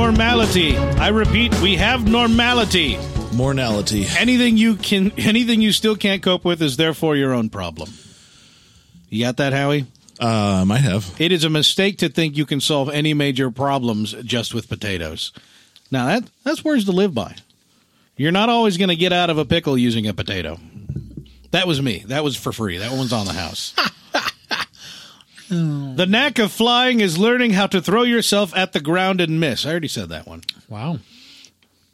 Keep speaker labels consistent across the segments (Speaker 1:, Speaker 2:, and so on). Speaker 1: normality. I repeat, we have normality.
Speaker 2: Morality.
Speaker 1: Anything you can, anything you still can't cope with is therefore your own problem. You got that, Howie?
Speaker 2: Uh, might have.
Speaker 1: It is a mistake to think you can solve any major problems just with potatoes. Now that that's words to live by. You're not always going to get out of a pickle using a potato. That was me. That was for free. That one's on the house. the knack of flying is learning how to throw yourself at the ground and miss. I already said that one.
Speaker 3: Wow.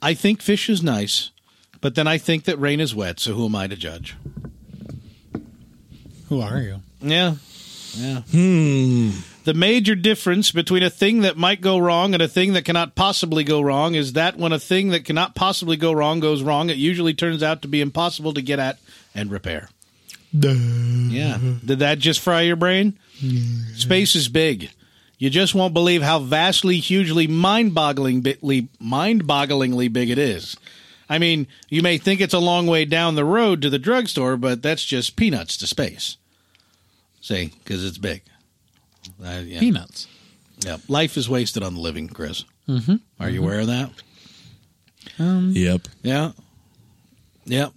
Speaker 1: I think fish is nice, but then I think that rain is wet, so who am I to judge?
Speaker 3: Who are you?
Speaker 1: Yeah. Yeah. The major difference between a thing that might go wrong and a thing that cannot possibly go wrong is that when a thing that cannot possibly go wrong goes wrong, it usually turns out to be impossible to get at and repair. Yeah. Did that just fry your brain? Space is big. You just won't believe how vastly, hugely, mind-bogglingly, mind-bogglingly big it is. I mean, you may think it's a long way down the road to the drugstore, but that's just peanuts to space. See, because it's big. Uh, yeah.
Speaker 3: Peanuts.
Speaker 1: Yeah. Life is wasted on the living, Chris. Mm-hmm. Are you aware of that?
Speaker 3: Um,
Speaker 2: Yep.
Speaker 1: Yeah. Yeah.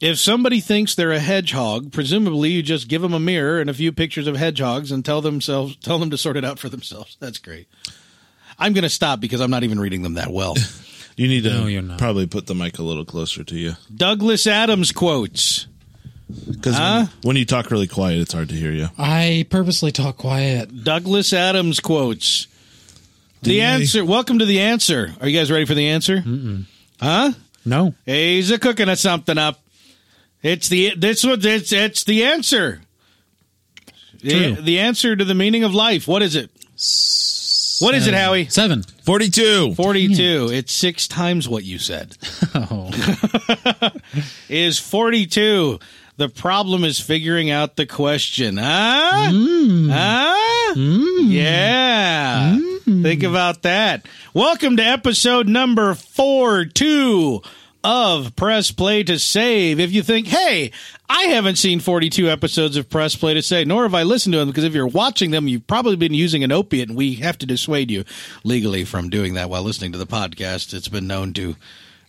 Speaker 1: If somebody thinks they're a hedgehog, presumably you just give them a mirror and a few pictures of hedgehogs and tell themselves tell them to sort it out for themselves. That's great. I'm going to stop because I'm not even reading them that well.
Speaker 2: You need to
Speaker 3: No, you're not.
Speaker 2: probably put the mic a little closer to you
Speaker 1: Douglas Adams quotes.
Speaker 2: because
Speaker 1: Huh?
Speaker 2: when, when you talk really quiet, it's hard to hear you.
Speaker 3: I purposely talk quiet.
Speaker 1: Douglas Adams quotes. The
Speaker 2: Didn't I-
Speaker 1: answer. Welcome to the answer. Are you guys ready for the answer? Mm-mm. Huh?
Speaker 3: No.
Speaker 1: He's a cooking of something up. It's the this what it's it's the answer. The,
Speaker 3: True.
Speaker 1: the answer to the meaning of life. What is it? What is it, Howie?
Speaker 3: Seven.
Speaker 2: Forty-two.
Speaker 1: Forty-two. It's six times what you said.
Speaker 3: Oh.
Speaker 1: Is forty-two. The problem is figuring out the question. Huh?
Speaker 3: Hmm.
Speaker 1: Huh? Yeah.
Speaker 3: Hmm.
Speaker 1: Think about that. Welcome to episode number four, two of Press Play to Save. If you think, hey, I haven't seen 42 episodes of Press Play to Save, nor have I listened to them, because if you're watching them, you've probably been using an opiate, and we have to dissuade you legally from doing that while listening to the podcast. It's been known to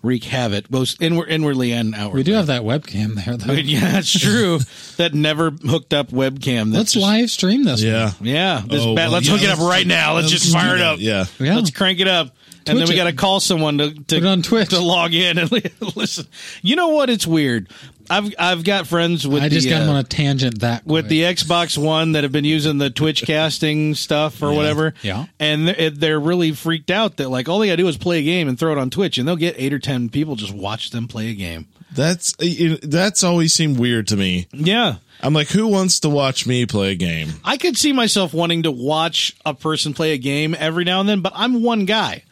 Speaker 1: wreak havoc, both inward, inwardly and outwardly.
Speaker 3: We do have that webcam there, though.
Speaker 1: Yeah, it's true. that never hooked up webcam. That's
Speaker 3: Let's
Speaker 1: just-
Speaker 3: live stream this.
Speaker 2: Yeah.
Speaker 1: yeah, this
Speaker 2: Oh,
Speaker 1: bat,
Speaker 2: well,
Speaker 1: let's
Speaker 2: yeah,
Speaker 1: hook it up
Speaker 2: let's-
Speaker 1: right now. Let's, just
Speaker 2: do
Speaker 1: fire it
Speaker 2: that.
Speaker 1: up.
Speaker 2: Yeah.
Speaker 3: one. Yeah.
Speaker 1: Let's crank it up. and then
Speaker 3: Twitch
Speaker 1: we
Speaker 3: it.
Speaker 1: got to call someone to, to
Speaker 3: it on Twitch.
Speaker 1: to log in and listen. You know what? It's weird. I've I've got friends with
Speaker 3: I
Speaker 1: the,
Speaker 3: just got
Speaker 1: uh,
Speaker 3: him on a tangent that
Speaker 1: with
Speaker 3: quick.
Speaker 1: the uh, Xbox One that have been using the Twitch casting stuff or whatever.
Speaker 3: Yeah.
Speaker 1: and they're, they're really freaked out that like all they got to do is play a game and throw it on Twitch, and they'll get eight or ten people just watch them play a game.
Speaker 2: That's you- that's always seemed weird to me.
Speaker 1: Yeah.
Speaker 2: I'm like, who wants to watch me play a game?
Speaker 1: I could see myself wanting to watch a person play a game every now and then, but I'm one guy.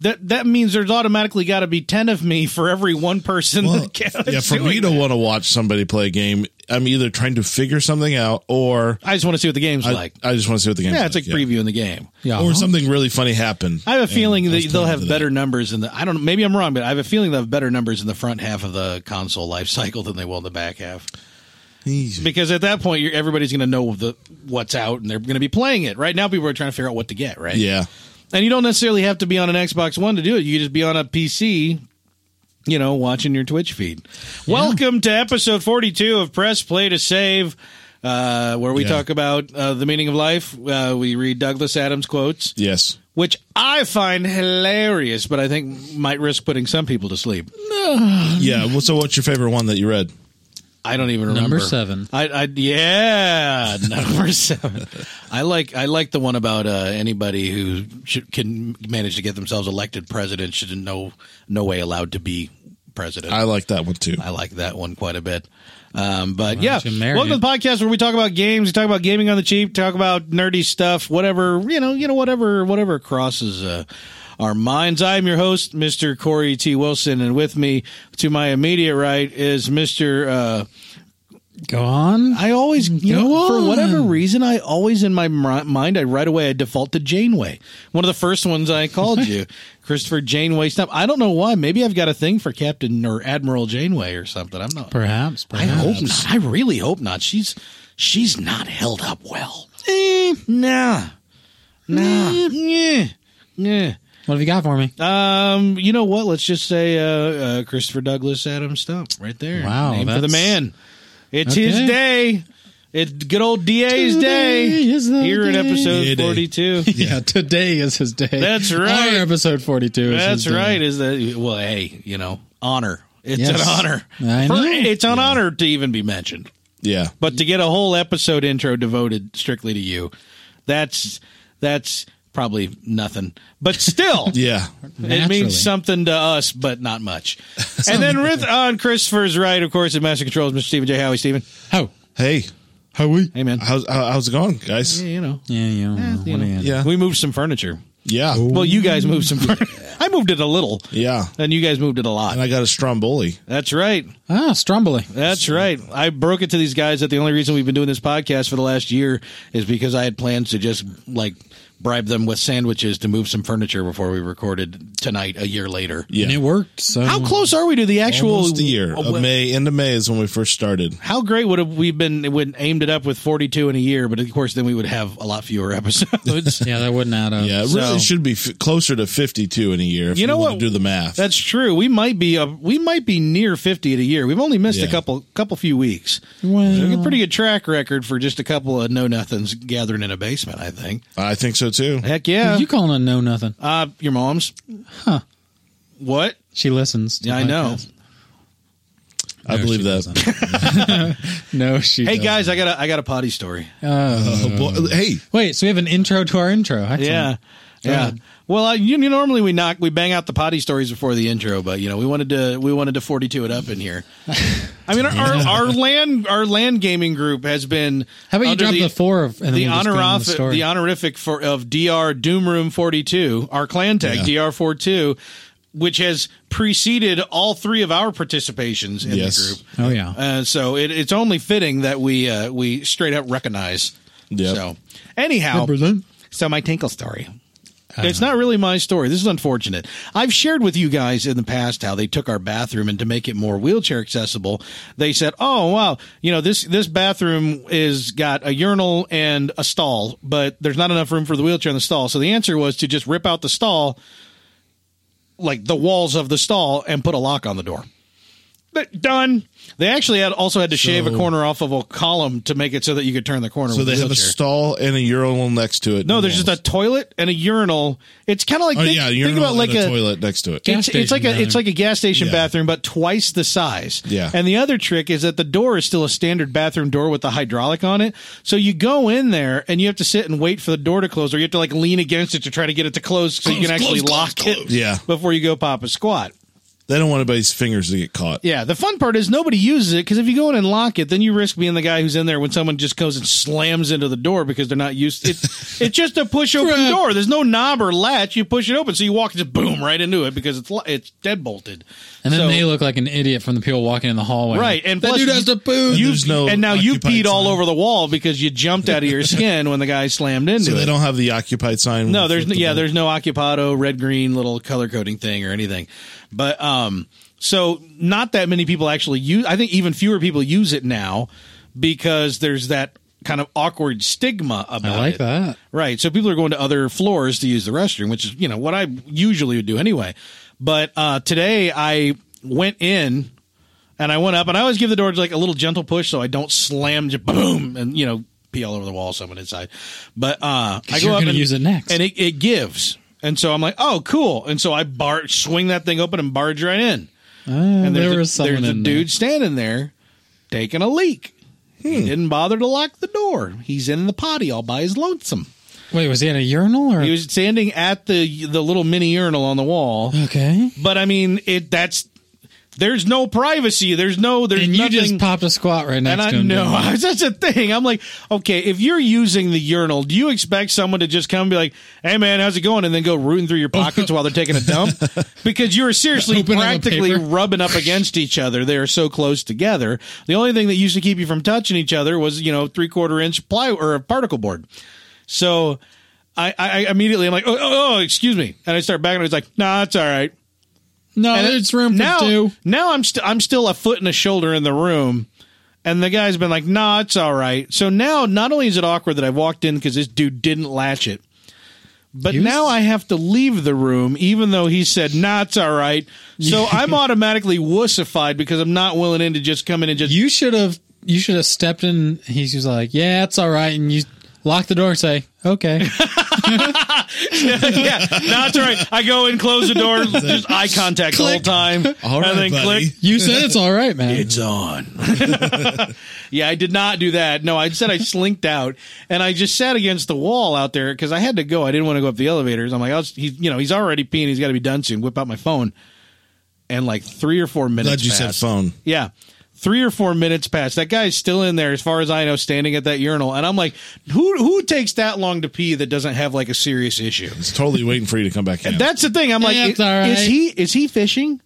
Speaker 1: That that means there's automatically got to be ten of me for every one person. that that
Speaker 2: yeah, for me to want to watch somebody play a game, I'm either trying to figure something out or
Speaker 1: I just want to see what the game's
Speaker 2: I,
Speaker 1: like.
Speaker 2: I just want to see what the game.
Speaker 1: yeah, it's like
Speaker 2: like
Speaker 1: previewing the game.
Speaker 3: yeah.
Speaker 2: Or something really funny happened.
Speaker 1: I have a
Speaker 2: and
Speaker 1: feeling
Speaker 2: I was
Speaker 1: that they'll
Speaker 2: playing
Speaker 1: have
Speaker 2: with it.
Speaker 1: better numbers in the. I don't. know. Maybe I'm wrong, but I have a feeling they'll have better numbers in the front half of the console life cycle than they will in the back half. Because at that point, you're, everybody's going to know the what's out, and they're going to be playing it. Right now, people are trying to figure out what to get. Right.
Speaker 2: Yeah,
Speaker 1: And you don't necessarily have to be on an Xbox One to do it. You just be on a PC, you know, watching your Twitch feed. Welcome to episode 42 of Press Play to Save, uh, where we
Speaker 2: Yeah.
Speaker 1: talk about uh, the meaning of life. Uh, we read Douglas Adams quotes,
Speaker 2: yes.
Speaker 1: which I find hilarious, but I think might risk putting some people to sleep.
Speaker 2: Yeah. Well, so what's your favorite one that you read?
Speaker 1: I don't even remember.
Speaker 3: Number seven.
Speaker 1: I, I yeah, number seven. I like I like the one about uh, anybody who should, can manage to get themselves elected president should in no no way allowed to be president.
Speaker 2: I
Speaker 1: I,
Speaker 2: like that one too.
Speaker 1: like that one quite a bit. Um, but yeah,
Speaker 3: you marry
Speaker 1: welcome to the podcast where we talk about games, we talk about gaming on the cheap, talk about nerdy stuff, whatever you know, you know, whatever whatever crosses. Uh, our minds. I am your host, Mr. Corey T. Wilson, and with me to my immediate right is Mr. Uh,
Speaker 3: Go on.
Speaker 1: I always, you
Speaker 3: Mm, Go
Speaker 1: know, for
Speaker 3: on.
Speaker 1: whatever reason, I always in my mi- mind, I right away I default to Janeway. One of the first ones I called you, Christopher Janeway. Stop. I don't know why. Maybe I've got a thing for Captain or Admiral Janeway or something. I'm not.
Speaker 3: Perhaps.
Speaker 1: I
Speaker 3: perhaps.
Speaker 1: hope not. I really hope not. She's she's not held up well. Eh, nah, nah, yeah, yeah.
Speaker 3: What have you got for me?
Speaker 1: Um, you know what? Let's just say uh, uh, Christopher Douglas, Adam Stump, right there.
Speaker 3: Wow,
Speaker 1: name for the
Speaker 3: that's-
Speaker 1: man. It's
Speaker 3: Okay.
Speaker 1: his day. It's good old DA's
Speaker 3: Today
Speaker 1: day.
Speaker 3: is the
Speaker 1: Here in
Speaker 3: day.
Speaker 1: episode
Speaker 2: Yeah, day.
Speaker 1: forty-two.
Speaker 3: Yeah, today is his day.
Speaker 1: That's right.
Speaker 3: Our episode 42 is his
Speaker 1: That's
Speaker 3: day.
Speaker 1: right. Is that well? Hey, you know, honor. It's
Speaker 3: Yes.
Speaker 1: an honor.
Speaker 3: I
Speaker 1: For-
Speaker 3: know.
Speaker 1: It's an honor to even be mentioned.
Speaker 2: Yeah.
Speaker 1: But to get a whole episode intro devoted strictly to you, that's that's probably nothing. But still,
Speaker 2: Yeah.
Speaker 1: It
Speaker 3: Naturally.
Speaker 1: means something to us, but not much. and then with, on Christopher's right, of course, at Master Controls, Mr. Stephen J. Howie. Stephen,
Speaker 3: Oh.
Speaker 2: Hey. How we?
Speaker 1: hey, man.
Speaker 2: How's how, how's it going, guys?
Speaker 1: Yeah, you know,
Speaker 3: Yeah, you don't know.
Speaker 1: you
Speaker 3: What
Speaker 1: know.
Speaker 3: do you know?
Speaker 2: Yeah.
Speaker 1: we moved some furniture.
Speaker 2: Yeah.
Speaker 1: Well, you guys moved some furniture. I moved it a little,
Speaker 2: Yeah.
Speaker 1: and you guys moved it a
Speaker 2: And
Speaker 1: lot.
Speaker 2: I got a Stromboli.
Speaker 1: That's right.
Speaker 3: Ah, Stromboli.
Speaker 1: That's right. I broke it to these guys that the only reason we've been doing this podcast for the last year is because I had plans to just like bribe them with sandwiches to move some furniture before we recorded tonight a year later.
Speaker 2: Yeah.
Speaker 3: And it worked. So
Speaker 1: How close are we to the actual
Speaker 2: Almost a year.
Speaker 1: Uh,
Speaker 2: Of May end of May is when we first started.
Speaker 1: How great would have we been? Would aimed it up with forty two in a year, but of course then we would have a lot fewer episodes.
Speaker 3: Yeah, that wouldn't add up.
Speaker 2: Yeah, it
Speaker 1: So-
Speaker 2: really should be f- closer to 52 in a year. If
Speaker 1: You know
Speaker 2: wanna
Speaker 1: what?
Speaker 2: Do the math.
Speaker 1: That's true. We might be uh we might be near fifty in a year. We've only missed a
Speaker 2: Yeah.
Speaker 1: couple couple few weeks.
Speaker 3: Well,
Speaker 1: a pretty good track record for just a couple of no nothings gathering in a basement. I think.
Speaker 2: I think so too.
Speaker 1: Heck yeah.
Speaker 3: you calling a no nothing?
Speaker 1: uh, your mom's.
Speaker 3: Huh.
Speaker 1: What?
Speaker 3: She listens. to
Speaker 1: Yeah, I
Speaker 3: podcasts.
Speaker 1: know.
Speaker 2: I
Speaker 3: No,
Speaker 2: believe
Speaker 3: she
Speaker 2: that.
Speaker 3: doesn't. no, she.
Speaker 1: Hey
Speaker 3: doesn't.
Speaker 1: guys, I got a I got a potty story.
Speaker 2: Oh, boy. Hey,
Speaker 3: Wait, so we have an intro to our intro. Excellent.
Speaker 1: Yeah. Yeah.
Speaker 3: ahead.
Speaker 1: Well, I, you, you normally we knock we bang out the potty stories before the intro, but you know we wanted to we wanted to forty two it up in here. I mean, our, our our land our land gaming group has been
Speaker 3: How about you
Speaker 1: under
Speaker 3: drop the, four of and
Speaker 1: the
Speaker 3: then we'll just go on
Speaker 1: honorific, the,
Speaker 3: story.
Speaker 1: honorific for of DR Doom Room 42, our clan tag DR 42, which has preceded all three of our participations in
Speaker 2: Yes.
Speaker 1: the group.
Speaker 3: Oh, yeah.
Speaker 1: Uh, so it, it's only fitting that we uh, we straight up recognize.
Speaker 2: Yep.
Speaker 1: So anyhow,
Speaker 3: Represent.
Speaker 1: so my Tinkle story.
Speaker 2: Uh-huh.
Speaker 1: It's not really my story. This is unfortunate. I've shared with you guys in the past how they took our bathroom and to make it more wheelchair accessible, they said, "Oh wow, you know this this bathroom is got a urinal and a stall, but there's not enough room for the wheelchair in the stall." So the answer was to just rip out the stall, like the walls of the stall, and put a lock on the door. But done. They actually had also had to shave a
Speaker 2: So-
Speaker 1: corner off of a column to make it so that you could turn the corner.
Speaker 2: so
Speaker 1: with
Speaker 2: they
Speaker 1: the
Speaker 2: have a
Speaker 1: wheelchair.
Speaker 2: stall and a urinal next to it.
Speaker 1: No, there's just a toilet and a urinal. It's kind of like
Speaker 2: Oh
Speaker 1: think,
Speaker 2: yeah, a
Speaker 1: think
Speaker 2: urinal
Speaker 1: about like
Speaker 2: and
Speaker 1: a,
Speaker 2: a, toilet next to it.
Speaker 3: Yeah.
Speaker 1: it's,
Speaker 3: Gas
Speaker 1: it's like
Speaker 3: station
Speaker 1: a it's
Speaker 3: bathroom.
Speaker 1: like a gas station
Speaker 2: Yeah.
Speaker 1: bathroom, but twice the size.
Speaker 2: Yeah.
Speaker 1: And the other trick is that the door is still a standard bathroom door with the hydraulic on it. So you go in there and you have to sit and wait for the door to close, or you have to like lean against it to try to get it to close so you can
Speaker 2: Close,
Speaker 1: actually
Speaker 2: close,
Speaker 1: lock
Speaker 2: close,
Speaker 1: it
Speaker 2: close. Yeah.
Speaker 1: before you go pop a squat.
Speaker 2: They don't want anybody's fingers to get caught.
Speaker 1: Yeah, the fun part is nobody uses it because if you go in and lock it, then you risk being the guy who's in there when someone just goes and slams into the door because they're not used. It's it's just a push open
Speaker 3: Crap.
Speaker 1: door. There's no knob or latch. You push it open, so you walk just boom right into it because it's lo- it's deadbolted.
Speaker 3: And then
Speaker 1: So-
Speaker 3: they look like an idiot from the people walking in the hallway.
Speaker 1: Right, and
Speaker 3: that
Speaker 1: plus
Speaker 3: dude has
Speaker 1: you-
Speaker 3: to poo.
Speaker 2: you-
Speaker 1: you've
Speaker 2: There's no
Speaker 1: and now you
Speaker 2: occupied
Speaker 1: peed all
Speaker 2: sign.
Speaker 1: over the wall because you jumped out of your skin when the guy slammed into
Speaker 2: So
Speaker 1: it.
Speaker 2: they don't have the occupied sign.
Speaker 1: No,
Speaker 2: with
Speaker 1: there's
Speaker 2: the-
Speaker 1: yeah, there's no occupado red green little color coding thing or anything. But um so not that many people actually use I think even fewer people use it now because there's that kind of awkward stigma about
Speaker 3: I like
Speaker 1: it.
Speaker 3: that.
Speaker 1: Right. So people are going to other floors to use the restroom, which is, you know, what I usually would do anyway. But uh, today I went in and I went up and I always give the door like a little gentle push so I don't slam just boom and, you know, pee all over the wall, someone inside. But uh, I go
Speaker 3: you're
Speaker 1: up
Speaker 3: gonna
Speaker 1: and
Speaker 3: use it next.
Speaker 1: And it, it gives. And so I'm like, oh, cool. And so I bar swing that thing open and barge right in.
Speaker 3: and
Speaker 1: And
Speaker 3: Mm, there was
Speaker 1: there's, a,
Speaker 3: someone
Speaker 1: there's a
Speaker 3: in there.
Speaker 1: dude standing there taking a leak. He didn't bother to lock the door. He's in the potty all by his lonesome.
Speaker 3: Wait, was he at a urinal or?
Speaker 1: He was standing at the the little mini urinal on the wall.
Speaker 3: okay.
Speaker 1: But I mean, it that's there's no privacy. There's no there's
Speaker 3: And you
Speaker 1: nothing.
Speaker 3: just popped a squat right next
Speaker 1: and I
Speaker 3: to him.
Speaker 1: know
Speaker 3: didn't you?
Speaker 1: that's the thing. I'm like, okay, if you're using the urinal, do you expect someone to just come and be like, "Hey, man, how's it going?" and then go rooting through your pockets while they're taking a dump? Because you are seriously
Speaker 3: Open up a
Speaker 1: practically
Speaker 3: paper.
Speaker 1: rubbing up against each other. They are so close together. The only thing that used to keep you from touching each other was you know three quarter inch ply or particle board. So I, I I immediately I'm like, oh, oh, oh, excuse me, and I start backing. up. He's like, nah, it's all right.
Speaker 3: No,
Speaker 1: And
Speaker 3: there's room for
Speaker 1: now,
Speaker 3: two.
Speaker 1: Now I'm still I'm still a foot and a shoulder in the room. And the guy's been like, nah, it's all right. So now not only is it awkward that I walked in because this dude didn't latch it, But
Speaker 3: Use-
Speaker 1: now I have to leave the room, even though he said, nah, it's all right. So I'm automatically wussified because I'm not willing in to just come in and just.
Speaker 3: You should have. You should have stepped in. He's just like, yeah, it's all right, and you lock the door and say, okay.
Speaker 1: yeah, no, it's all right. I go in, close the door, just eye contact the whole time,
Speaker 2: All
Speaker 1: and
Speaker 2: right,
Speaker 1: then
Speaker 2: buddy.
Speaker 1: click.
Speaker 3: You said it's all right, man.
Speaker 1: on. yeah, I did not do that. No, I said I slinked out, and I just sat against the wall out there because I had to go. I didn't want to go up the elevators. I'm like, I was, he's, you know, he's already peeing. He's got to be done soon. Whip out my phone, and like three or four minutes.
Speaker 2: Glad you said
Speaker 1: passed.
Speaker 2: phone.
Speaker 1: Yeah. Three or four minutes passed. That guy's still in there, as far as I know, standing at that urinal. And I'm like, who who takes that long to pee that doesn't have like a serious issue?
Speaker 2: It's totally waiting for you to come back in.
Speaker 1: That's the thing. I'm like,
Speaker 3: Yeah, it's
Speaker 1: i-
Speaker 3: all
Speaker 1: is
Speaker 3: right.
Speaker 1: he is he fishing?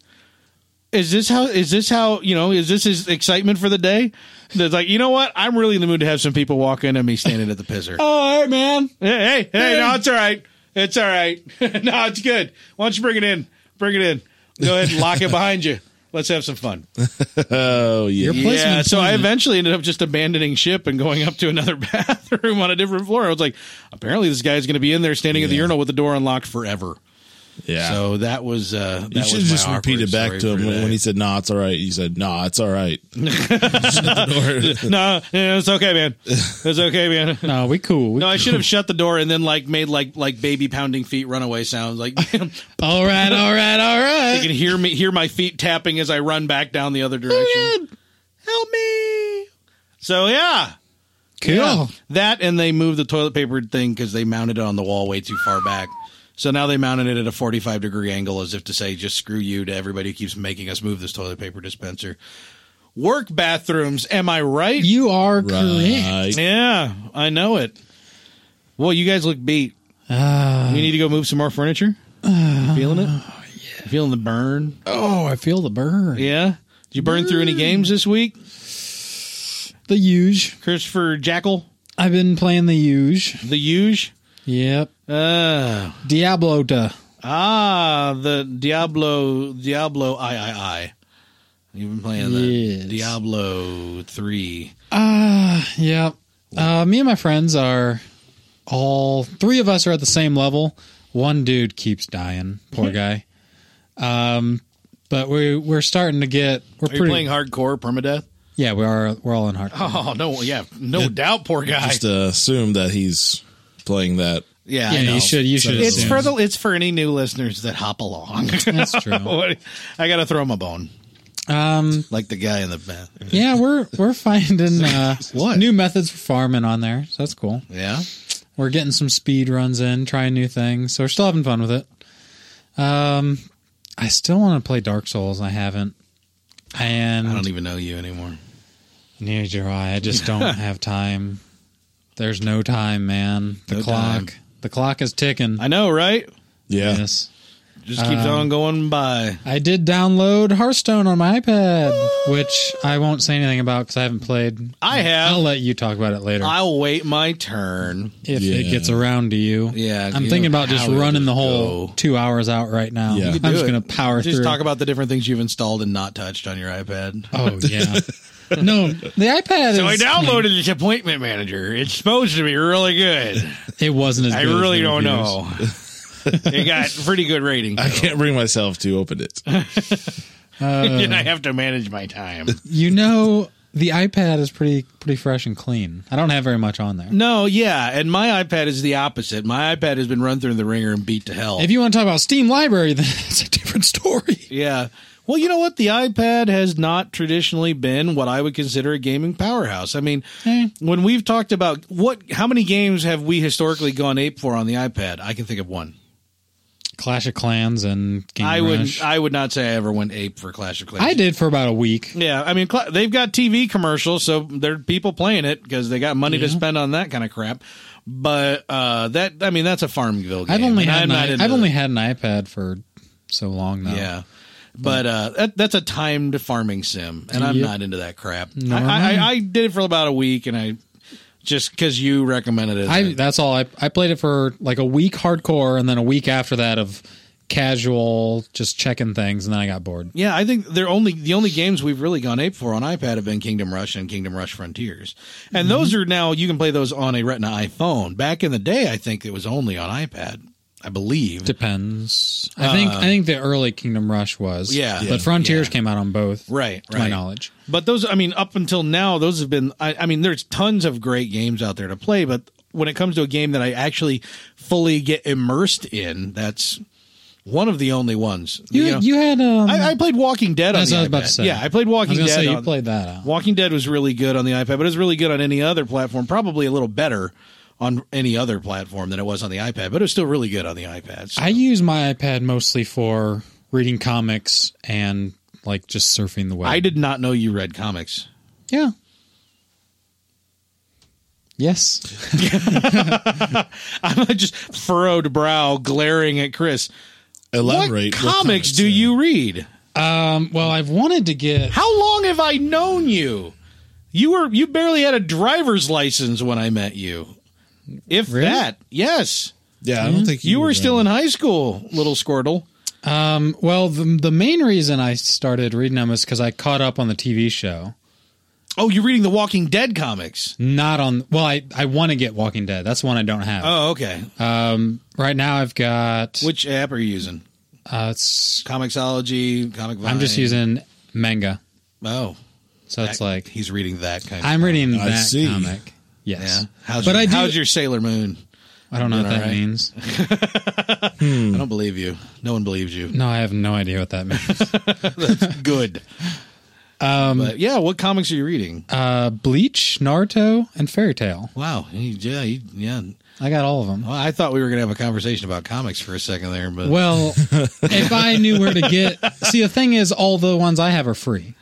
Speaker 1: Is this how is this how you know is this his excitement for the day? That's like you know what I'm really in the mood to have some people walk in on me standing at the pisser.
Speaker 3: All right, man.
Speaker 1: hey hey hey, no, it's all right, it's all right, no, it's good. Why don't you bring it in? Bring it in. Go ahead and lock it behind you. Let's have some fun.
Speaker 2: oh yeah.
Speaker 3: Your place
Speaker 1: Yeah, so I
Speaker 3: employment.
Speaker 1: eventually ended up just abandoning ship and going up to another bathroom on a different floor. I was like, apparently this guy is going to be in there standing at the
Speaker 2: Yeah.
Speaker 1: urinal with the door unlocked forever.
Speaker 2: Yeah.
Speaker 1: So that was uh, that
Speaker 2: Ah. you should
Speaker 1: was my
Speaker 2: just repeat
Speaker 1: awkward
Speaker 2: it back
Speaker 1: story for
Speaker 2: to him when,
Speaker 1: today.
Speaker 2: when he said, "Nah, it's all right." You said, "Nah, it's all right." Shut the door.
Speaker 1: no, yeah, it's okay, man. It's okay, man.
Speaker 3: No, we cool. We
Speaker 1: No, I should have shut the door and then like made like like baby pounding feet runaway sounds. Like you
Speaker 3: All right, all right, all right.
Speaker 1: can hear me hear my feet tapping as I run back down the other direction. Help me. So yeah.
Speaker 3: Cool.
Speaker 1: Yeah. That and they moved the toilet paper thing because they mounted it on the wall way too far back. So now they mounted it at a 45 degree angle as if to say, just screw you to everybody who keeps making us move this toilet paper dispenser. Work bathrooms, am I right?
Speaker 3: You are correct.
Speaker 2: Right.
Speaker 1: yeah, I know it. Well, you guys look beat.
Speaker 3: Ah.
Speaker 1: we need to go move some more furniture. You feeling it? You Feeling the burn?
Speaker 3: Oh, I feel the burn.
Speaker 1: Yeah. Did you burn through any games this week?
Speaker 3: The huge.
Speaker 1: Christopher Jackal,
Speaker 3: I've been playing the huge.
Speaker 1: the huge.
Speaker 3: Yep.
Speaker 1: Uh,
Speaker 3: Diablo duh.
Speaker 1: Ah, the Diablo, Diablo I I I. You've been playing the
Speaker 3: Yes.
Speaker 1: Diablo three.
Speaker 3: Ah, yep. Uh, me and my friends are all three of us are at the same level. One dude keeps dying. Poor
Speaker 1: Mm-hmm.
Speaker 3: guy. Um, but we we're starting to get we're
Speaker 1: Are you
Speaker 3: pretty
Speaker 1: playing hardcore permadeath?
Speaker 3: yeah we are we're all in hard.
Speaker 1: Oh no, yeah, no doubt, poor guy.
Speaker 2: Just uh, assume that he's playing that.
Speaker 1: yeah,
Speaker 3: yeah,
Speaker 1: I know.
Speaker 3: you should you should.
Speaker 1: It's
Speaker 3: assume.
Speaker 1: for the it's for any new listeners that hop along.
Speaker 3: That's true.
Speaker 1: What- I gotta throw him a bone,
Speaker 3: Um,
Speaker 1: like the guy in the bathroom.
Speaker 3: yeah, we're we're finding uh,
Speaker 1: What?
Speaker 3: new methods for farming on there. So that's cool.
Speaker 1: Yeah,
Speaker 3: We're getting some speed runs in, trying new things. So we're still having fun with it. Um, I still want to play Dark Souls. I haven't. And
Speaker 1: I don't e- even know you anymore.
Speaker 3: near your eye, I just don't have time. There's no time, man. The
Speaker 1: No
Speaker 3: clock,
Speaker 1: time.
Speaker 3: the clock is ticking.
Speaker 1: I know, right?
Speaker 2: Yeah.
Speaker 3: Yes,
Speaker 1: Just keeps
Speaker 3: Um,
Speaker 1: on going by.
Speaker 3: I did download Hearthstone on my iPad, which I won't say anything about because I haven't played.
Speaker 1: I
Speaker 3: I'll
Speaker 1: have.
Speaker 3: let you talk about it later
Speaker 1: I'll wait my turn.
Speaker 3: if it
Speaker 2: Yeah.
Speaker 3: gets around to you.
Speaker 1: Yeah,
Speaker 3: I'm
Speaker 1: you
Speaker 3: thinking
Speaker 1: know
Speaker 3: about just
Speaker 1: how it'll
Speaker 3: running the whole
Speaker 1: go.
Speaker 3: two hours out right now.
Speaker 2: Yeah. You
Speaker 3: I'm
Speaker 2: can
Speaker 1: do
Speaker 3: just
Speaker 1: it.
Speaker 3: gonna power
Speaker 1: Just
Speaker 3: through.
Speaker 1: talk about the different things you've installed and not touched on your iPad.
Speaker 3: Oh yeah. No, the iPad.
Speaker 1: So I
Speaker 3: is,
Speaker 1: downloaded this appointment manager. It's supposed to be really good.
Speaker 3: It wasn't as.
Speaker 1: I
Speaker 3: good as
Speaker 1: really
Speaker 3: the
Speaker 1: don't
Speaker 3: reviews.
Speaker 1: know. it got pretty good ratings.
Speaker 2: I can't bring myself to open it.
Speaker 1: and I have to manage my time.
Speaker 3: You know, the iPad is pretty pretty fresh and clean. I don't have very much on there.
Speaker 1: No, yeah, and my iPad is the opposite. My iPad has been run through the ringer and beat to hell.
Speaker 3: If you want to talk about Steam Library, then it's a different story.
Speaker 1: yeah. Well, you know what? The iPad has not traditionally been what I would consider a gaming powerhouse. I mean,
Speaker 3: Eh.
Speaker 1: when we've talked about what how many games have we historically gone ape for on the iPad? I can think of one.
Speaker 3: Clash of Clans and Game
Speaker 1: I would
Speaker 3: Rush.
Speaker 1: I would not say I ever went ape for Clash of Clans.
Speaker 3: I did for about a week.
Speaker 1: Yeah, I mean cl- they've got TV commercials, so there are people playing it because they got money to spend on that kind of crap. But uh, that I mean that's a Farmville game.
Speaker 3: I've only
Speaker 1: and I'm
Speaker 3: had an,
Speaker 1: not
Speaker 3: i-
Speaker 1: into
Speaker 3: I've
Speaker 1: the-
Speaker 3: only had an iPad for so long now.
Speaker 1: yeah. But uh, that, that's a timed farming sim, and I'm
Speaker 3: Yep.
Speaker 1: not into that crap.
Speaker 3: Nor am
Speaker 1: I, I,
Speaker 3: I.
Speaker 1: I did it for about a week, and I just because you recommended it.
Speaker 3: I that's all I I played it for like a week hardcore and then a week after that of casual just checking things and then I got bored.
Speaker 1: Yeah, I think they're only the only games we've really gone ape for on iPad have been Kingdom Rush and Kingdom Rush Frontiers,
Speaker 3: Mm-hmm.
Speaker 1: and those are now you can play those on a Retina iPhone. Back in the day, I think it was only on iPad. I believe.
Speaker 3: Depends. I think I think the early Kingdom Rush was.
Speaker 1: Uh, Yeah.
Speaker 3: But Frontiers
Speaker 1: Yeah.
Speaker 3: came out on both.
Speaker 1: Right,
Speaker 3: To my
Speaker 1: right.
Speaker 3: knowledge.
Speaker 1: But those, I mean, up until now, those have been. I, I mean, there's tons of great games out there to play, but when it comes to a game that I actually fully get immersed in, that's one of the only ones.
Speaker 3: You
Speaker 1: You know,
Speaker 3: you had um
Speaker 1: I, I played Walking Dead on
Speaker 3: That's
Speaker 1: the
Speaker 3: what I was
Speaker 1: iPad.
Speaker 3: about to say.
Speaker 1: Yeah, I played
Speaker 3: I was
Speaker 1: Walking
Speaker 3: gonna
Speaker 1: Dead.
Speaker 3: say you
Speaker 1: on-
Speaker 3: played that out.
Speaker 1: Walking Dead was really good on the iPad, but it was really good on any other platform. Probably a little better on any other platform than it was on the iPad, but it was still really good on the iPad. So-
Speaker 3: I use my iPad mostly for reading comics and like just surfing the web.
Speaker 1: I did not know you read comics.
Speaker 3: Yeah. Yes.
Speaker 1: I'm just furrowed brow, glaring at Chris.
Speaker 2: Elaborate.
Speaker 1: what comics do you read?
Speaker 3: Um, well, I've wanted to get.
Speaker 1: How long have I known you? You were you barely had a driver's license when I met you. If
Speaker 3: Really?
Speaker 1: that, yes,
Speaker 2: Yeah, I don't think
Speaker 1: you were still in high school, little Squirtle.
Speaker 3: Um, well, the, the main reason I started reading them is because I caught up on the TV show.
Speaker 1: Oh, you're reading the Walking Dead comics.
Speaker 3: Not on. Well, I I want to get Walking Dead. That's one I don't have.
Speaker 1: Oh, okay.
Speaker 3: Um, right now I've got.
Speaker 1: Which app are you using?
Speaker 3: Uh, it's,
Speaker 1: Comixology, Comic. Vine?
Speaker 3: I'm just using manga,
Speaker 1: Oh,
Speaker 3: so it's
Speaker 1: that-
Speaker 3: like
Speaker 1: he's reading that kind. of
Speaker 3: I'm reading
Speaker 2: I
Speaker 3: that
Speaker 2: see.
Speaker 3: comic. Yes.
Speaker 1: Yeah. How's
Speaker 3: But
Speaker 1: your,
Speaker 3: I do-
Speaker 1: how's your Sailor Moon?
Speaker 3: I don't know what
Speaker 1: Doing
Speaker 3: that
Speaker 1: all right.
Speaker 3: means. Hmm.
Speaker 1: I don't believe you. No one believes you.
Speaker 3: No, I have no idea what that means.
Speaker 1: Good.
Speaker 3: Um,
Speaker 1: But yeah, what comics are you reading?
Speaker 3: uh, Bleach, Naruto, and Fairy Tale.
Speaker 1: Wow. he- Yeah. he- yeah.
Speaker 3: I got all of them.
Speaker 1: Well, I thought we were going to have a conversation about comics for a second there, but
Speaker 3: Well, if I knew where to get, see, the thing is, all the ones I have are free,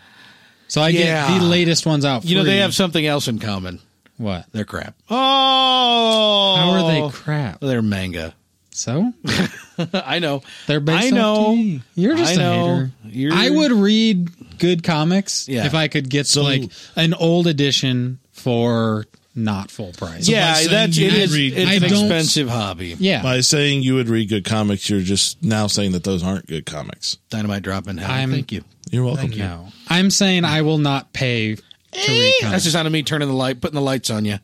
Speaker 3: so I
Speaker 1: Yeah.
Speaker 3: get the latest ones out. Free.
Speaker 1: you know they have something else in common.
Speaker 3: what?
Speaker 1: They're crap. Oh,
Speaker 3: How are they crap?
Speaker 1: They're manga.
Speaker 3: So
Speaker 1: I know.
Speaker 3: they're based.
Speaker 1: I
Speaker 3: off
Speaker 1: know.
Speaker 3: TV. You're just
Speaker 1: I
Speaker 3: a
Speaker 1: know.
Speaker 3: hater.
Speaker 1: You're-
Speaker 3: I would read good comics
Speaker 1: Yeah.
Speaker 3: if I could get
Speaker 2: So-
Speaker 3: like an old edition for not full price.
Speaker 1: yeah,
Speaker 2: saying
Speaker 1: that's
Speaker 2: you
Speaker 1: it
Speaker 2: didn't
Speaker 1: is.
Speaker 2: read-
Speaker 1: It's
Speaker 3: I
Speaker 1: an
Speaker 3: don't-
Speaker 1: expensive hobby.
Speaker 3: yeah.
Speaker 2: By saying you would read good comics, you're just now saying that those aren't good comics.
Speaker 1: Dynamite drop in hell.
Speaker 3: I'm-
Speaker 1: Thank you.
Speaker 2: You're welcome.
Speaker 3: no, I'm saying I will not pay to read
Speaker 1: That's
Speaker 3: comics.
Speaker 1: the sound of me turning the light, putting the lights on you.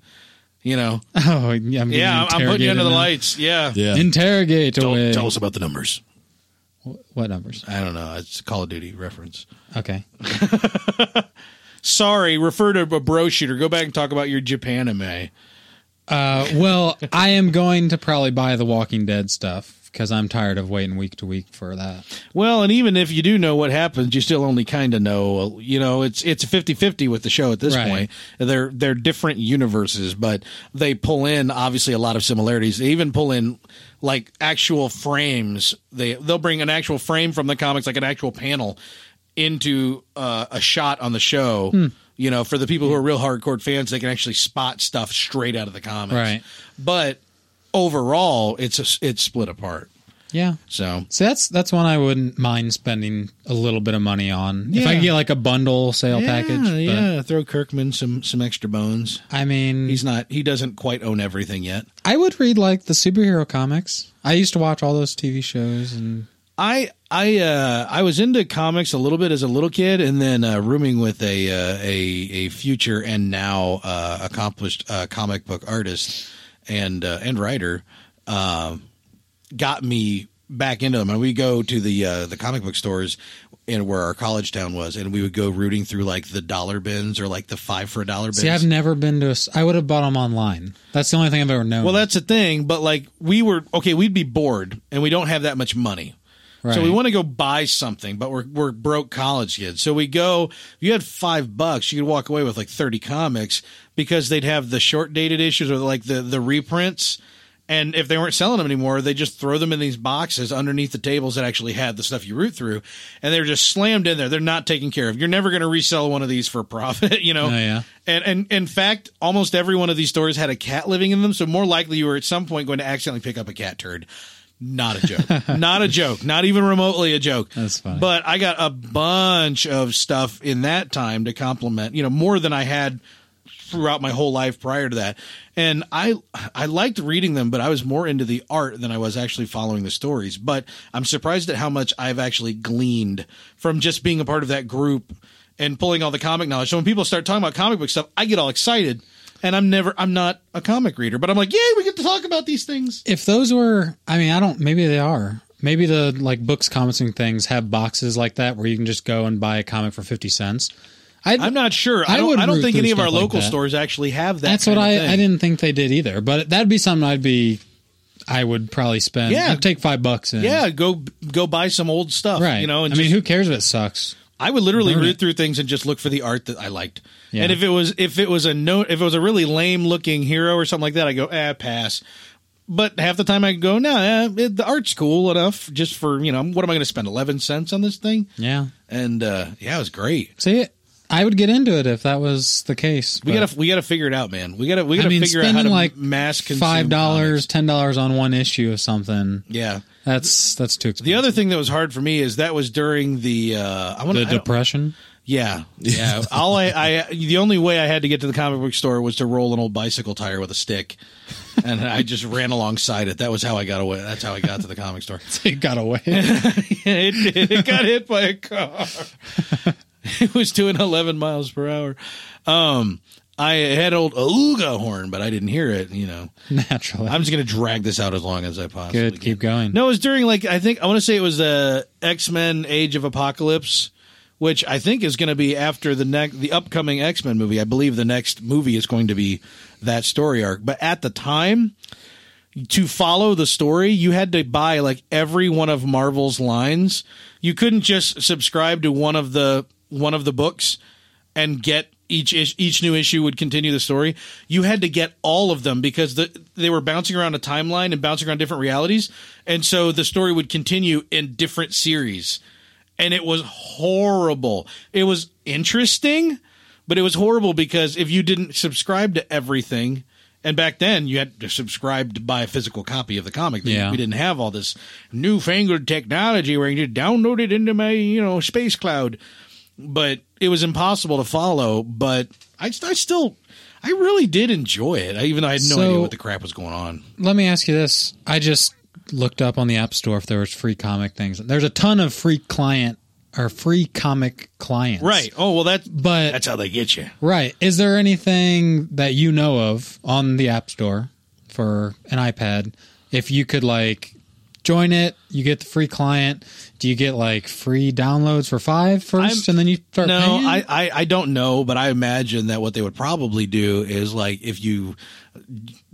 Speaker 1: You know.
Speaker 3: oh, yeah, I'm getting
Speaker 1: Yeah, I'm putting you under the
Speaker 3: interrogated now.
Speaker 1: lights. Yeah.
Speaker 2: Yeah.
Speaker 3: Interrogate away.
Speaker 1: Tell us about the numbers.
Speaker 3: What numbers?
Speaker 1: I don't know. It's a Call of Duty reference.
Speaker 3: Okay.
Speaker 1: Sorry, refer to a bro shooter. Go back and talk about your Japan anime.
Speaker 3: Uh, well, I am going to probably buy the Walking Dead stuff because I'm tired of waiting week to week for that.
Speaker 1: Well, and even if you do know what happens, you still only kind of know, you know, it's it's 50-50 with the show at this
Speaker 3: Right.
Speaker 1: point. They're they're different universes, but they pull in obviously a lot of similarities. They even pull in like actual frames. They they'll bring an actual frame from the comics like an actual panel into uh, a shot on the show.
Speaker 3: Hmm.
Speaker 1: You know, for the people who are real hardcore fans, they can actually spot stuff straight out of the comics.
Speaker 3: Right.
Speaker 1: But overall, it's a, it's split apart.
Speaker 3: Yeah.
Speaker 1: So
Speaker 3: So that's that's one I wouldn't mind spending a little bit of money on if I could get like a bundle sale package. But,
Speaker 1: Yeah, throw Kirkman some some extra bones.
Speaker 3: I mean,
Speaker 1: He's not. He doesn't quite own everything yet.
Speaker 3: I would read like the superhero comics. I used to watch all those TV shows and
Speaker 1: I I uh, I was into comics a little bit as a little kid, and then uh, rooming with a uh, a a future and now uh, accomplished uh, comic book artist and uh, and writer uh, got me back into them. And we go to the uh, the comic book stores and where our college town was, and we would go rooting through like the dollar bins or like the five for a dollar bins.
Speaker 3: see, I've never been to. A, s- I would have bought them online. That's the only thing I've ever known.
Speaker 1: Well, that's the thing. But like, we were okay. We'd be bored, and we don't have that much money,
Speaker 3: Right.
Speaker 1: so we want to go buy something. But we're we're broke college kids, so we go. You had five bucks, you could walk away with like thirty comics because they'd have the short dated issues or like the the reprints. And if they weren't selling them anymore, they just throw them in these boxes underneath the tables that actually had the stuff you root through, and they're just slammed in there. They're not taken care of. You're never going to resell one of these for profit, you know.
Speaker 3: Oh, yeah.
Speaker 1: And, and in fact, almost every one of these stores had a cat living in them. So more likely you were at some point going to accidentally pick up a cat turd. Not a joke. not a joke. Not even remotely a joke.
Speaker 3: That's funny.
Speaker 1: But I got a bunch of stuff in that time to complement, you know, more than I had throughout my whole life prior to that. And I I liked reading them, but I was more into the art than I was actually following the stories. But I'm surprised at how much I've actually gleaned from just being a part of that group and pulling all the comic knowledge. So when people start talking about comic book stuff, I get all excited and I'm never I'm not a comic reader, but I'm like, yay, we get to talk about these things.
Speaker 3: If those were, I mean, I don't. Maybe they are. Maybe the like books, comics, and things have boxes like that where you can just go and buy a comic for fifty cents. I
Speaker 1: I'm not sure. I,
Speaker 3: I
Speaker 1: don't
Speaker 3: would
Speaker 1: I don't
Speaker 3: root
Speaker 1: think
Speaker 3: through
Speaker 1: any of our
Speaker 3: stuff like
Speaker 1: local
Speaker 3: that.
Speaker 1: stores actually have that.
Speaker 3: That's
Speaker 1: kind
Speaker 3: what
Speaker 1: of
Speaker 3: I,
Speaker 1: thing.
Speaker 3: I didn't think they did either. But that'd be something I'd be. I would probably spend.
Speaker 1: Yeah.
Speaker 3: I'd take five bucks and
Speaker 1: Yeah, go go buy some old stuff.
Speaker 3: right.
Speaker 1: You know, and
Speaker 3: I mean,
Speaker 1: just-
Speaker 3: who cares if it sucks?
Speaker 1: I would literally
Speaker 3: Learn
Speaker 1: root
Speaker 3: it.
Speaker 1: through things and just look for the art that I liked.
Speaker 3: Yeah.
Speaker 1: And if it was if it was a no if it was a really lame looking hero or something like that, I go ah pass. But half the time I go no, nah, eh, it- the art's cool enough just for you know what am I going to spend eleven cents on this thing?
Speaker 3: Yeah.
Speaker 1: And uh, yeah, it was great.
Speaker 3: See, I would get into it if that was the case.
Speaker 1: We
Speaker 3: but-
Speaker 1: gotta we gotta figure it out, man. We gotta we gotta
Speaker 3: I mean,
Speaker 1: figure out how to
Speaker 3: spending like
Speaker 1: mass consume
Speaker 3: five
Speaker 1: comics.
Speaker 3: dollars, ten dollars on one issue of something.
Speaker 1: Yeah.
Speaker 3: That's that's too expensive.
Speaker 1: The other thing that was hard for me is that was during the uh, I want
Speaker 3: the
Speaker 1: to
Speaker 3: depression.
Speaker 1: Yeah, yeah. All I, I, the only way I had to get to the comic book store was to roll an old bicycle tire with a stick, and I just ran alongside it. That was how I got away. That's how I got to the comic store.
Speaker 3: It got away.
Speaker 1: it, did. it got hit by a car. it was doing 11 miles per hour. Um, I had old Auga horn, but I didn't hear it. You know,
Speaker 3: Naturally.
Speaker 1: I'm just gonna drag this out as long as I possibly
Speaker 3: Good.
Speaker 1: can.
Speaker 3: Keep going.
Speaker 1: No, it was during like I think I want to say it was the X Men Age of Apocalypse, which I think is going to be after the next the upcoming X Men movie. I believe the next movie is going to be that story arc. But at the time, to follow the story, you had to buy like every one of Marvel's lines. You couldn't just subscribe to one of the one of the books and get each is- each new issue would continue the story. You had to get all of them because the, they were bouncing around a timeline and bouncing around different realities, and so the story would continue in different series. And it was horrible. It was interesting, but it was horrible because if you didn't subscribe to everything, and back then you had to subscribe to buy a physical copy of the comic.
Speaker 3: Yeah.
Speaker 1: We didn't have all this newfangled technology where you just download it into my, you know, space cloud. But it was impossible to follow. But I, I still, I really did enjoy it. I, even though I had no
Speaker 3: So-
Speaker 1: idea what the crap was going on.
Speaker 3: Let me ask you this. I just looked up on the App Store if there was free comic things. There's a ton of free client or free comic clients.
Speaker 1: Right. Oh well, that
Speaker 3: But
Speaker 1: that's how they get you.
Speaker 3: right, is there anything that you know of on the App Store for an iPad if you could like join it, you get the free client, do you get like free downloads for 5 first and then you start
Speaker 1: No,
Speaker 3: paying?
Speaker 1: I, I, I don't know, but I imagine that what they would probably do is like if you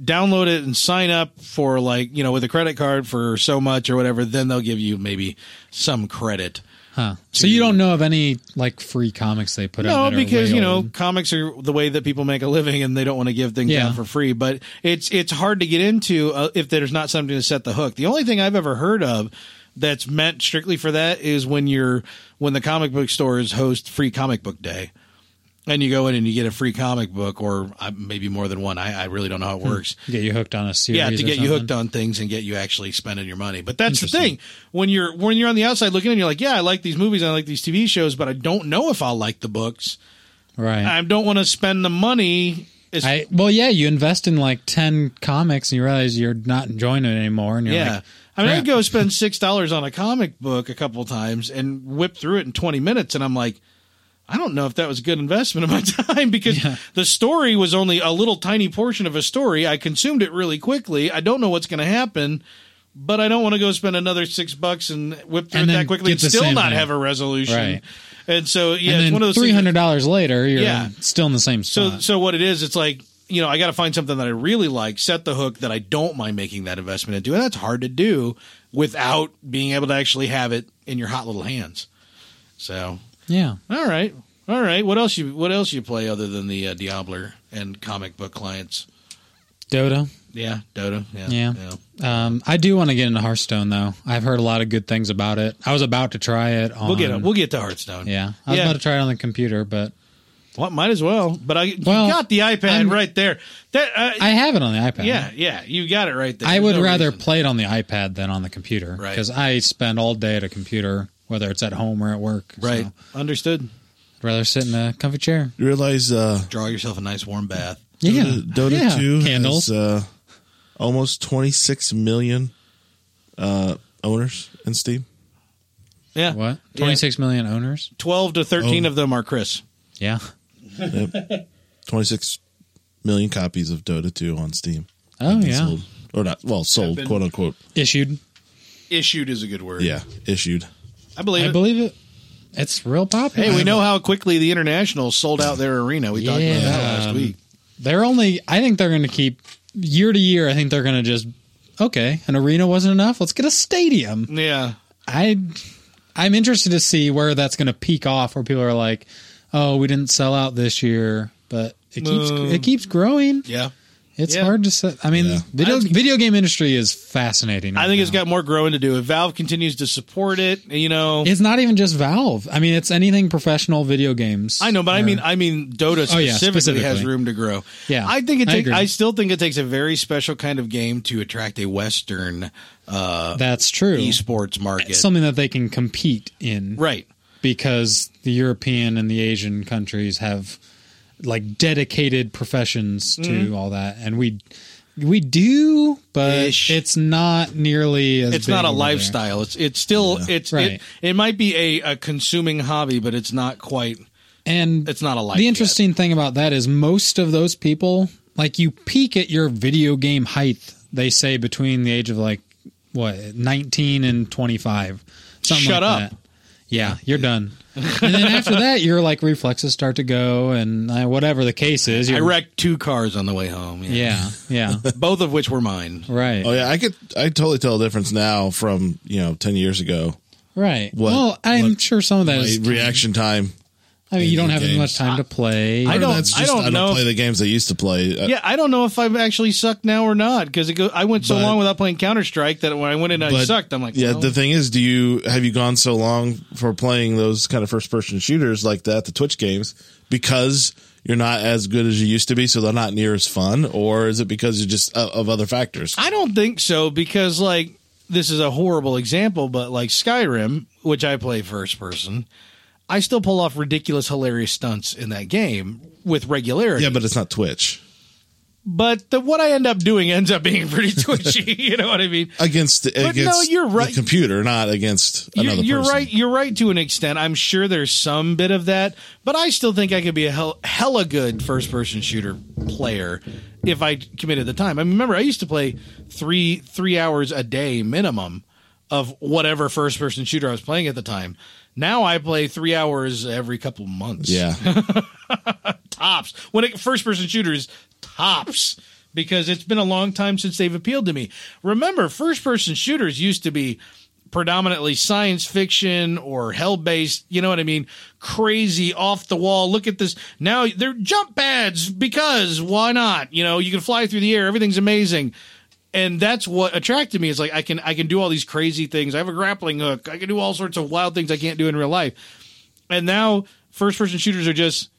Speaker 1: download it and sign up for like, you know, with a credit card for so much or whatever, then they'll give you maybe some credit.
Speaker 3: Huh. So you don't know of any like free comics they put
Speaker 1: No,
Speaker 3: out? that are
Speaker 1: because
Speaker 3: way
Speaker 1: you know
Speaker 3: old?
Speaker 1: comics are the way that people make a living, and they don't want to give things
Speaker 3: Yeah.
Speaker 1: out for free. But it's it's hard to get into uh, if there's not something to set the hook. The only thing I've ever heard of that's meant strictly for that is when you're when the comic book stores host free comic book day. And you go in and you get a free comic book, or uh, maybe more than one. I, I really don't know how it
Speaker 3: Hmm.
Speaker 1: works.
Speaker 3: get you hooked on a series.
Speaker 1: Yeah, to
Speaker 3: or
Speaker 1: get you
Speaker 3: something.
Speaker 1: hooked on things and get you actually spending your money. But that's the thing when you're when you're on the outside looking in, you're like, yeah, I like these movies, I like these TV shows, but I don't know if I'll like the books.
Speaker 3: Right.
Speaker 1: I don't want to spend the money. It's,
Speaker 3: I well, yeah, you invest in like ten comics and you realize you're not enjoying it anymore, and you're
Speaker 1: yeah.
Speaker 3: like,
Speaker 1: I mean, I
Speaker 3: crap.
Speaker 1: go spend six dollars on a comic book a couple times and whip through it in twenty minutes, and I'm like, I don't know if that was a good investment of my time because the story was only a little tiny portion of a story. I consumed it really quickly. I don't know what's going to happen, but I don't want to go spend another six bucks and whip through
Speaker 3: And
Speaker 1: it
Speaker 3: then
Speaker 1: that quickly
Speaker 3: get
Speaker 1: and
Speaker 3: the
Speaker 1: still
Speaker 3: same
Speaker 1: not
Speaker 3: thing.
Speaker 1: have a resolution.
Speaker 3: Right.
Speaker 1: And so, yeah,
Speaker 3: and
Speaker 1: it's
Speaker 3: then
Speaker 1: one of those
Speaker 3: three
Speaker 1: things that-
Speaker 3: hundred dollars later, you're
Speaker 1: Yeah.
Speaker 3: still in the same
Speaker 1: So,
Speaker 3: spot.
Speaker 1: so what it is, it's like you know, I got to find something that I really like, set the hook that I don't mind making that investment into, and that's hard to do without being able to actually have it in your hot little hands. So,
Speaker 3: yeah,
Speaker 1: all right, all right. What else you What else you play other than the uh, Diabler and comic book clients?
Speaker 3: Dota.
Speaker 1: Yeah, Dota. Yeah,
Speaker 3: Yeah. Um, I do want to get into Hearthstone though. I've heard a lot of good things about it. I was about to try it on.
Speaker 1: We'll get it. We'll get to Hearthstone.
Speaker 3: yeah, I was
Speaker 1: Yeah.
Speaker 3: about to try it on the computer, but
Speaker 1: Well, might as well. But I you
Speaker 3: Well,
Speaker 1: got the iPad
Speaker 3: I'm-
Speaker 1: right there. That uh,
Speaker 3: I have it on the iPad.
Speaker 1: yeah, yeah. You got it right there.
Speaker 3: I
Speaker 1: There's
Speaker 3: would
Speaker 1: no
Speaker 3: rather
Speaker 1: reason.
Speaker 3: play it on the iPad than on the computer
Speaker 1: Right.
Speaker 3: because I spend all day at a computer, whether it's at home or at work.
Speaker 1: right.
Speaker 3: So
Speaker 1: Understood.
Speaker 3: I'd rather sit in a comfy chair.
Speaker 2: You realize uh,
Speaker 1: Draw yourself a nice warm bath.
Speaker 3: Yeah,
Speaker 2: Dota, Dota
Speaker 3: yeah.
Speaker 2: 2
Speaker 3: candles.
Speaker 2: has uh, almost 26 million uh, owners in Steam.
Speaker 1: Yeah.
Speaker 3: What?
Speaker 1: Yeah.
Speaker 3: Twenty six million owners? Oh.
Speaker 1: 12 to 13 of them are Chris.
Speaker 3: Yeah.
Speaker 2: 26 million million copies of Dota 2 on Steam.
Speaker 3: Oh
Speaker 2: Have been
Speaker 3: yeah,
Speaker 2: sold. or not? Well, sold,
Speaker 1: been-
Speaker 2: quote unquote.
Speaker 3: issued.
Speaker 1: Issued is a good word.
Speaker 2: Yeah, issued.
Speaker 1: I believe
Speaker 3: I
Speaker 1: it.
Speaker 3: believe it. It's real popular.
Speaker 1: Hey, we know how quickly the internationals sold out their arena. We talked about that
Speaker 3: Yeah.
Speaker 1: last week.
Speaker 3: they're only. I think they're going to keep year to year. I think they're going to just okay. An arena wasn't enough. Let's get a stadium.
Speaker 1: Yeah.
Speaker 3: I I'm interested to see where that's going to peak off, where people are like, "Oh, we didn't sell out this year," but it keeps
Speaker 1: Mm.
Speaker 3: it keeps growing.
Speaker 1: Yeah.
Speaker 3: It's
Speaker 1: Yeah.
Speaker 3: hard to say. I mean,
Speaker 2: Yeah.
Speaker 3: video
Speaker 1: I-
Speaker 3: video game industry is fascinating.
Speaker 1: I
Speaker 3: right
Speaker 1: think it's
Speaker 3: now.
Speaker 1: got more growing to do. If Valve continues to support it, you know,
Speaker 3: It's not even just Valve. I mean, it's anything professional video games.
Speaker 1: I know, but I
Speaker 3: are-
Speaker 1: mean, I mean, Dota
Speaker 3: Oh,
Speaker 1: specifically,
Speaker 3: yeah,
Speaker 1: has
Speaker 3: specifically.
Speaker 1: room to grow.
Speaker 3: Yeah,
Speaker 1: I think it.
Speaker 3: I
Speaker 1: Take,
Speaker 3: agree.
Speaker 1: I, still think it takes a very special kind of game to attract a Western uh,
Speaker 3: that's true.
Speaker 1: esports market.
Speaker 3: Something that they can compete in,
Speaker 1: right.
Speaker 3: Because the European and the Asian countries have like dedicated professions to
Speaker 1: Mm-hmm.
Speaker 3: all that, and we we do, but
Speaker 1: Ish.
Speaker 3: it's not nearly as.
Speaker 1: It's not
Speaker 3: big
Speaker 1: a
Speaker 3: over there.
Speaker 1: lifestyle. It's it's still it's
Speaker 3: Right.
Speaker 1: it, it might be a, a consuming hobby, but it's not quite.
Speaker 3: and
Speaker 1: It's not a life.
Speaker 3: the
Speaker 1: yet.
Speaker 3: interesting thing about that is most of those people like you peak at your video game height they say between the age of like what 19 and 25 something
Speaker 1: Shut
Speaker 3: like
Speaker 1: up.
Speaker 3: that. yeah you're done and then after that your like reflexes start to go and uh, whatever the case is
Speaker 1: I
Speaker 3: you're,
Speaker 1: wrecked two cars on the way home. Yeah.
Speaker 3: yeah yeah
Speaker 1: Both of which were mine.
Speaker 3: right
Speaker 2: Oh yeah, I could. I totally tell a difference now from you know ten years ago.
Speaker 3: right
Speaker 2: What-
Speaker 3: well i'm
Speaker 2: what-
Speaker 3: sure some of that
Speaker 2: My
Speaker 3: is
Speaker 2: reaction time.
Speaker 3: i mean you don't have as
Speaker 2: games.
Speaker 3: much time to play
Speaker 1: I
Speaker 2: Or
Speaker 1: don't-
Speaker 2: That's
Speaker 1: I
Speaker 2: just, I
Speaker 1: don't
Speaker 2: don't,
Speaker 1: know
Speaker 2: play
Speaker 1: if-
Speaker 2: the games I used to play. Uh,
Speaker 1: Yeah, I don't know if I'm actually sucked now or not because I went so
Speaker 2: But-
Speaker 1: long without playing Counter Strike that when I went in, I
Speaker 2: but-
Speaker 1: sucked. I'm like,
Speaker 2: yeah.
Speaker 1: well,
Speaker 2: The thing is, do you have you gone so long for playing those kind of first person shooters like that, the Twitch games, because you're not as good as you used to be, so they're not near as fun, or is it because you just uh, of other factors?
Speaker 1: I don't think so because like this is a horrible example, but like Skyrim, which I play first person, I still pull off ridiculous, hilarious stunts in that game with regularity.
Speaker 2: yeah, but it's not Twitch
Speaker 1: But the, what I end up doing ends up being pretty twitchy. you know what I mean?
Speaker 2: against
Speaker 1: no,
Speaker 2: against
Speaker 1: you're right.
Speaker 2: the computer, not against
Speaker 1: You're,
Speaker 2: another.
Speaker 1: you're
Speaker 2: person.
Speaker 1: right. You're right to an extent. I'm sure there's some bit of that, but I still think I could be a hell, hella good first person shooter player if I committed the time. I mean, remember I used to play three three hours a day minimum of whatever first person shooter I was playing at the time. Now I play three hours every couple months.
Speaker 2: Yeah.
Speaker 1: tops when it first person shooters tops because it's been a long time since they've appealed to me remember first person shooters used to be predominantly science fiction or hell based you know what i mean crazy off the wall look at this now they're jump pads because why not you know you can fly through the air everything's amazing and that's what attracted me is like i can i can do all these crazy things i have a grappling hook i can do all sorts of wild things i can't do in real life and now first person shooters are just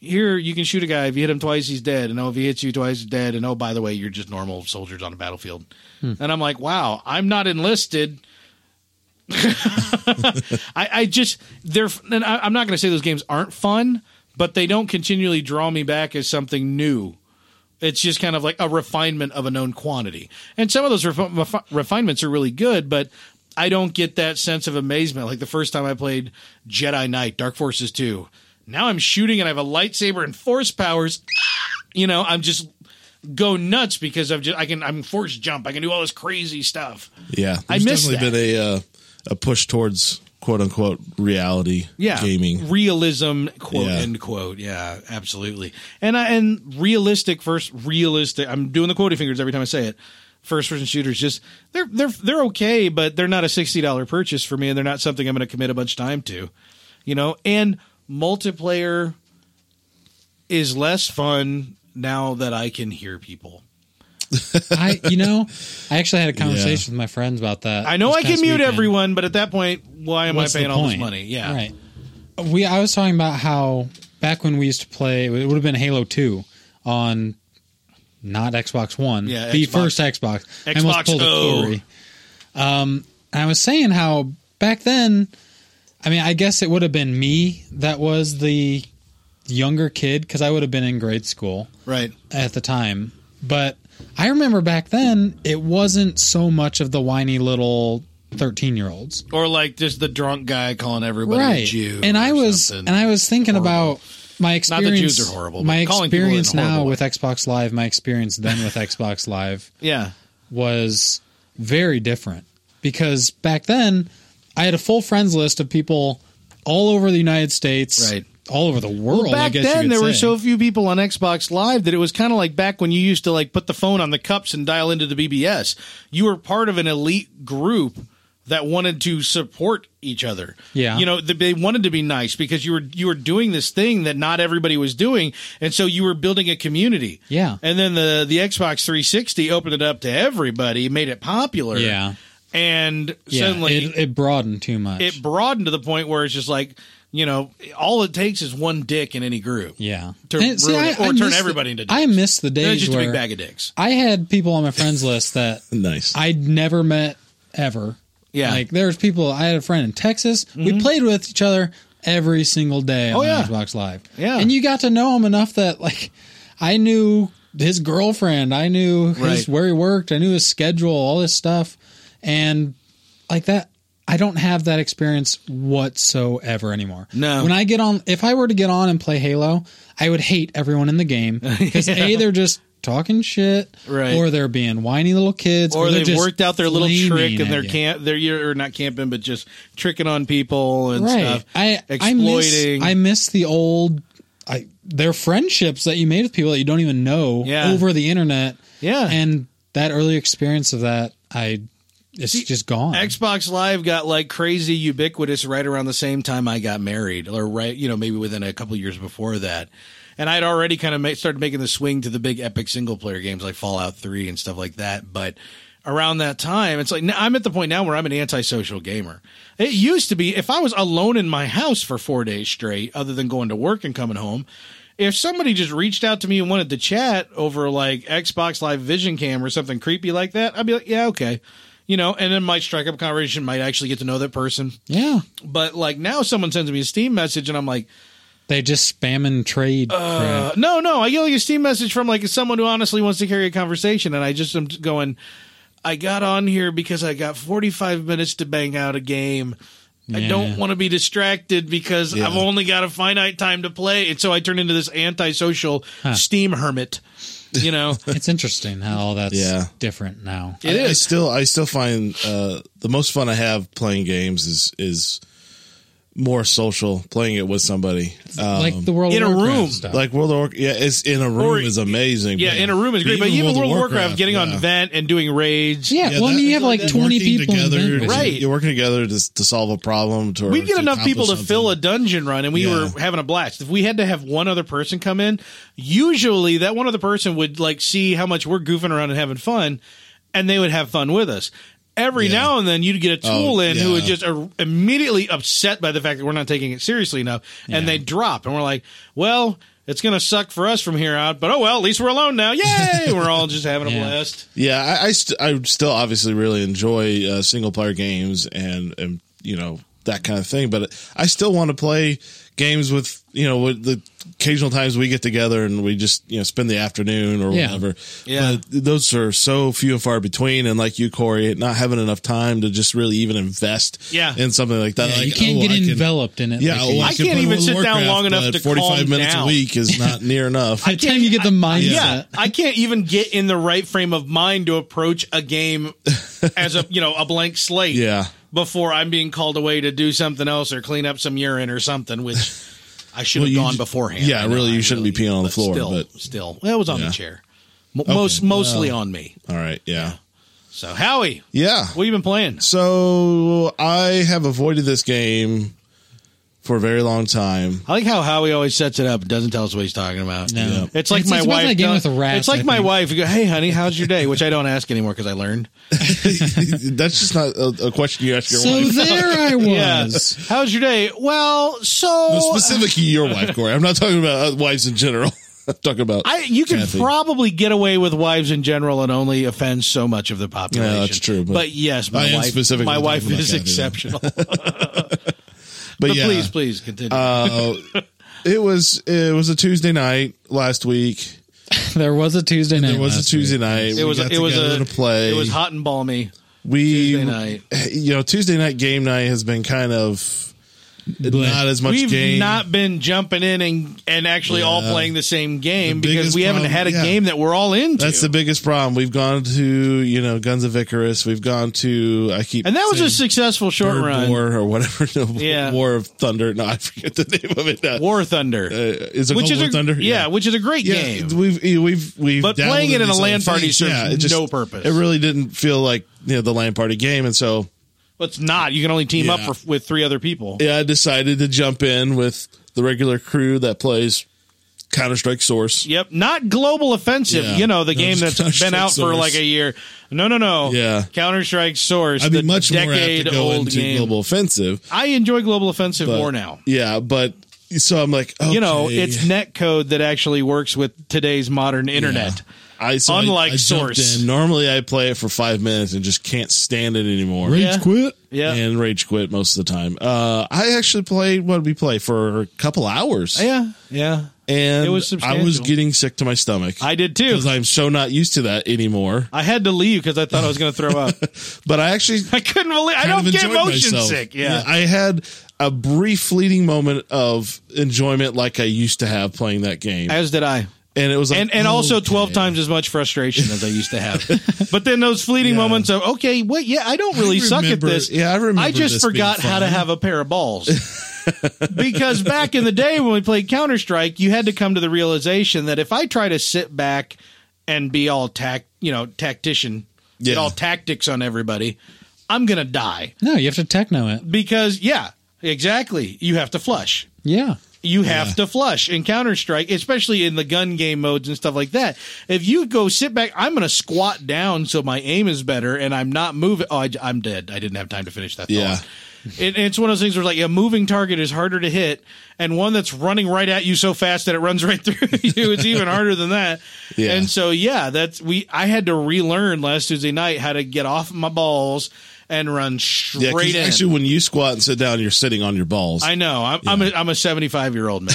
Speaker 1: here you can shoot a guy if you hit him twice he's dead and oh if he hits you twice he's dead and oh by the way you're just normal soldiers on a battlefield and i'm like wow i'm not enlisted I, I just they're and I, i'm not going to say those games aren't fun but they don't continually draw me back as something new it's just kind of like a refinement of a known quantity and some of those refi- refi- refinements are really good but i don't get that sense of amazement like the first time i played jedi knight dark forces 2 now i'm shooting and i have a lightsaber and force powers you know i'm just go nuts because i've just i can i'm force jump i can do all this crazy stuff
Speaker 2: Yeah,
Speaker 1: I
Speaker 2: there's
Speaker 1: miss
Speaker 2: definitely
Speaker 1: that.
Speaker 2: been a uh, a push towards quote unquote reality
Speaker 1: yeah
Speaker 2: gaming.
Speaker 1: realism quote
Speaker 2: Yeah.
Speaker 1: end quote yeah absolutely and I, and realistic first realistic i'm doing the quotey fingers every time i say it first person shooters just they're they're they're okay but they're not a $60 purchase for me and they're not something i'm going to commit a bunch of time to you know and multiplayer is less fun now that i can hear people
Speaker 3: I you know i actually had a conversation with my friends about that
Speaker 1: i know
Speaker 3: this
Speaker 1: i can
Speaker 3: past
Speaker 1: mute
Speaker 3: weekend.
Speaker 1: everyone but at that point why am
Speaker 3: What's
Speaker 1: i paying
Speaker 3: the
Speaker 1: all this
Speaker 3: point?
Speaker 1: money yeah
Speaker 3: Right. We I was talking about how back when we used to play it would have been Halo 2 on not Xbox 1,
Speaker 1: Yeah,
Speaker 3: the
Speaker 1: Xbox-
Speaker 3: first Xbox. I
Speaker 1: Xbox
Speaker 3: almost pulled a
Speaker 1: O.
Speaker 3: Corey. Um and I was saying how back then I mean, I guess it would have been me that was the younger kid cuz I would have been in grade school
Speaker 1: right
Speaker 3: at the time. But I remember back then it wasn't so much of the whiny little 13-year-olds
Speaker 1: or like just the drunk guy calling everybody a Jew
Speaker 3: and i
Speaker 1: or
Speaker 3: was
Speaker 1: something.
Speaker 3: and i was thinking about my
Speaker 1: Not
Speaker 3: experience.
Speaker 1: that Jews are horrible, but
Speaker 3: My
Speaker 1: calling people in
Speaker 3: experience
Speaker 1: a horrible
Speaker 3: now
Speaker 1: way.
Speaker 3: with Xbox Live, my experience then with Xbox Live
Speaker 1: Yeah.
Speaker 3: was very different because back then I had a full friends list of people all over the United States,
Speaker 1: Right.
Speaker 3: all over the world.
Speaker 1: Well, back
Speaker 3: I guess you
Speaker 1: then
Speaker 3: could
Speaker 1: there were
Speaker 3: say.
Speaker 1: so few people on Xbox Live that it was kind of like back when you used to like put the phone on the cups and dial into the BBS. You were part of an elite group that wanted to support each other.
Speaker 3: Yeah.
Speaker 1: you know th- they wanted to be nice because you were you were doing this thing that not everybody was doing, and so you were building a community.
Speaker 3: Yeah.
Speaker 1: and then the the Xbox 360 opened it up to everybody, made it popular.
Speaker 3: Yeah.
Speaker 1: and
Speaker 3: Yeah,
Speaker 1: suddenly
Speaker 3: it, it broadened too much.
Speaker 1: it broadened to the point where it's just like you know all it takes is one dick in any group
Speaker 3: yeah,
Speaker 1: to
Speaker 3: And see,
Speaker 1: ruin
Speaker 3: I-
Speaker 1: it,
Speaker 3: I
Speaker 1: or turn
Speaker 3: miss the-
Speaker 1: everybody into dicks.
Speaker 3: I miss the
Speaker 1: They're
Speaker 3: days
Speaker 1: just a
Speaker 3: where
Speaker 1: big bag of dicks
Speaker 3: I had people on my friends list that
Speaker 2: Nice.
Speaker 3: I'd never met ever.
Speaker 1: yeah Mm-hmm.
Speaker 3: Like there was people. I had a friend in Texas. We played with each other every single day
Speaker 1: Oh,
Speaker 3: on
Speaker 1: yeah.
Speaker 3: Xbox Live.
Speaker 1: Yeah.
Speaker 3: and you got to know him enough that like I knew his girlfriend. I knew his
Speaker 1: Right.
Speaker 3: where he worked. I knew his schedule. All this stuff, and like that. I don't have that experience whatsoever anymore.
Speaker 1: No.
Speaker 3: When I get on, if I were to get on and play Halo, I would hate everyone in the game because a they're just talking shit,
Speaker 1: Right.
Speaker 3: Or they're being whiny little kids,
Speaker 1: or
Speaker 3: they're
Speaker 1: they've
Speaker 3: just
Speaker 1: worked out their little
Speaker 3: flaming
Speaker 1: trick
Speaker 3: at
Speaker 1: and they're
Speaker 3: you.
Speaker 1: camp they're you're not camping but just tricking on people and stuff
Speaker 3: I
Speaker 1: exploiting
Speaker 3: I miss, I miss the old. I their friendships that you made with people that you don't even know
Speaker 1: Yeah.
Speaker 3: over the internet.
Speaker 1: Yeah.
Speaker 3: and that early experience of that, I it's just gone.
Speaker 1: Xbox Live got like crazy ubiquitous right around the same time I got married, or right, you know, maybe within a couple of years before that. And I'd already kind of ma- started making the swing to the big epic single player games like Fallout 3 and stuff like that. But around that time, it's like now, I'm at the point now where I'm an antisocial gamer. It used to be if I was alone in my house for four days straight, other than going to work and coming home, if somebody just reached out to me and wanted to chat over like Xbox Live Vision Cam or something creepy like that, I'd be like, yeah, okay. You know, and then might strike up a conversation, might actually get to know that person.
Speaker 3: yeah,
Speaker 1: But like now someone sends me a Steam message and I'm like,
Speaker 3: they just spamming trade. crap.
Speaker 1: uh, no, no, I get like a Steam message from like someone who honestly wants to carry a conversation. And I just am going, I got on here because I got 45 minutes to bang out a game. I
Speaker 3: Yeah.
Speaker 1: don't want to be distracted because I've only got a finite time to play. And so I turn into this antisocial Steam hermit, you know?
Speaker 3: It's interesting how all that's
Speaker 2: Yeah.
Speaker 3: different now.
Speaker 1: It
Speaker 2: I, I
Speaker 1: is.
Speaker 2: still I still find uh, the most fun I have playing games is is more social playing it with somebody. Um,
Speaker 3: like the world
Speaker 1: in a
Speaker 3: of Warcraft
Speaker 1: room,
Speaker 3: stuff.
Speaker 2: like World of Warcraft, yeah, it's in a room
Speaker 1: Or-
Speaker 2: is amazing.
Speaker 1: Yeah,
Speaker 2: but-
Speaker 1: in a room is great, but even World of Warcraft, getting
Speaker 2: yeah.
Speaker 1: on vent and doing raids.
Speaker 2: Yeah,
Speaker 3: yeah, well, I
Speaker 2: that-
Speaker 3: mean, you have like
Speaker 2: that
Speaker 3: twenty
Speaker 2: working
Speaker 3: people in
Speaker 2: together,
Speaker 3: bed with you.
Speaker 1: Right.
Speaker 2: You're working together to to solve a problem. To
Speaker 1: We'd get
Speaker 2: to
Speaker 1: enough people to
Speaker 2: accomplish
Speaker 1: fill a
Speaker 2: something.
Speaker 1: dungeon run, and we
Speaker 2: Yeah.
Speaker 1: were having a blast. If we had to have one other person come in, usually that one other person would like see how much we're goofing around and having fun, and they would have fun with us. Every
Speaker 2: Yeah.
Speaker 1: now and then, you'd get a tool
Speaker 2: Oh,
Speaker 1: in who
Speaker 2: yeah.
Speaker 1: would just are immediately upset by the fact that we're not taking it seriously enough, and they drop, and we're like, "Well, it's going to suck for us from here out, but oh well, at least we're alone now. Yay! we're all just having a
Speaker 3: Yeah.
Speaker 1: blast."
Speaker 2: Yeah, I I, st- I still obviously really enjoy uh, single player games and and you know that kind of thing, but I still want to play games with you know with the occasional times we get together and we just you know spend the afternoon or
Speaker 3: Yeah.
Speaker 2: whatever.
Speaker 1: Yeah.
Speaker 2: But those are so few and far between, and like you, Corey, not having enough time to just really even invest
Speaker 1: Yeah.
Speaker 2: in something like that.
Speaker 3: Yeah,
Speaker 2: Like,
Speaker 3: you can't
Speaker 2: oh,
Speaker 3: get
Speaker 2: I can-
Speaker 3: enveloped in it.
Speaker 2: Yeah,
Speaker 3: like
Speaker 2: oh,
Speaker 3: you-
Speaker 1: I can't
Speaker 2: play
Speaker 1: even
Speaker 2: World of
Speaker 1: sit down long enough
Speaker 2: but
Speaker 1: to calm
Speaker 2: minutes
Speaker 1: down.
Speaker 2: a week is not near enough.
Speaker 3: by the time you get the mindset.
Speaker 1: Yeah, I can't even get in the right frame of mind to approach a game as a you know a blank slate.
Speaker 2: Yeah.
Speaker 1: Before I'm being called away to do something else or clean up some urine or something, which I should
Speaker 2: Well,
Speaker 1: have
Speaker 2: you
Speaker 1: gone
Speaker 2: ju-
Speaker 1: beforehand.
Speaker 2: yeah,
Speaker 1: I know
Speaker 2: really,
Speaker 1: I
Speaker 2: you shouldn't be peeing on the floor,
Speaker 1: Still,
Speaker 2: but-
Speaker 1: still, well, it was on
Speaker 2: Yeah.
Speaker 1: the chair. Mo most mostly on me.
Speaker 2: All right, yeah,
Speaker 1: So Howie,
Speaker 2: yeah.
Speaker 1: what have you been playing?
Speaker 2: So I have avoided this game for a very long time.
Speaker 1: I like how Howie always sets it up and doesn't tell us what he's talking about.
Speaker 3: No. Yeah.
Speaker 1: It's like
Speaker 3: It's-
Speaker 1: my
Speaker 3: it's about
Speaker 1: wife.
Speaker 3: that game
Speaker 1: don't-
Speaker 3: with the rats,
Speaker 1: it's like
Speaker 3: I
Speaker 1: my
Speaker 3: think.
Speaker 1: wife. You go, hey, honey, how's your day? Which I don't ask anymore because I learned.
Speaker 2: That's just not a, a question you ask your
Speaker 3: So
Speaker 2: wife.
Speaker 3: there I
Speaker 1: Yeah.
Speaker 3: was.
Speaker 1: How's your day? Well, so uh,
Speaker 2: No, specifically your wife, Corey. I'm not talking about uh, wives in general. I'm talking about
Speaker 1: I, you can
Speaker 2: Kathy.
Speaker 1: probably get away with wives in general and only offend so much of the population.
Speaker 2: Yeah, that's true,
Speaker 1: But,
Speaker 2: but-
Speaker 1: yes,
Speaker 2: I
Speaker 1: my
Speaker 2: am
Speaker 1: wife,
Speaker 2: specifically
Speaker 1: my
Speaker 2: talking
Speaker 1: wife
Speaker 2: about
Speaker 1: is
Speaker 2: Kathy, though.
Speaker 1: exceptional.
Speaker 2: but,
Speaker 1: But
Speaker 2: yeah,
Speaker 1: please, please continue.
Speaker 2: uh, it was it was a Tuesday night last week.
Speaker 3: There was a Tuesday night.
Speaker 2: It was a
Speaker 3: last week.
Speaker 2: Tuesday night.
Speaker 1: it
Speaker 2: We
Speaker 1: was
Speaker 2: got
Speaker 1: it was
Speaker 2: together
Speaker 1: a
Speaker 2: to play.
Speaker 1: It was hot and balmy.
Speaker 2: we
Speaker 1: Tuesday night.
Speaker 2: you know Tuesday night game night has been kind of not as much
Speaker 1: We've
Speaker 2: game.
Speaker 1: not been jumping in and, and actually all
Speaker 2: Yeah.
Speaker 1: playing the same game
Speaker 2: The
Speaker 1: because
Speaker 2: biggest
Speaker 1: we haven't
Speaker 2: problem-
Speaker 1: had a
Speaker 2: yeah.
Speaker 1: game that we're all into.
Speaker 2: That's the biggest problem. We've gone to you know Guns of Icarus. We've gone to I keep
Speaker 1: and that was
Speaker 2: saying
Speaker 1: a successful short
Speaker 2: Bird
Speaker 1: run. War,
Speaker 2: War or whatever. No,
Speaker 1: Yeah.
Speaker 2: War of Thunder. No, I forget the name of it. now.
Speaker 1: Thunder,
Speaker 2: Uh, is it
Speaker 1: which
Speaker 2: called
Speaker 1: is
Speaker 2: War
Speaker 1: a,
Speaker 2: Thunder?
Speaker 1: Yeah, which is a great
Speaker 2: yeah.
Speaker 1: game.
Speaker 2: We've we've we've
Speaker 1: But playing
Speaker 2: dabbled
Speaker 1: it in a
Speaker 2: these other
Speaker 1: land party
Speaker 2: things.
Speaker 1: serves
Speaker 2: it
Speaker 1: no purpose.
Speaker 2: It really didn't feel like you know the land party game, and so
Speaker 1: But it's not. You can only team
Speaker 2: Yeah.
Speaker 1: up for, with three other people.
Speaker 2: yeah, I decided to jump in with the regular crew that plays Counter Strike Source.
Speaker 1: Yep, not global offensive.
Speaker 2: Yeah.
Speaker 1: You know the
Speaker 2: No,
Speaker 1: game
Speaker 2: it's
Speaker 1: that's
Speaker 2: Counter-Strike
Speaker 1: been out for
Speaker 2: Source.
Speaker 1: like a year. No, no, no.
Speaker 2: Yeah.
Speaker 1: Counter Strike Source.
Speaker 2: I
Speaker 1: the
Speaker 2: mean, much more I have to go
Speaker 1: decade-old
Speaker 2: into
Speaker 1: game.
Speaker 2: Global Offensive,
Speaker 1: I enjoy global offensive
Speaker 2: but-
Speaker 1: more now.
Speaker 2: Yeah, but so I'm like,
Speaker 1: You know,
Speaker 2: okay.
Speaker 1: it's net code that actually works with today's modern internet.
Speaker 2: I so I-
Speaker 1: Unlike
Speaker 2: I jumped
Speaker 1: Source.
Speaker 2: in. Normally, I play it for five minutes and just can't stand it anymore.
Speaker 3: Rage
Speaker 1: Yeah.
Speaker 3: quit.
Speaker 1: Yeah. Yeah.
Speaker 2: And rage quit most of the time. Uh, I actually played what did we play for a couple hours.
Speaker 1: yeah.
Speaker 2: and
Speaker 1: It was
Speaker 2: I was
Speaker 1: substantial.
Speaker 2: getting sick to my stomach
Speaker 1: I did too.
Speaker 2: because I'm so not used to that anymore.
Speaker 1: I had to leave because I thought I was going to throw up.
Speaker 2: But I actually
Speaker 1: I couldn't believe. I
Speaker 2: kind
Speaker 1: don't
Speaker 2: of
Speaker 1: get
Speaker 2: enjoyed
Speaker 1: motion
Speaker 2: myself.
Speaker 1: sick. Yeah.
Speaker 2: I had a brief fleeting moment of enjoyment like I used to have playing that game,
Speaker 1: as did I.
Speaker 2: and it was like,
Speaker 1: And and also
Speaker 2: okay.
Speaker 1: twelve times as much frustration as I used to have. but then those fleeting
Speaker 2: Yeah.
Speaker 1: moments of okay, wait, yeah, I don't really
Speaker 2: I
Speaker 1: suck at
Speaker 2: remember-
Speaker 1: this.
Speaker 2: yeah, I remember
Speaker 1: I just
Speaker 2: this being
Speaker 1: forgot how to
Speaker 2: fun.
Speaker 1: have a pair of balls. because back in the day when we played Counter Strike, you had to come to the realization that if I try to sit back and be all tact, you know, tactician, get
Speaker 2: Yeah.
Speaker 1: all tactics on everybody, I'm gonna die
Speaker 3: No, you have to techno it.
Speaker 1: because yeah, exactly. You have to flush
Speaker 3: Yeah.
Speaker 1: you have to flush in Counter Strike, especially in the gun game modes and stuff like that. If you go sit back, I'm going to squat down so my aim is better and I'm not moving. Oh, I, am dead. I didn't have time to finish that.
Speaker 2: Yeah.
Speaker 1: Thought. It, it's one of those things where like a moving target is harder to hit, and one that's running right at you so fast that it runs right through you is even harder than that.
Speaker 2: Yeah.
Speaker 1: And so yeah, that's we. I had to relearn last Tuesday night how to get off my balls and run
Speaker 2: Yeah, 'cause
Speaker 1: straight in.
Speaker 2: actually, when you squat and sit down, you're sitting on your balls.
Speaker 1: I know. I'm I'm, a, I'm a 75 year old man.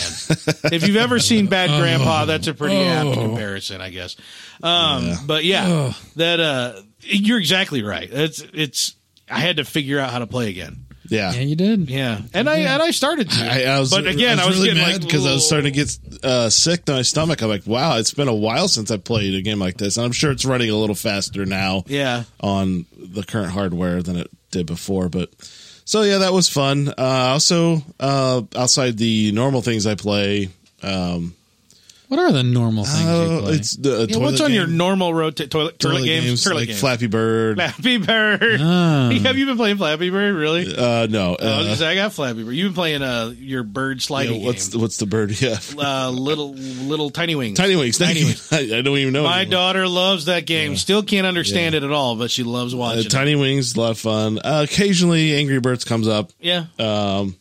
Speaker 1: if you've ever seen Bad Grandpa, that's a
Speaker 2: Oh.
Speaker 1: pretty apt comparison, I guess. Um, But yeah, that uh, you're exactly right. It's it's. I had to figure out how to play again.
Speaker 2: yeah.
Speaker 3: Yeah, you did.
Speaker 1: Ah. Yeah, and I and I started to.
Speaker 2: I, I was,
Speaker 1: but again, I was,
Speaker 2: really
Speaker 1: getting
Speaker 2: mad
Speaker 1: like
Speaker 2: because I was starting to get uh, sick to my stomach. I'm like, wow, it's been a while since I played a game like this, and I'm sure it's running a little faster now.
Speaker 1: Yeah.
Speaker 2: on the current hardware than it did before. But so yeah, that was fun. Uh, also, uh, outside the normal things I play,
Speaker 3: What are the normal things
Speaker 1: Oh,
Speaker 3: you
Speaker 2: uh,
Speaker 3: play?
Speaker 2: it's the
Speaker 1: Yeah, what's
Speaker 2: toilet
Speaker 1: on your
Speaker 2: game-
Speaker 1: normal rotate toilet, toilet, games? Toilet
Speaker 2: like
Speaker 1: games.
Speaker 2: Flappy Bird. Ah.
Speaker 1: Flappy Bird. Have you been playing Flappy Bird? Really? Oh,
Speaker 2: Uh, no,
Speaker 1: I was
Speaker 2: uh,
Speaker 1: gonna say, I got Flappy Bird. You've been playing uh your bird
Speaker 2: yeah,
Speaker 1: sliding
Speaker 2: what's
Speaker 1: game.
Speaker 2: the, what's the bird? Yeah,
Speaker 1: uh, little little tiny wings.
Speaker 2: Tiny Wings. Tiny Wings. I, I don't even know.
Speaker 1: My
Speaker 2: anymore.
Speaker 1: daughter loves that game. Still can't understand it at all, but she loves
Speaker 2: Uh,
Speaker 1: watching. it.
Speaker 2: Tiny Wings, a lot of fun. Uh, occasionally, Angry Birds comes up.
Speaker 1: Yeah,
Speaker 2: Um,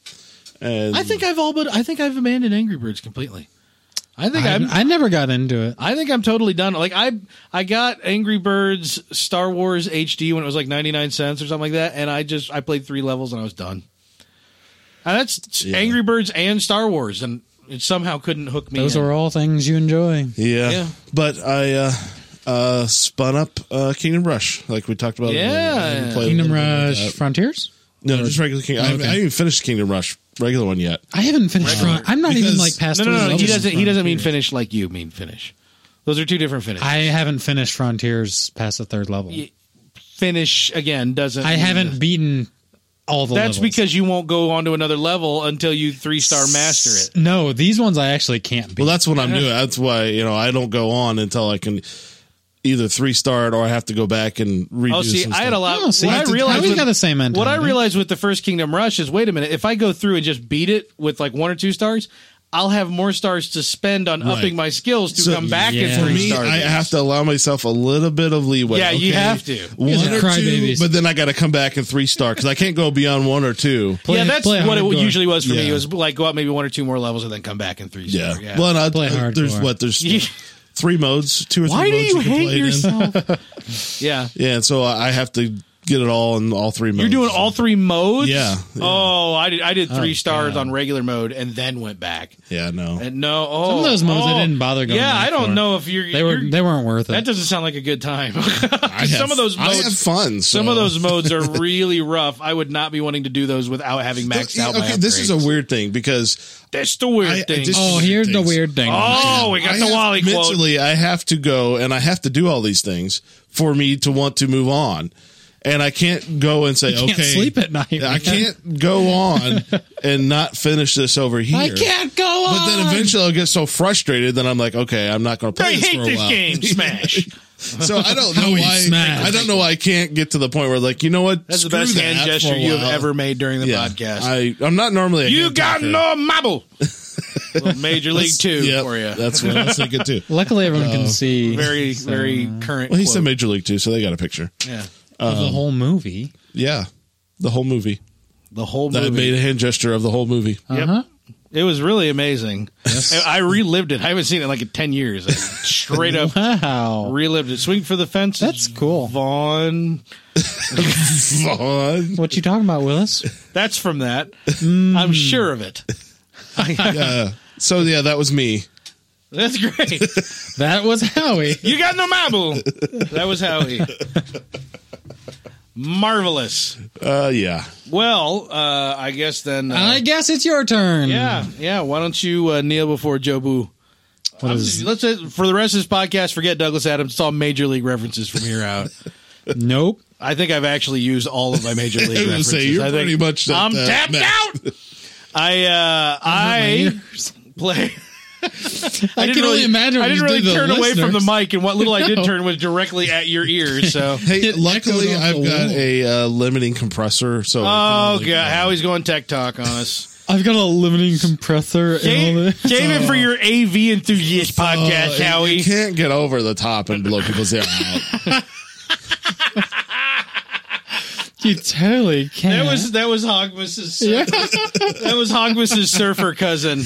Speaker 2: and
Speaker 1: I think I've all but I think I've abandoned Angry Birds completely. I think
Speaker 3: I,
Speaker 1: I'm.
Speaker 3: I never got into it.
Speaker 1: I think I'm totally done. Like I, I got Angry Birds Star Wars HD when it was like 99 cents or something like that, and I just I played three levels and I was done. And that's
Speaker 2: Yeah.
Speaker 1: Angry Birds and Star Wars, and it somehow couldn't hook me.
Speaker 3: Those
Speaker 1: in.
Speaker 3: are all things you enjoy.
Speaker 2: Yeah.
Speaker 1: Yeah.
Speaker 2: But I uh, uh, spun up uh, Kingdom Rush, like we talked about.
Speaker 1: Yeah.
Speaker 2: I even played a
Speaker 3: Kingdom
Speaker 2: little bit of
Speaker 3: Rush
Speaker 2: that.
Speaker 3: Frontiers?
Speaker 2: No, just regular Kingdom. I,
Speaker 3: Okay.
Speaker 2: haven't, I haven't even finished Kingdom Rush, regular one yet.
Speaker 3: I haven't finished
Speaker 1: Regular.
Speaker 3: Front. I'm not even
Speaker 2: Because-
Speaker 3: like past
Speaker 1: no,
Speaker 3: three
Speaker 1: no, no. He
Speaker 3: levels in
Speaker 1: doesn't. He doesn't mean
Speaker 3: Frontiers.
Speaker 1: finish like you mean finish. Those are two different finishes.
Speaker 3: I haven't finished Frontiers past the third level.
Speaker 1: finish again doesn't.
Speaker 3: I
Speaker 1: mean-
Speaker 3: haven't beaten all the
Speaker 1: That's
Speaker 3: levels.
Speaker 1: because you won't go on to another level until you three star master it.
Speaker 3: No, these ones I actually can't beat.
Speaker 2: Well, that's what I'm doing. That's why, you know, I don't go on until I can either three star it or I have to go back and redo
Speaker 1: Oh, see,
Speaker 2: some
Speaker 1: I had a
Speaker 2: stuff.
Speaker 1: lot.
Speaker 3: Oh, see,
Speaker 1: what I
Speaker 3: that's-
Speaker 1: realized
Speaker 3: we
Speaker 1: with,
Speaker 3: got the same mentality.
Speaker 1: What I realized with the first Kingdom Rush is, wait a minute, if I go through and just beat it with like one or two stars, I'll have more stars to spend on
Speaker 2: Right.
Speaker 1: upping my skills to
Speaker 2: So,
Speaker 1: come back
Speaker 3: yeah.
Speaker 1: and
Speaker 2: For
Speaker 1: three
Speaker 2: me,
Speaker 1: star.
Speaker 2: I have to allow myself a little bit of leeway.
Speaker 1: Yeah, you have to.
Speaker 2: One
Speaker 3: Guys are
Speaker 2: or two,
Speaker 3: crybabies.
Speaker 2: but then I got to come back and three star because I can't go beyond one or two.
Speaker 3: Play-
Speaker 1: yeah, that's
Speaker 3: play
Speaker 1: what it
Speaker 3: hardcore.
Speaker 1: usually was for me.
Speaker 2: Yeah.
Speaker 1: It was like go out maybe one or two more levels and then come back and three
Speaker 2: Yeah.
Speaker 1: star. Yeah.
Speaker 2: Well, and I,
Speaker 3: Play
Speaker 2: uh, there's
Speaker 3: hardcore.
Speaker 2: what there's
Speaker 1: Yeah.
Speaker 2: three modes, two or three
Speaker 1: Why do
Speaker 2: modes
Speaker 1: you
Speaker 2: can play
Speaker 1: hate
Speaker 2: it in.
Speaker 1: yourself? yeah.
Speaker 2: Yeah, and so I have to get it all in all three modes.
Speaker 1: You're doing all three modes?
Speaker 2: Yeah, yeah.
Speaker 1: Oh, I did I did three stars on regular mode and then went back.
Speaker 2: Yeah, no.
Speaker 1: And no, oh,
Speaker 3: Some of those modes I
Speaker 1: oh,
Speaker 3: didn't bother going
Speaker 1: Yeah,
Speaker 3: back
Speaker 1: I don't
Speaker 3: for.
Speaker 1: know if you're
Speaker 3: They were
Speaker 1: you're-
Speaker 3: they weren't worth
Speaker 1: that
Speaker 3: it.
Speaker 1: doesn't sound like a good time. 'Cause
Speaker 2: have-
Speaker 1: some of those
Speaker 2: I have
Speaker 1: modes
Speaker 2: fun.
Speaker 1: some
Speaker 2: so-
Speaker 1: of those modes are really rough. I would not be wanting to do those without having maxed
Speaker 2: Yeah,
Speaker 1: out. my
Speaker 2: Okay, this is a
Speaker 1: upgrades.
Speaker 2: weird thing because
Speaker 1: that's the weird
Speaker 2: I- I
Speaker 1: thing.
Speaker 2: just-
Speaker 1: oh,
Speaker 3: Oh, here's the
Speaker 2: things.
Speaker 3: weird thing.
Speaker 1: oh, we got
Speaker 2: I
Speaker 1: the
Speaker 2: have-
Speaker 1: Wally quote.
Speaker 2: mentally I have to go and I have to do all these things for me to want to move on. And I can't go and say,
Speaker 3: can't
Speaker 2: okay,
Speaker 3: sleep at night.
Speaker 2: I
Speaker 3: man.
Speaker 2: can't go on and not finish this over here.
Speaker 3: I can't go on.
Speaker 2: But then eventually I'll get so frustrated that I'm like, okay, I'm not going to play
Speaker 1: I
Speaker 2: this
Speaker 1: hate
Speaker 2: for a
Speaker 1: this
Speaker 2: while.
Speaker 1: game. Smash.
Speaker 2: So I don't know
Speaker 3: Howie
Speaker 2: why
Speaker 3: Smash.
Speaker 2: I don't know why I can't get to the point where like, you know what?
Speaker 1: That's the
Speaker 2: Screw
Speaker 1: best
Speaker 2: that
Speaker 1: hand
Speaker 2: for a
Speaker 1: gesture you
Speaker 2: while.
Speaker 1: have ever made during the
Speaker 2: yeah,
Speaker 1: podcast.
Speaker 2: I I'm not normally a
Speaker 1: you
Speaker 2: hand
Speaker 1: got
Speaker 2: talker.
Speaker 1: no marble. Well, Major League Two
Speaker 2: Yep,
Speaker 1: for you.
Speaker 2: That's what I was thinking too.
Speaker 3: Luckily, everyone can see
Speaker 1: very, very current.
Speaker 2: Well, he's in
Speaker 1: quote.
Speaker 2: Major League too, so they got a picture.
Speaker 1: yeah.
Speaker 3: of
Speaker 1: um,
Speaker 3: the whole movie.
Speaker 2: Yeah, the whole movie.
Speaker 1: the whole
Speaker 2: That
Speaker 1: movie.
Speaker 2: made a hand gesture of the whole movie.
Speaker 1: Yep.
Speaker 3: Uh-huh.
Speaker 1: It was really amazing. I I relived it. I haven't seen it in like in ten years. I straight up
Speaker 3: Wow.
Speaker 1: relived it. Swing for the fences.
Speaker 3: That's cool.
Speaker 1: Vaughn.
Speaker 2: Vaughn.
Speaker 3: What you talking about, Willis?
Speaker 1: That's from that.
Speaker 3: Mm.
Speaker 1: I'm sure of it.
Speaker 2: Yeah. So yeah, that was me.
Speaker 1: That's great.
Speaker 3: That was Howie.
Speaker 1: You got no marble. That was Howie. Marvelous.
Speaker 2: Uh, yeah.
Speaker 1: Well, uh, I guess then. Uh,
Speaker 3: I guess it's your turn.
Speaker 1: yeah, yeah. Why don't you uh, kneel before Joe Boo?
Speaker 3: What is,
Speaker 1: Let's uh, for the rest of this podcast, forget Douglas Adams. It's all major league references from here out.
Speaker 3: nope.
Speaker 1: I think I've actually used all of my major league
Speaker 2: I was gonna
Speaker 1: references.
Speaker 2: say, you're
Speaker 1: I think
Speaker 2: pretty much at
Speaker 1: I'm
Speaker 2: that
Speaker 1: tapped
Speaker 2: max.
Speaker 1: out. I uh, I play.
Speaker 3: I,
Speaker 1: didn't
Speaker 3: can only imagine.
Speaker 1: I
Speaker 3: what
Speaker 1: didn't
Speaker 3: you
Speaker 1: really
Speaker 3: did to the
Speaker 1: turn away from the
Speaker 3: listeners.
Speaker 1: mic, and what little I did
Speaker 3: No.
Speaker 1: turn was directly at your ear. So,
Speaker 2: Hey,
Speaker 3: It
Speaker 2: luckily
Speaker 3: echoed off
Speaker 2: I've
Speaker 3: the
Speaker 2: got
Speaker 3: wall.
Speaker 2: a uh, limiting compressor, so
Speaker 1: oh god, Howie's going tech talk on us.
Speaker 3: I've got a limiting compressor. and all
Speaker 1: Save,
Speaker 3: that.
Speaker 1: save it for your AV enthusiast podcast, Howie.
Speaker 2: You can't get over the top and blow people's ear out.
Speaker 3: You totally can.
Speaker 1: That was that was Hogmas's sur-
Speaker 3: Yeah.
Speaker 1: that was Hogmas's surfer cousin,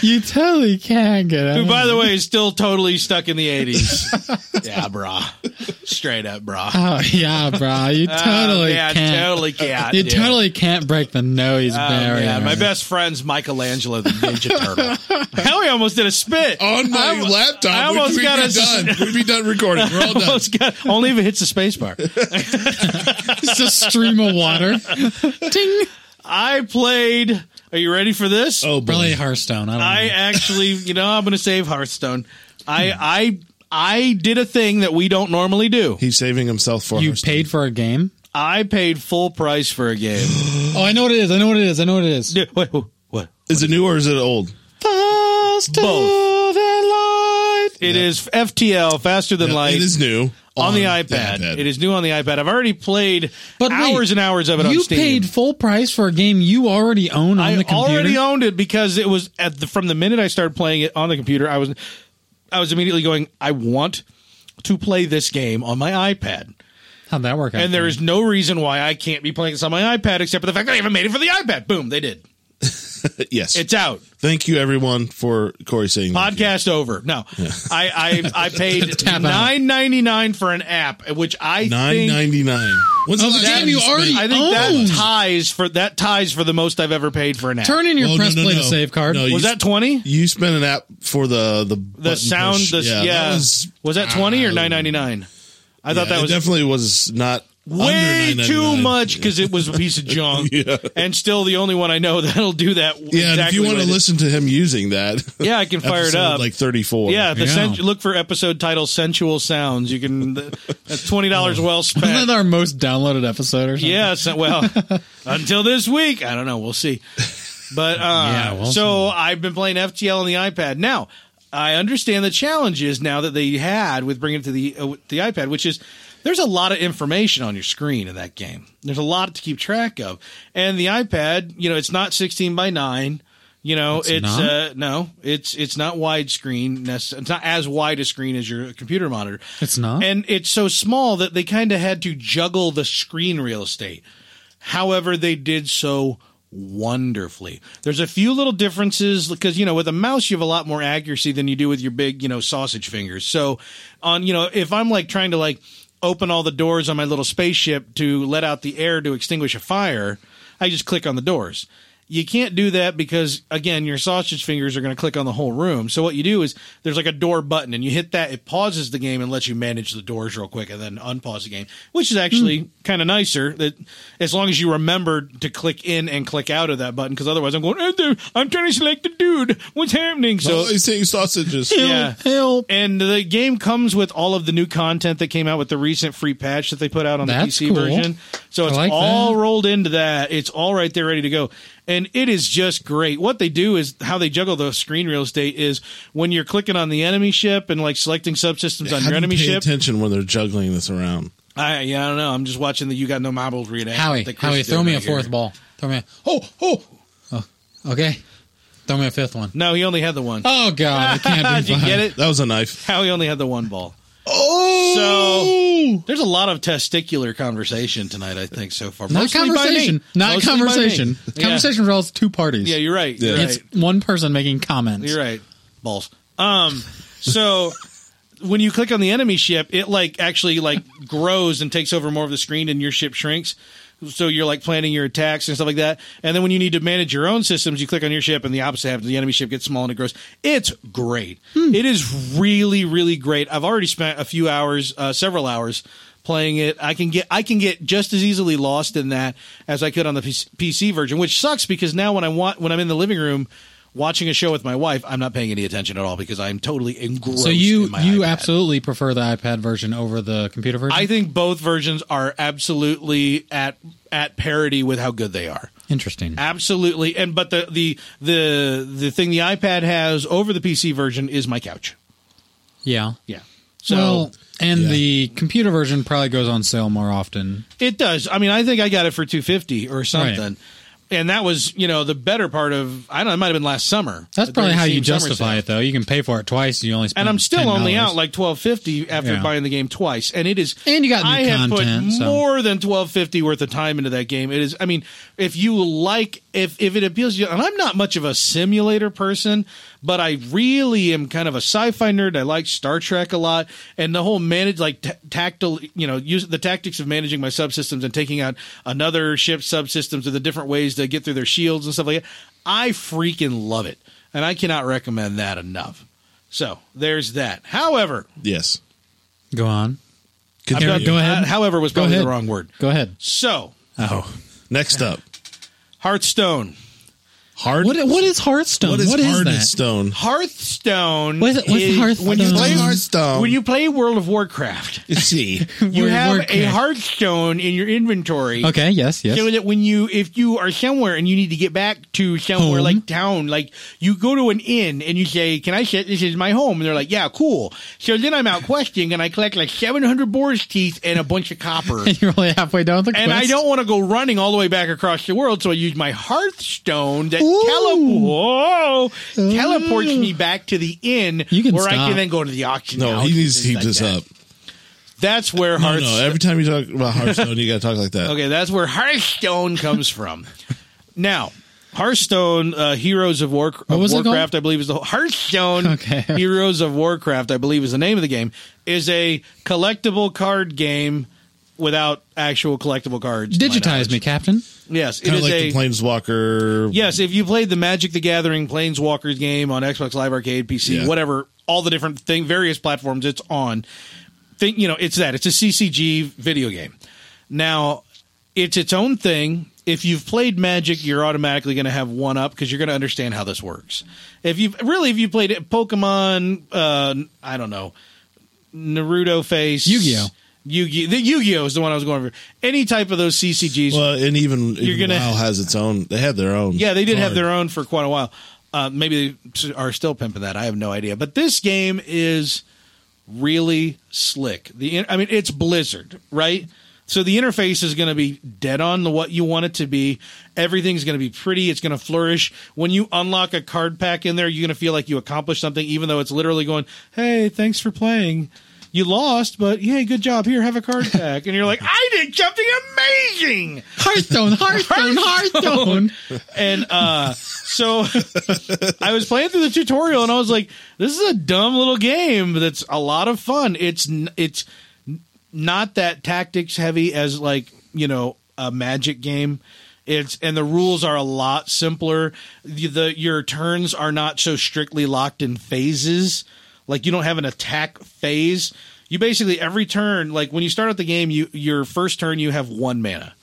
Speaker 3: you totally can get it.
Speaker 1: who by the way is still totally stuck in the eighties. yeah, brah, straight up, brah.
Speaker 3: Oh yeah, bro. You totally
Speaker 1: Uh, yeah,
Speaker 3: can't.
Speaker 1: totally can't.
Speaker 3: you
Speaker 1: yeah.
Speaker 3: totally can't break the noise
Speaker 1: Oh,
Speaker 3: barrier.
Speaker 1: yeah, my best friend's Michelangelo the Ninja Turtle. Hell, he almost did a spit.
Speaker 2: On my
Speaker 1: I'm-
Speaker 2: laptop,
Speaker 1: I
Speaker 2: I
Speaker 1: almost
Speaker 2: we'd,
Speaker 1: got
Speaker 2: be
Speaker 1: a-
Speaker 2: done. we'd be done recording. We're all done.
Speaker 1: Almost got- only if it hits the space bar.
Speaker 3: It's a stream of water. Ting.
Speaker 1: I played. Are you ready for this?
Speaker 2: Oh, boy.
Speaker 3: Probably Hearthstone. I don't
Speaker 1: I
Speaker 3: know.
Speaker 1: actually, you know, I'm going to save Hearthstone. I, I, I did a thing that we don't normally do.
Speaker 2: He's saving himself for
Speaker 3: You
Speaker 2: us.
Speaker 3: paid for a game?
Speaker 1: I paid full price for a game.
Speaker 3: Oh, I know what it is. I know what it is. I know what it is.
Speaker 1: Dude, wait, wh- what?
Speaker 2: Is it new or is it old?
Speaker 3: Faster
Speaker 1: Both.
Speaker 3: than light.
Speaker 1: It is FTL, faster than light.
Speaker 2: it is new
Speaker 1: on, the iPad. It is new on the iPad. I've already played
Speaker 3: But wait,
Speaker 1: hours and hours of it on
Speaker 3: You
Speaker 1: Steam.
Speaker 3: paid full price for a game you already own on
Speaker 1: I
Speaker 3: the computer.
Speaker 1: already owned it because it was at the, from the minute I started playing it on the computer, I was I was immediately going, I want to play this game on my iPad.
Speaker 3: How'd that work out?
Speaker 1: And there is no reason why I can't be playing this on my iPad except for the fact that I haven't made it for the iPad. Boom, they did.
Speaker 2: yes.
Speaker 1: It's out.
Speaker 2: Thank you, everyone, for Corey saying thank you.
Speaker 1: Podcast over. No, I, I I paid
Speaker 3: Tap out.
Speaker 1: nine ninety nine for an app, which I
Speaker 2: Nine Oh.
Speaker 1: think
Speaker 2: ninety nine. When's the
Speaker 3: Oh,
Speaker 2: last
Speaker 3: damn,
Speaker 2: time
Speaker 3: you
Speaker 2: spent-
Speaker 3: already-
Speaker 1: I think
Speaker 3: Owned.
Speaker 1: that ties for that ties for the most I've ever paid for an app.
Speaker 3: Turn in your
Speaker 2: Oh, no,
Speaker 3: press
Speaker 2: no,
Speaker 3: play
Speaker 2: no.
Speaker 3: to save card.
Speaker 2: No, you-
Speaker 1: was that twenty?
Speaker 2: You spent an app for the the
Speaker 1: The sound, the, yeah.
Speaker 2: that
Speaker 1: was,
Speaker 2: was,
Speaker 1: that twenty or
Speaker 2: I-
Speaker 1: nine ninety nine? I thought
Speaker 2: yeah,
Speaker 1: that
Speaker 2: it
Speaker 1: was
Speaker 2: definitely was not under
Speaker 1: way too
Speaker 2: $9.99.
Speaker 1: much because it was a piece of junk,
Speaker 2: Yeah.
Speaker 1: and still the only one I know that'll do that.
Speaker 2: Yeah, and if
Speaker 1: exactly
Speaker 2: you want
Speaker 1: what
Speaker 2: to
Speaker 1: it-
Speaker 2: listen to him using that,
Speaker 1: yeah, I can fire it
Speaker 2: episode,
Speaker 1: up.
Speaker 2: Like thirty four.
Speaker 1: yeah, the
Speaker 3: Yeah.
Speaker 1: sen- look for episode title "Sensual Sounds." You can that's twenty dollars
Speaker 2: Oh.
Speaker 1: well
Speaker 3: Isn't
Speaker 1: spent.
Speaker 3: that our most downloaded episode or something?
Speaker 1: Yes. Well, until this week, I don't know. We'll see. But uh,
Speaker 3: Yeah, we'll
Speaker 1: so I've been playing FTL on the iPad now. I understand the challenges now that they had with bringing it to the uh, the iPad, which is there's a lot of information on your screen in that game. There's a lot to keep track of, and the iPad, you know, it's not 16 by nine. You know, it's,
Speaker 3: not?
Speaker 1: uh no, it's it's not widescreen. necess- It's not as wide a screen as your computer monitor.
Speaker 3: It's not?
Speaker 1: And it's so small that they kind of had to juggle the screen real estate. However, they did so wonderfully. There's a few little differences because you know with a mouse you have a lot more accuracy than you do with your big, you know, sausage fingers. So on, you know, if I'm like trying to like open all the doors on my little spaceship to let out the air to extinguish a fire, I just click on the doors. You can't do that because again, your sausage fingers are going to click on the whole room. So what you do is there's like a door button, and you hit that. It pauses the game and lets you manage the doors real quick, and then unpause the game, which is actually kind of nicer. That as long as you remember to click in and click out of that button, because otherwise I'm going, "Oh, dude, I'm trying to select the dude. What's happening? So
Speaker 2: So he's saying sausages.
Speaker 1: yeah.
Speaker 3: Help.
Speaker 1: And the game comes with all of the new content that came out with the recent free patch that they put out on
Speaker 3: That's
Speaker 1: the PC
Speaker 3: cool.
Speaker 1: version. So
Speaker 3: I
Speaker 1: it's
Speaker 3: like
Speaker 1: all
Speaker 3: that.
Speaker 1: rolled into that. It's all right there ready to go. And it is just great. What they do is how they juggle the screen real estate is when you're clicking on the enemy ship and like selecting subsystems on your
Speaker 2: How do you
Speaker 1: enemy
Speaker 2: pay
Speaker 1: ship.
Speaker 2: attention when they're juggling this around?
Speaker 1: I yeah, I don't know. I'm just watching the You Got No Marbles reenactment.
Speaker 3: Howie,
Speaker 1: that Chris
Speaker 3: Howie,
Speaker 1: is
Speaker 3: throw
Speaker 1: doing
Speaker 3: me a
Speaker 1: right here.
Speaker 3: fourth ball. Throw me a. Oh, oh. oh okay. Throw me a fifth one.
Speaker 1: No, he only had the one.
Speaker 3: Oh, God. It can't
Speaker 1: Did
Speaker 3: be
Speaker 1: you
Speaker 3: fun.
Speaker 1: get it?
Speaker 2: That was a knife.
Speaker 1: Howie only had the one ball.
Speaker 2: Oh,
Speaker 1: There's a lot of testicular conversation tonight, I think, so far.
Speaker 3: Not
Speaker 1: Mostly by me.
Speaker 3: conversation. Not
Speaker 1: Mostly by me.
Speaker 3: conversation.
Speaker 1: Yeah.
Speaker 3: Conversation involves two parties.
Speaker 1: Yeah, you're right. You're
Speaker 2: Yeah.
Speaker 1: right.
Speaker 3: It's one person making comments.
Speaker 1: You're right. Balls. Um, so when you click on the enemy ship, it like actually like grows and takes over more of the screen, and your ship shrinks. So you're like planning your attacks and stuff like that. And then when you need to manage your own systems, you click on your ship, and the opposite happens. The enemy ship gets small and it grows. It's great. It is really, really great. I've already spent a few hours, uh, several hours playing it. I can get I can get just as easily lost in that as I could on the PC PC version, which sucks because now when I want when I'm in the living room watching a show with my wife, I'm not paying any attention at all because I'm totally engrossed.
Speaker 3: So you
Speaker 1: in my
Speaker 3: you
Speaker 1: iPad.
Speaker 3: absolutely prefer the iPad version over the computer version?
Speaker 1: I think both versions are absolutely at at parity with how good they are.
Speaker 3: Interesting.
Speaker 1: Absolutely, and but the the the the thing the iPad has over the PC version is my couch.
Speaker 3: yeah.
Speaker 1: Yeah. So
Speaker 3: well, and
Speaker 2: Yeah.
Speaker 3: the computer version probably goes on sale more often.
Speaker 1: It does. I mean, I think I got it for two fifty or something,
Speaker 3: Right.
Speaker 1: and that was you know the better part of I don't. know, It might have been last summer.
Speaker 3: That's
Speaker 1: At
Speaker 3: probably
Speaker 1: the
Speaker 3: how you
Speaker 1: summer sale.
Speaker 3: justify it, though. You can pay for it twice. You only spend
Speaker 1: And I'm still
Speaker 3: $10.
Speaker 1: only out like twelve fifty after
Speaker 3: Yeah.
Speaker 1: buying the game twice, and it is.
Speaker 3: And you got new
Speaker 1: I have put
Speaker 3: content, so-
Speaker 1: more than twelve fifty worth of time into that game. It is. I mean, if you like, if if it appeals to you, and I'm not much of a simulator person, but I really am kind of a sci-fi nerd. I like Star Trek a lot, and the whole manage like t- tactile, you know, use the tactics of managing my subsystems and taking out another ship's subsystems or the different ways to get through their shields and stuff like that. I freaking love it, and I cannot recommend that enough. So there's that. However,
Speaker 2: yes.
Speaker 3: Go on.
Speaker 1: I'm
Speaker 3: Continue.
Speaker 1: not-
Speaker 3: Go ahead.
Speaker 1: uh, however was probably the
Speaker 3: ahead.
Speaker 1: wrong word.
Speaker 3: Go ahead.
Speaker 1: So
Speaker 3: Oh.
Speaker 2: Next up,
Speaker 1: Hearthstone.
Speaker 2: hard.
Speaker 3: What, what is Hearthstone?
Speaker 2: what is,
Speaker 3: what is
Speaker 2: hard
Speaker 3: that?
Speaker 2: stone?
Speaker 1: Hearthstone.
Speaker 3: What is it- what's
Speaker 1: is-
Speaker 3: Hearthstone?
Speaker 1: When you play
Speaker 3: Hearthstone.
Speaker 2: Hearthstone.
Speaker 1: when you play World of Warcraft,
Speaker 2: see,
Speaker 1: you
Speaker 3: World of
Speaker 1: have a
Speaker 3: Warcraft.
Speaker 1: Hearthstone in your inventory.
Speaker 3: Okay, yes, yes.
Speaker 1: So that when you, if you are somewhere and you need to get back to somewhere
Speaker 3: Home.
Speaker 1: like town, like you go to an inn and you say, "Can I set this is my home?" and they're like, "Yeah, cool." So then I'm out questing and I collect like 700 boar's teeth and a bunch of copper.
Speaker 3: You're only halfway down the quest.
Speaker 1: And I don't want to go running all the way back across the world, so I use my Hearthstone that
Speaker 3: Ooh.
Speaker 1: tele- whoa, teleports me back to the inn
Speaker 3: You can
Speaker 1: where I can
Speaker 3: stop.
Speaker 1: then go to the auction.
Speaker 2: no,
Speaker 1: house
Speaker 2: he
Speaker 1: and
Speaker 2: needs to
Speaker 1: things
Speaker 2: keep
Speaker 1: like
Speaker 2: this
Speaker 1: that.
Speaker 2: up.
Speaker 1: That's where
Speaker 2: No,
Speaker 1: Hearthstone.
Speaker 2: no. Every time you talk about Hearthstone, you got to talk like that.
Speaker 1: Okay, that's where Hearthstone comes from. Now, Hearthstone uh, Heroes of, War- of
Speaker 3: was it called?
Speaker 1: Warcraft, I believe, is the whole- Hearthstone
Speaker 3: Okay.
Speaker 1: Heroes of Warcraft, I believe, is the name of the game. Is a collectible card game without actual collectible cards. to my
Speaker 3: Digitize me,
Speaker 1: knowledge.
Speaker 3: Captain.
Speaker 1: Yes, it
Speaker 2: Kind
Speaker 1: is
Speaker 2: of like
Speaker 1: a
Speaker 2: the Planeswalker.
Speaker 1: Yes, if you played the Magic the Gathering Planeswalkers game on Xbox Live Arcade, PC,
Speaker 2: Yeah.
Speaker 1: whatever, all the different thing, various platforms it's on. Think you know, it's that. It's a CCG video game. Now, it's its own thing. If you've played Magic, you're automatically going to have one up because you're going to understand how this works. If you've really, if you played it, Pokemon, uh, I don't know, Naruto face,
Speaker 3: Yu-Gi-Oh.
Speaker 1: Yu-Gi, the Yu-Gi-Oh is the one I was going for. Any type of those CCGs,
Speaker 2: Well, and even, even
Speaker 1: gonna-
Speaker 2: WoW has its own. They had their own.
Speaker 1: yeah, they did have
Speaker 2: card.
Speaker 1: their own for quite a while. Uh, maybe they are still pimping that. I have no idea. But this game is really slick. The in- I mean, it's Blizzard, right? So the interface is going to be dead on to what you want it to be. Everything's going to be pretty. It's going to flourish. When you unlock a card pack in there, you're going to feel like you accomplished something, even though it's literally going, "Hey, thanks for playing." You lost, but yay, good job. Here, have a card pack. And you're like, I did something amazing
Speaker 3: Hearthstone, Hearthstone, Hearthstone.
Speaker 1: and uh so i was playing through the tutorial and i was like this is a dumb little game that's a lot of fun it's n- it's not that tactics heavy as like you know a magic game. It's and the rules are a lot simpler. The, the your turns are not so strictly locked in phases. Like you don't have an attack phase. You basically every turn, like when you start out the game, you your first turn you have one mana,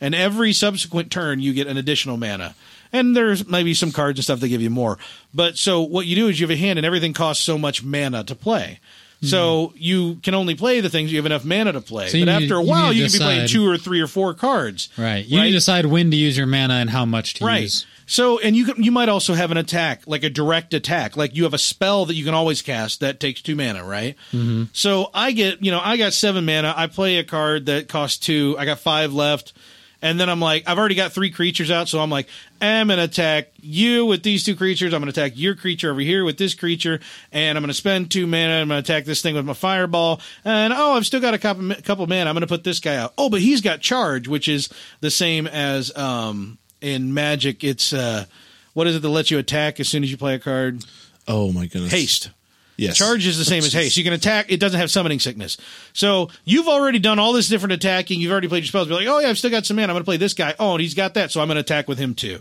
Speaker 1: and every subsequent turn you get an additional mana. And there's maybe some cards and stuff that give you more. But so what you do is you have a hand, and everything costs so much mana to play. So you can only play the things you have enough mana to play.
Speaker 3: Mm-hmm. So you
Speaker 1: but
Speaker 3: need-
Speaker 1: after a
Speaker 3: you
Speaker 1: while,
Speaker 3: need
Speaker 1: you,
Speaker 3: to
Speaker 1: can be playing
Speaker 3: decide.
Speaker 1: two or three or four cards.
Speaker 3: Right. You need to decide when to use your mana and how much to
Speaker 1: Right.
Speaker 3: use.
Speaker 1: So, and you can, you might also have an attack, like a direct attack, like you have a spell that you can always cast that takes two mana, right? Mm-hmm. So I get, you know, I got seven mana. I play a card that costs two. I got five left, and then I'm like, I've already got three creatures out, so I'm like, I'm gonna attack you with these two creatures. I'm gonna attack your creature over here with this creature, and I'm gonna spend two mana. I'm gonna attack this thing with my fireball, and oh, I've still got a couple couple mana. I'm gonna put this guy out. Oh, but he's got charge, which is the same as um in Magic, it's uh, what is it that lets you attack as soon as you play a card?
Speaker 2: Oh my goodness.
Speaker 1: Haste.
Speaker 2: Yes.
Speaker 1: Charge is the same as haste. You can attack. It doesn't have summoning sickness. So you've already done all this different attacking. You've already played your spells. Be like, oh yeah, I've still got some mana. I'm going to play this guy. Oh, and he's got that, so I'm going to attack with him too.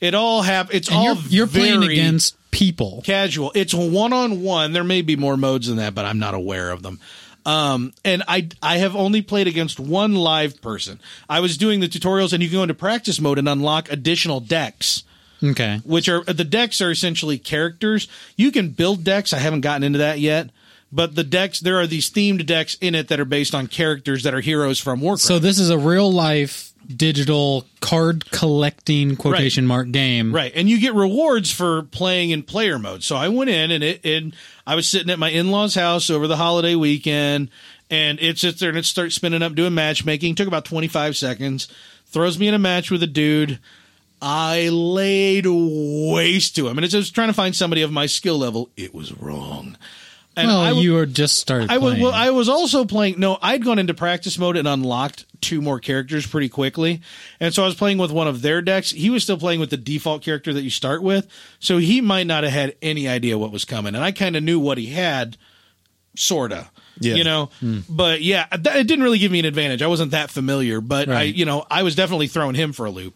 Speaker 1: It all hap. It's
Speaker 3: And
Speaker 1: all
Speaker 3: you're, you're playing
Speaker 1: very
Speaker 3: against people.
Speaker 1: casual. It's one on one. There may be more modes than that, but I'm not aware of them. Um, and I I have only played against one live person. I was doing the tutorials, and you can go into practice mode and unlock additional decks
Speaker 3: Okay.
Speaker 1: which are the decks are essentially characters. You can build decks. I haven't gotten into that yet, but the decks there are these themed decks in it that are based on characters that are heroes from Warcraft.
Speaker 3: So this is a real life digital card collecting quotation mark game.
Speaker 1: Right, and you get rewards for playing in player mode. So I went in, and it, and I was sitting at my in laws' house over the holiday weekend, and it sits there and it starts spinning up doing matchmaking. Took about twenty five seconds. Throws me in a match with a dude. I laid waste to him, and as I was trying to find somebody of my skill level, it was wrong. And
Speaker 3: Well,
Speaker 1: I w-
Speaker 3: you were just started
Speaker 1: I was
Speaker 3: playing.
Speaker 1: well, I was also playing. No, I'd gone into practice mode and unlocked two more characters pretty quickly, and so I was playing with one of their decks. He was still playing with the default character that you start with, so he might not have had any idea what was coming. And I kind of knew what he had, sorta.
Speaker 2: Yeah. Hmm.
Speaker 1: You know, but yeah, that, it didn't really give me an advantage. I wasn't that familiar, but I,
Speaker 3: Right.
Speaker 1: you know, I was definitely throwing him for a loop,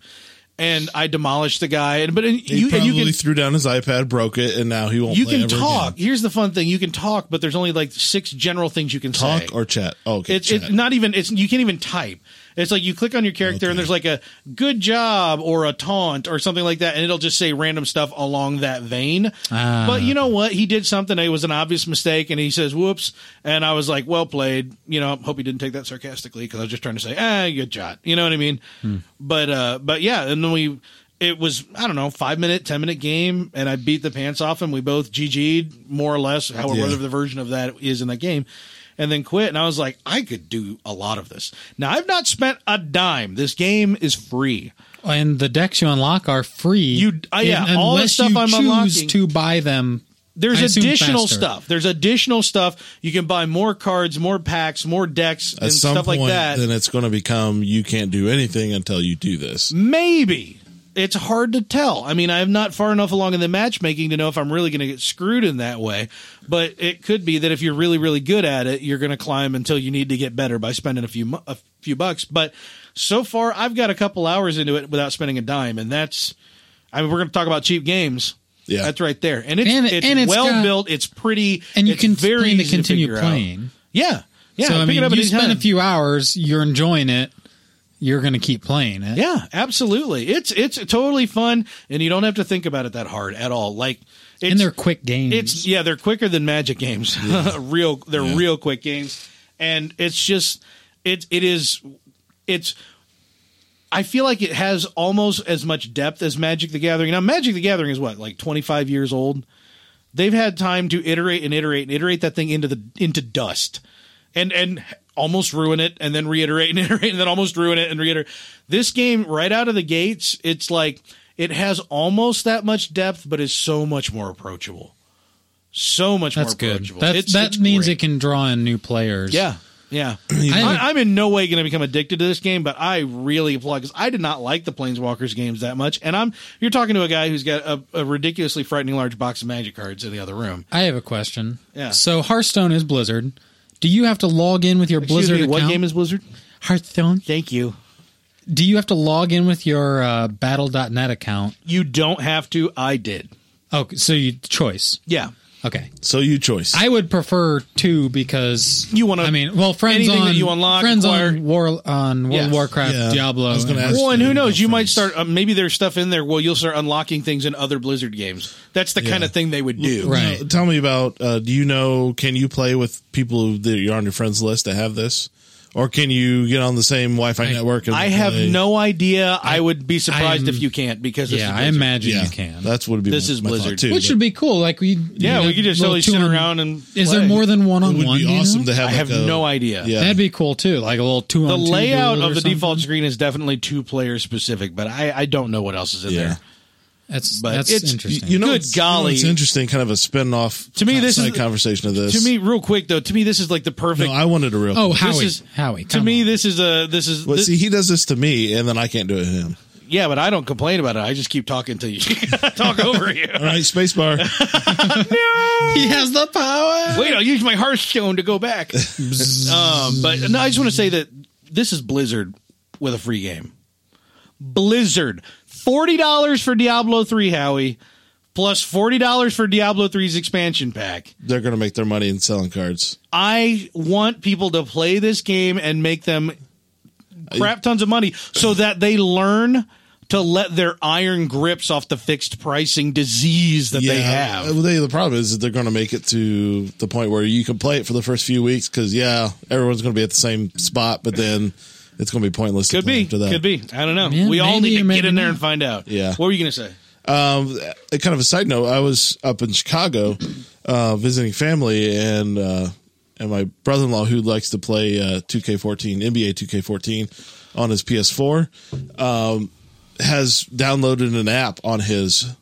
Speaker 1: and I demolished the guy. And but and
Speaker 2: He
Speaker 1: you, and
Speaker 2: probably
Speaker 1: you can
Speaker 2: threw down his iPad, broke it, and now he won't.
Speaker 1: you
Speaker 2: play
Speaker 1: can
Speaker 2: ever
Speaker 1: talk.
Speaker 2: again.
Speaker 1: Here's the fun thing: you can talk, but there's only like six general things you can say.
Speaker 2: talk or chat. Oh, okay,
Speaker 1: It's
Speaker 2: chat.
Speaker 1: it's not even it's you can't even type. It's like you click on your character
Speaker 2: Okay.
Speaker 1: and there's like a good job or a taunt or something like that, and it'll just say random stuff along that vein.
Speaker 3: Ah.
Speaker 1: But you know what? He did something. It was an obvious mistake, and he says "whoops," and I was like, "Well played." You know, hope he didn't take that sarcastically because I was just trying to say, "Ah, good shot." You know what I mean? But uh, but yeah, and then we. It was I don't know five minute ten minute game and I beat the pants off him. We both GG'd more or less, however
Speaker 2: Yeah.
Speaker 1: whatever the version of that is in that game and then quit. And I was like, I could do a lot of this. Now I've not spent a dime. This game is free.
Speaker 3: and the decks you unlock are free.
Speaker 1: You- uh, yeah,
Speaker 3: and-
Speaker 1: all the
Speaker 3: unless
Speaker 1: stuff
Speaker 3: you
Speaker 1: I'm
Speaker 3: choose
Speaker 1: unlocking-
Speaker 3: to buy them.
Speaker 1: There's
Speaker 3: I assume
Speaker 1: additional
Speaker 3: faster.
Speaker 1: stuff. There's additional stuff. You can buy more cards, more packs, more decks,
Speaker 2: At
Speaker 1: and
Speaker 2: some
Speaker 1: stuff
Speaker 2: point,
Speaker 1: like that.
Speaker 2: then it's going to become you can't do anything until you do this.
Speaker 1: Maybe. It's hard to tell. I mean, I'm not far enough along in the matchmaking to know if I'm really going to get screwed in that way, but it could be that if you're really, really good at it, you're going to climb until you need to get better by spending a few mu- a few bucks. But so far, I've got a couple hours into it without spending a dime, and that's. I mean, we're going to talk about cheap games.
Speaker 2: Yeah.
Speaker 1: that's right there, and it's
Speaker 3: And-
Speaker 1: it's,
Speaker 3: and it's
Speaker 1: well
Speaker 3: got-
Speaker 1: built. It's pretty,
Speaker 3: And you
Speaker 1: it's
Speaker 3: can
Speaker 1: very
Speaker 3: plan to
Speaker 1: easy
Speaker 3: continue
Speaker 1: figure out.
Speaker 3: playing.
Speaker 1: Yeah, yeah.
Speaker 3: so I
Speaker 1: pick
Speaker 3: mean,
Speaker 1: it up at
Speaker 3: you
Speaker 1: any
Speaker 3: spend
Speaker 1: time.
Speaker 3: a few hours, you're enjoying it. You're going to keep playing it.
Speaker 1: Yeah, absolutely. It's it's totally fun, and you don't have to think about it that hard at all. Like, it's,
Speaker 3: and they're quick games.
Speaker 1: it's yeah, they're quicker than Magic games. real, they're
Speaker 2: Yeah.
Speaker 1: real quick games, and it's just it it is it's. I feel like it has almost as much depth as Magic the Gathering. Now, Magic the Gathering is what like twenty five years old. They've had time to iterate and iterate and iterate that thing into the into dust, and and almost ruin it, and then reiterate and iterate, and then almost ruin it and reiterate. This game, right out of the gates, it's like it has almost that much depth, but is so much more approachable. So much
Speaker 3: that's
Speaker 1: more
Speaker 3: good.
Speaker 1: approachable.
Speaker 3: That's,
Speaker 1: It's-
Speaker 3: that
Speaker 1: it's
Speaker 3: means
Speaker 1: great.
Speaker 3: it can draw in new players.
Speaker 1: Yeah, yeah.
Speaker 3: I
Speaker 1: I,
Speaker 3: haven't-
Speaker 1: I'm in no way going to become addicted to this game, but I really applaud because I did not like the Planeswalkers games that much. And I'm you're talking to a guy who's got a, a ridiculously frightening large box of Magic cards in the other room.
Speaker 3: I have a question.
Speaker 1: Yeah.
Speaker 3: So Hearthstone is Blizzard. Do you have to log in with your
Speaker 1: Excuse
Speaker 3: Blizzard
Speaker 1: me,
Speaker 3: account?
Speaker 1: what game is Blizzard?
Speaker 3: Hearthstone?
Speaker 1: Thank you.
Speaker 3: Do you have to log in with your uh, Battle.net account?
Speaker 1: You don't have to. I did.
Speaker 3: Oh, so you choice.
Speaker 1: Yeah.
Speaker 3: Okay.
Speaker 2: So you choice.
Speaker 3: I would prefer two because
Speaker 1: You wanna-
Speaker 3: I mean, well, friends
Speaker 1: anything
Speaker 3: on
Speaker 1: that you unlock,
Speaker 3: friends
Speaker 1: acquire-
Speaker 3: on War on World
Speaker 1: Yeah.
Speaker 3: of Warcraft,
Speaker 2: Yeah.
Speaker 3: Diablo.
Speaker 2: I was gonna
Speaker 3: and-
Speaker 2: ask-
Speaker 1: Well, and
Speaker 2: Yeah,
Speaker 1: who knows? You might
Speaker 2: friends.
Speaker 1: start. Uh, maybe there's stuff in there. Well, you'll start unlocking things in other Blizzard games. That's the kind of thing they would do.
Speaker 3: Right.
Speaker 2: Now, tell me about. Uh, do you know? Can you play with people that you're on your friends list that have this, or can you get on the same Wi-Fi network? And
Speaker 1: I have
Speaker 2: play?
Speaker 1: no idea. I, would be surprised
Speaker 3: am-
Speaker 1: if you can't because this
Speaker 3: yeah,
Speaker 1: is
Speaker 3: I
Speaker 1: Blizzard.
Speaker 3: imagine
Speaker 2: Yeah,
Speaker 3: you can.
Speaker 2: That's what would be.
Speaker 1: This
Speaker 2: my-
Speaker 1: is
Speaker 2: my thought,
Speaker 1: Blizzard.
Speaker 2: too.
Speaker 3: Which
Speaker 2: but
Speaker 3: would be cool. Like we,
Speaker 1: Yeah, we could just totally sit around and.
Speaker 3: Is
Speaker 1: play.
Speaker 3: there more than one
Speaker 2: it
Speaker 3: on
Speaker 2: would
Speaker 3: one?
Speaker 2: be
Speaker 3: do you know?
Speaker 2: awesome to have.
Speaker 1: I have
Speaker 2: like a-
Speaker 1: no idea.
Speaker 2: Yeah.
Speaker 3: That'd be cool too. Like a little two on
Speaker 1: The
Speaker 3: two
Speaker 1: layout
Speaker 3: duel
Speaker 1: of
Speaker 3: or
Speaker 1: the
Speaker 3: something.
Speaker 1: default screen is definitely two player specific, but I, I don't know what else is in
Speaker 2: Yeah.
Speaker 1: there.
Speaker 3: That's
Speaker 1: but
Speaker 3: that's
Speaker 1: it's-
Speaker 2: You-
Speaker 3: interesting.
Speaker 2: You know,
Speaker 1: Good
Speaker 2: it's, you know,
Speaker 1: golly.
Speaker 2: it's interesting. Kind of a spin-off
Speaker 1: To me,
Speaker 2: kind of
Speaker 1: this
Speaker 2: side
Speaker 1: is-
Speaker 2: conversation of this.
Speaker 1: To me, real quick though, to me this is like the perfect.
Speaker 2: no, I wanted a real.
Speaker 3: oh, Howie,
Speaker 1: is-
Speaker 3: Howie.
Speaker 1: to
Speaker 3: come
Speaker 1: me,
Speaker 3: on.
Speaker 1: this is a this is
Speaker 2: well,
Speaker 1: this-
Speaker 2: see, he does this to me, and then I can't do it to him.
Speaker 1: yeah, but I don't complain about it. I just keep talking to you, talk over you.
Speaker 2: All right, spacebar.
Speaker 3: he has the power.
Speaker 1: Wait, I'll use my Hearthstone to go back. um, but no, I just want to say that this is Blizzard with a free game. Blizzard, forty dollars for Diablo three, Howie, plus forty dollars for Diablo 3's expansion pack.
Speaker 2: They're going to make their money in selling cards.
Speaker 1: I want people to play this game and make them crap tons of money so that they learn to let their iron grips off the fixed pricing disease that they have.
Speaker 2: Well, they, the problem is that they're going to make it to the point where you can play it for the first few weeks because yeah, everyone's going to be at the same spot, but then it's going to be pointless. to
Speaker 1: Could
Speaker 2: play
Speaker 1: be.
Speaker 2: after that.
Speaker 1: Could be. I don't know.
Speaker 3: Yeah,
Speaker 1: we all
Speaker 3: maybe
Speaker 1: need
Speaker 3: or
Speaker 1: to get
Speaker 3: maybe
Speaker 1: in there
Speaker 3: not.
Speaker 1: and find out.
Speaker 2: Yeah.
Speaker 1: What were you going to say?
Speaker 2: Um, uh, kind of a side note, I was up in Chicago uh, visiting family, and uh, and my brother in law who likes to play uh, 2K14 NBA 2K14 on his PS4 um, has downloaded an app on his.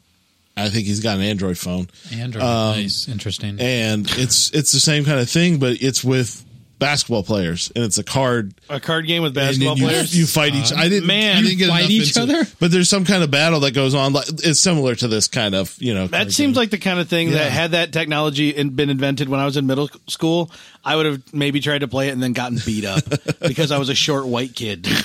Speaker 2: I think he's got an Android phone.
Speaker 3: Andrew,
Speaker 2: um,
Speaker 3: nice, interesting.
Speaker 2: and it's it's the same kind of thing, but it's with basketball players, and it's a card.
Speaker 1: A card game with
Speaker 2: And
Speaker 1: basketball
Speaker 2: then you,
Speaker 1: players?
Speaker 2: you fight each. I didn't.
Speaker 1: Man,
Speaker 2: I didn't
Speaker 1: you
Speaker 2: get
Speaker 3: fight
Speaker 2: enough
Speaker 3: each
Speaker 2: into it.
Speaker 3: other?
Speaker 2: But there's some kind of battle that goes on. Like it's similar to this kind of you know.
Speaker 1: that seems like the kind of thing
Speaker 2: Yeah.
Speaker 1: that had that technology in- been invented when I was in middle school, I would have maybe tried to play it and then gotten beat up because I was a short white kid.
Speaker 2: yeah,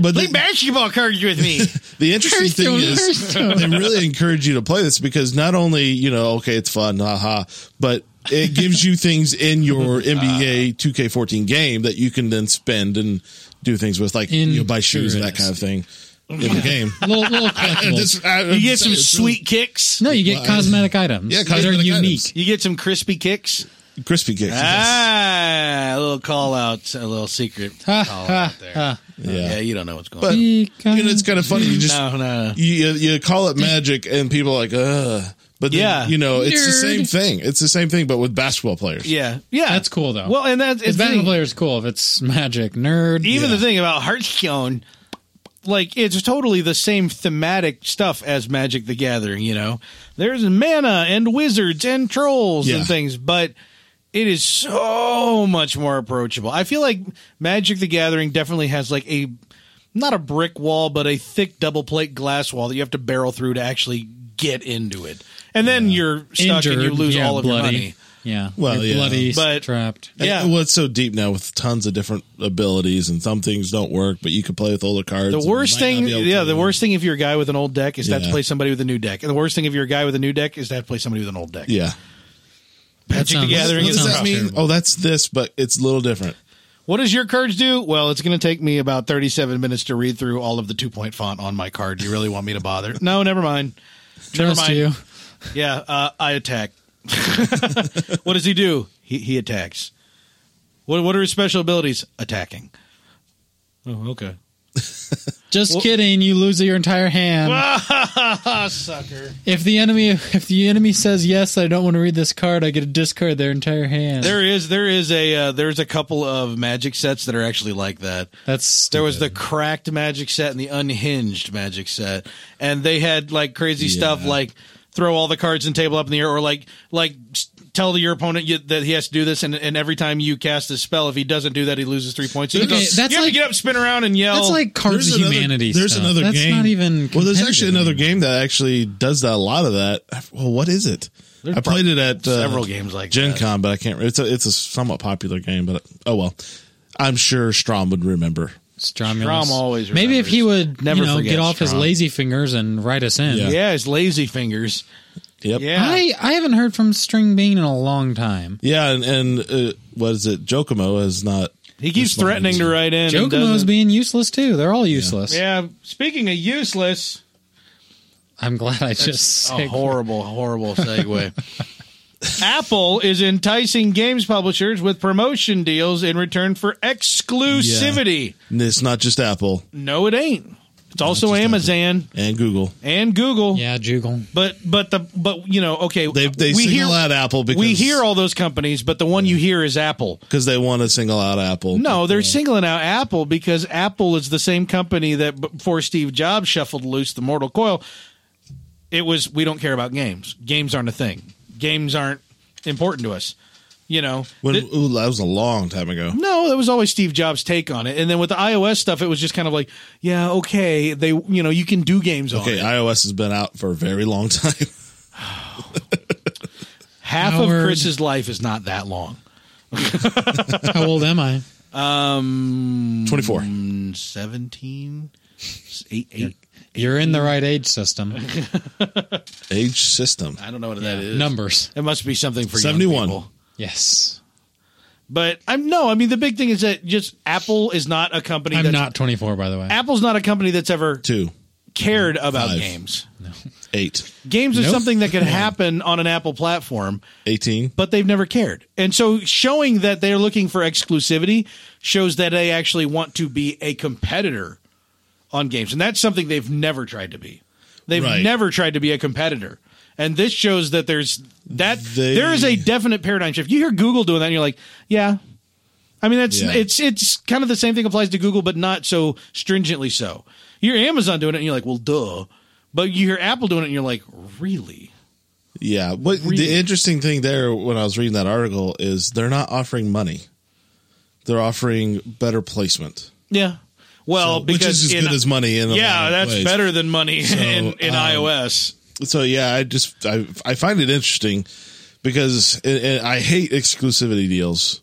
Speaker 2: but
Speaker 1: Play
Speaker 2: the,
Speaker 1: basketball cards with me.
Speaker 2: the interesting thing
Speaker 3: Hearthstone,
Speaker 2: is they really encourage you to play this because not only you know okay it's fun haha, but it gives you things in your
Speaker 1: Ah.
Speaker 2: NBA 2K14 game that you can then spend and do things with, like you know, buy shoes and that kind of thing in the game.
Speaker 3: little, little
Speaker 2: I- I
Speaker 3: collectibles.
Speaker 2: just- I-
Speaker 1: You get some
Speaker 2: it's really-
Speaker 1: sweet kicks.
Speaker 3: no, you get
Speaker 2: Well, I-
Speaker 3: cosmetic items.
Speaker 2: Yeah,
Speaker 3: that are
Speaker 2: cosmetic
Speaker 3: unique.
Speaker 2: items.
Speaker 1: You get some crispy kicks.
Speaker 2: crispy kicks.
Speaker 1: Ah, a little call out, a little secret
Speaker 3: Ha,
Speaker 1: call
Speaker 3: ha,
Speaker 1: out there.
Speaker 3: ha.
Speaker 2: Yeah.
Speaker 1: Yeah, you don't know what's going
Speaker 2: But
Speaker 1: on.
Speaker 2: you know, it's kind of funny. You just
Speaker 1: Ah. No, no, no.
Speaker 2: you you call it magic, and people are like, ugh. But then,
Speaker 1: Yeah.
Speaker 2: you know, it's the same
Speaker 3: Nerd.
Speaker 2: thing. It's the same thing, but with basketball players.
Speaker 1: Yeah, yeah,
Speaker 3: That's cool, though.
Speaker 1: Well, and that's
Speaker 3: It's
Speaker 1: it's the
Speaker 3: basketball
Speaker 1: thing.
Speaker 3: players cool if it's magic nerd.
Speaker 1: even
Speaker 2: Yeah.
Speaker 1: the thing about Hearthstone, like it's totally the same thematic stuff as Magic the Gathering. You know, there's mana and wizards and trolls
Speaker 2: Yeah.
Speaker 1: and things, but it is so much more approachable. I feel like Magic the Gathering definitely has like a not a brick wall, but a thick double plate glass wall that you have to barrel through to actually get into it. And then you're stuck
Speaker 3: Injured,
Speaker 1: and you lose
Speaker 3: yeah,
Speaker 1: all of
Speaker 3: bloody.
Speaker 1: your money.
Speaker 3: Yeah,
Speaker 2: Well,
Speaker 3: You're
Speaker 2: yeah.
Speaker 3: bloody,
Speaker 1: But-
Speaker 3: trapped.
Speaker 1: Yeah.
Speaker 2: And, well, it's so deep now with tons of different abilities, and some things don't work, but you can play with older cards.
Speaker 1: The
Speaker 2: and you
Speaker 1: worst
Speaker 2: might not
Speaker 1: thing,
Speaker 2: be able to-
Speaker 1: yeah, the worst thing if you're a guy with an old deck is to have to
Speaker 2: Yeah.
Speaker 1: play somebody with a new deck, and the worst thing if you're a guy with a new deck is to have to play somebody with an old deck.
Speaker 2: Yeah.
Speaker 3: That
Speaker 1: Magic the
Speaker 3: sounds-
Speaker 1: Gathering
Speaker 2: What
Speaker 1: is
Speaker 2: does that
Speaker 1: rough.
Speaker 2: mean? Oh, that's this, but it's a little different.
Speaker 1: What does your cards do? Well, it's going to take me about 37 minutes to read through all of the two point font on my card. Do you really want me to bother? no, never mind. Never
Speaker 3: Trust
Speaker 1: mind.
Speaker 3: you.
Speaker 1: Yeah, uh, I attack. what does he do? He, he attacks. What What are his special abilities? Attacking. Oh, okay.
Speaker 3: Just kidding. You lose your entire hand.
Speaker 1: Ah, sucker.
Speaker 3: If the enemy, if the enemy says yes, I don't want to read this card. I get to discard their entire hand.
Speaker 1: There is there is a uh, there's a couple of magic sets that are actually like that.
Speaker 3: That's stupid.
Speaker 1: There was the cracked magic set and the unhinged magic set, and they had like crazy stuff like throw all the cards and table up in the air, or like like s- tell your opponent you, that he has to do this, and, and every time you cast a spell, if he doesn't do that, he loses three points. You
Speaker 3: Okay,
Speaker 1: have to-
Speaker 3: that's
Speaker 1: you have
Speaker 3: like-
Speaker 1: to get up, spin around, and yell.
Speaker 3: That's like cards of
Speaker 2: another-
Speaker 3: humanity.
Speaker 2: There's
Speaker 3: stuff.
Speaker 2: another
Speaker 3: That's
Speaker 2: game.
Speaker 3: not even.
Speaker 2: well. There's actually
Speaker 3: competitive
Speaker 2: another
Speaker 3: anymore.
Speaker 2: game that actually does that a lot of that. Well, what is it?
Speaker 1: There's
Speaker 2: I played it at uh,
Speaker 1: several games like
Speaker 2: Gen
Speaker 1: that.
Speaker 2: Con, but I can't. It's a it's a somewhat popular game, but oh well. I'm sure Strom would remember.
Speaker 3: Stromulus.
Speaker 1: Strom always
Speaker 3: Maybe if he
Speaker 1: remembers.
Speaker 3: would
Speaker 1: Never
Speaker 3: you know,
Speaker 1: forget
Speaker 3: get off his
Speaker 1: Strom.
Speaker 3: lazy fingers and write us in.
Speaker 2: Yeah.
Speaker 1: Yeah, his lazy fingers.
Speaker 2: Yep.
Speaker 1: Yeah.
Speaker 3: I, I haven't heard from String Bean in a long time.
Speaker 2: Yeah, and, and uh, what is it? Jokomo is not.
Speaker 1: He keeps
Speaker 2: responding
Speaker 1: threatening to write in. and
Speaker 3: Jokomo's
Speaker 1: doesn't-
Speaker 3: being useless too. They're all useless.
Speaker 1: Yeah. Speaking of useless,
Speaker 3: I'm glad I just
Speaker 1: a
Speaker 3: said
Speaker 1: horrible, horrible segue. Apple is enticing games publishers with promotion deals in return for exclusivity.
Speaker 2: It's not just Apple
Speaker 1: No, it ain't. It's also
Speaker 2: just Apple.
Speaker 1: Amazon
Speaker 2: and Google.
Speaker 1: and Google.
Speaker 3: Yeah, Jugal.
Speaker 1: But but the but you know okay
Speaker 2: They they
Speaker 1: we
Speaker 2: single
Speaker 1: hear
Speaker 2: out Apple because
Speaker 1: we hear all those companies, but the one you hear is Apple.
Speaker 2: because they want to single out Apple.
Speaker 1: No, they're singling out Apple because Apple is the same company that b- before Steve Jobs shuffled loose the mortal coil, it was we don't care about games. Games aren't a thing. Games aren't important to us. You know,
Speaker 2: When,
Speaker 1: Th-
Speaker 2: ooh, that was a long time ago.
Speaker 1: no, that was always Steve Jobs' take on it. And then with the iOS stuff, it was just kind of like, yeah, okay, they, you know, you can do games on
Speaker 2: Okay,
Speaker 1: it.
Speaker 2: iOS has been out for a very long time.
Speaker 1: Half of
Speaker 3: Howard.
Speaker 1: Chris's life is not that long.
Speaker 3: How old am I?
Speaker 1: Um,
Speaker 2: Twenty four.
Speaker 1: 17, eight, eight.
Speaker 3: You're in the right age system.
Speaker 2: Age system.
Speaker 1: I don't know what that is.
Speaker 3: Numbers.
Speaker 1: It must be something for young
Speaker 2: 71.
Speaker 1: people.
Speaker 3: Yes.
Speaker 1: But I'm no, I mean the big thing is that just Apple is not a company
Speaker 3: I'm
Speaker 1: that's
Speaker 3: not 24, by the way.
Speaker 1: Apple's not a company that's ever
Speaker 2: Two.
Speaker 1: cared about
Speaker 2: Five.
Speaker 1: games.
Speaker 2: Eight.
Speaker 1: Games are
Speaker 3: Nope.
Speaker 1: something that could happen on an Apple platform,
Speaker 2: Eighteen.
Speaker 1: but they've never cared. And so showing that they're looking for exclusivity shows that they actually want to be a competitor on games. And that's something they've never tried to be. They've
Speaker 2: Right.
Speaker 1: never tried to be a competitor. And this shows that there's that
Speaker 2: They-
Speaker 1: there is a definite paradigm shift. You hear Google doing that and you're like, yeah. I mean that's
Speaker 2: Yeah.
Speaker 1: it's it's kind of the same thing applies to Google but not so stringently so. You hear Amazon doing it and you're like, well duh. But you hear Apple doing it and you're like, really?
Speaker 2: Yeah. But
Speaker 1: Really?
Speaker 2: the interesting thing there when I was reading that article is they're not offering money. They're offering better placement.
Speaker 1: Yeah. Well,
Speaker 2: So- which
Speaker 1: because
Speaker 2: is as
Speaker 1: in-
Speaker 2: good as money in a lot
Speaker 1: yeah,
Speaker 2: of
Speaker 1: that's
Speaker 2: ways.
Speaker 1: better than money in, in
Speaker 2: um,
Speaker 1: iOS.
Speaker 2: so yeah, I just I I find it interesting because and and I hate exclusivity deals.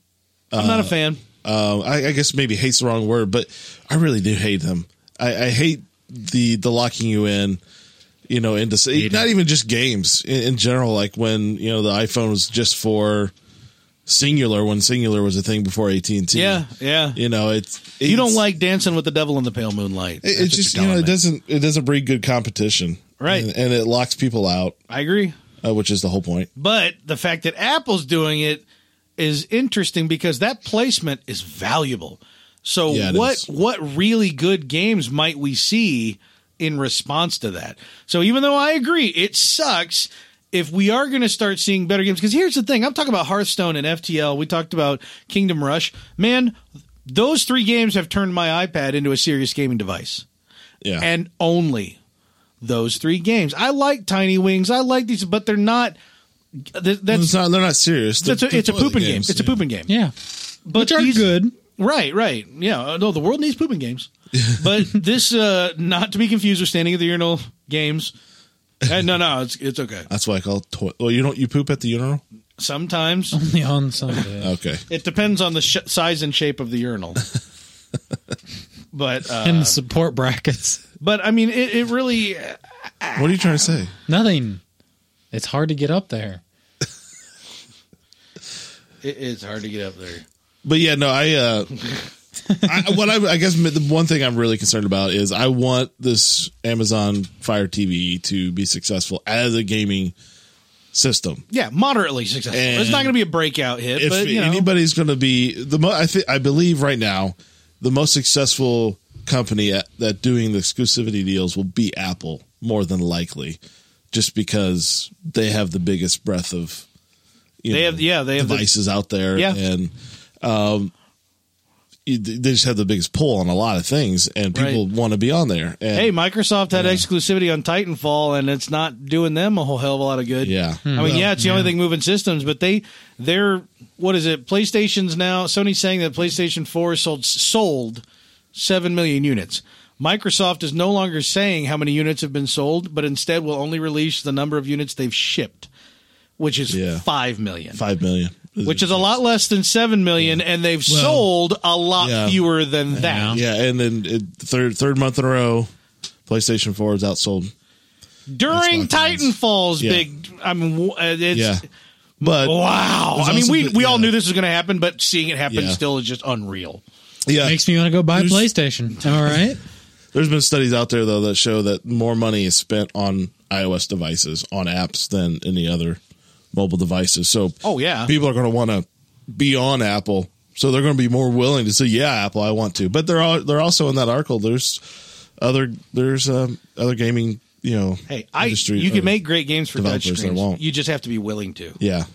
Speaker 2: uh,
Speaker 1: I'm not a fan.
Speaker 2: Um, I, I guess maybe hate's the wrong word, but I really do hate them. I, I hate the the locking you in, you know, into not even just games in, in general. Like when you know the iPhone was just for singular when singular was a thing before AT and T.
Speaker 1: Yeah, yeah.
Speaker 2: you know it's,
Speaker 1: you don't
Speaker 2: it's-
Speaker 1: like dancing with the devil in the pale moonlight.
Speaker 2: it,
Speaker 1: That's
Speaker 2: it's
Speaker 1: what
Speaker 2: just
Speaker 1: you're
Speaker 2: you know
Speaker 1: telling
Speaker 2: it
Speaker 1: me.
Speaker 2: doesn't it doesn't breed good competition,
Speaker 1: Right.
Speaker 2: And, and it locks people out,
Speaker 1: I agree.
Speaker 2: uh, which is the whole point.
Speaker 1: But the fact that Apple's doing it is interesting because that placement is valuable. So
Speaker 2: Yeah, it
Speaker 1: what
Speaker 2: is.
Speaker 1: what really good games might we see in response to that? So even though I agree it sucks if we are going to start seeing better games because here's the thing, I'm talking about Hearthstone and FTL, we talked about Kingdom Rush. Man, those three games have turned my iPad into a serious gaming device
Speaker 2: Yeah,
Speaker 1: and only those three games. I like Tiny Wings. I like these, but they're not. th-
Speaker 2: it's
Speaker 3: Mm.
Speaker 1: That's
Speaker 2: not, they're not serious.
Speaker 1: that's a,
Speaker 2: They're-
Speaker 1: it's a
Speaker 2: they're toilet
Speaker 1: pooping game.
Speaker 2: games.
Speaker 1: It's a pooping game.
Speaker 3: yeah.
Speaker 1: But
Speaker 3: Which are
Speaker 1: these-
Speaker 3: good.
Speaker 1: Right, right. Yeah. uh, No, the world needs pooping games. but this, uh, not to be confused with standing at the urinal games. Eh, no, no, it's it's okay.
Speaker 2: That's why I call it toilet. Well, you don't you poop at the urinal?
Speaker 1: Sometimes
Speaker 3: Only on Sunday.
Speaker 2: Okay.
Speaker 1: it depends on the sh- size and shape of the urinal. but uh,
Speaker 3: in the support brackets.
Speaker 1: but I mean, it, it really.
Speaker 2: What are you trying to say?
Speaker 3: Nothing. It's hard to get up there.
Speaker 1: It, it's hard to get up there.
Speaker 2: But yeah, no, I. uh I, what I, I guess the one thing I'm really concerned about is I want this Amazon Fire TV to be successful as a gaming system.
Speaker 1: Yeah, moderately successful.
Speaker 2: And
Speaker 1: it's not going to be a breakout hit,
Speaker 2: If
Speaker 1: but you know.
Speaker 2: anybody's going to be the mo- I think I believe right now the most successful company at, that doing the exclusivity deals will be Apple more than likely, just because they have the biggest breadth of you
Speaker 1: They have- yeah, they have the-
Speaker 2: devices out there
Speaker 1: Yeah.
Speaker 2: and um you- they just have the biggest pull on a lot of things and people
Speaker 1: Right.
Speaker 2: want to be on there and
Speaker 1: hey, Microsoft had exclusivity on Titanfall, and it's not doing them a whole hell of a lot of good.
Speaker 2: Yeah.
Speaker 1: I mean, yeah, it's the only thing moving systems, but they they're what is it? PlayStation's now Sony's saying that PlayStation Four sold sold seven million units. Microsoft is no longer saying how many units have been sold, but instead will only release the number of units they've shipped. which is
Speaker 2: Yeah.
Speaker 1: five million,
Speaker 2: Five million,
Speaker 1: which is a lot less than seven million, and they've sold a lot
Speaker 2: yeah.
Speaker 1: fewer than that.
Speaker 2: Yeah, and then it, third third month in a row, PlayStation Four is outsold.
Speaker 1: During
Speaker 2: Xbox Ones.
Speaker 1: Titanfall's
Speaker 2: Yeah.
Speaker 1: big, I mean, w- uh, it's
Speaker 2: Yeah, but
Speaker 1: wow.
Speaker 2: There's
Speaker 1: I mean,
Speaker 2: also
Speaker 1: we
Speaker 2: the-
Speaker 1: we all
Speaker 2: yeah.
Speaker 1: knew this was going to happen, but seeing it happen
Speaker 2: Yeah.
Speaker 1: still is just unreal.
Speaker 2: yeah,
Speaker 3: Makes me want to go buy
Speaker 2: Uh, There's-
Speaker 3: PlayStation. All right.
Speaker 2: There's been studies out there though that show that more money is spent on iOS devices on apps than any other mobile devices. So
Speaker 1: Oh, yeah.
Speaker 2: people are going to want to be on Apple, so they're going to be more willing to say, "Yeah, Apple, I want to." But they're all, they're also in that article. There's other there's um, other gaming you know
Speaker 1: Hey, I
Speaker 2: industry-
Speaker 1: you can
Speaker 2: or-
Speaker 1: make great games for touch
Speaker 2: developers that
Speaker 1: screens.
Speaker 2: won't.
Speaker 1: You just have to be willing to.
Speaker 2: yeah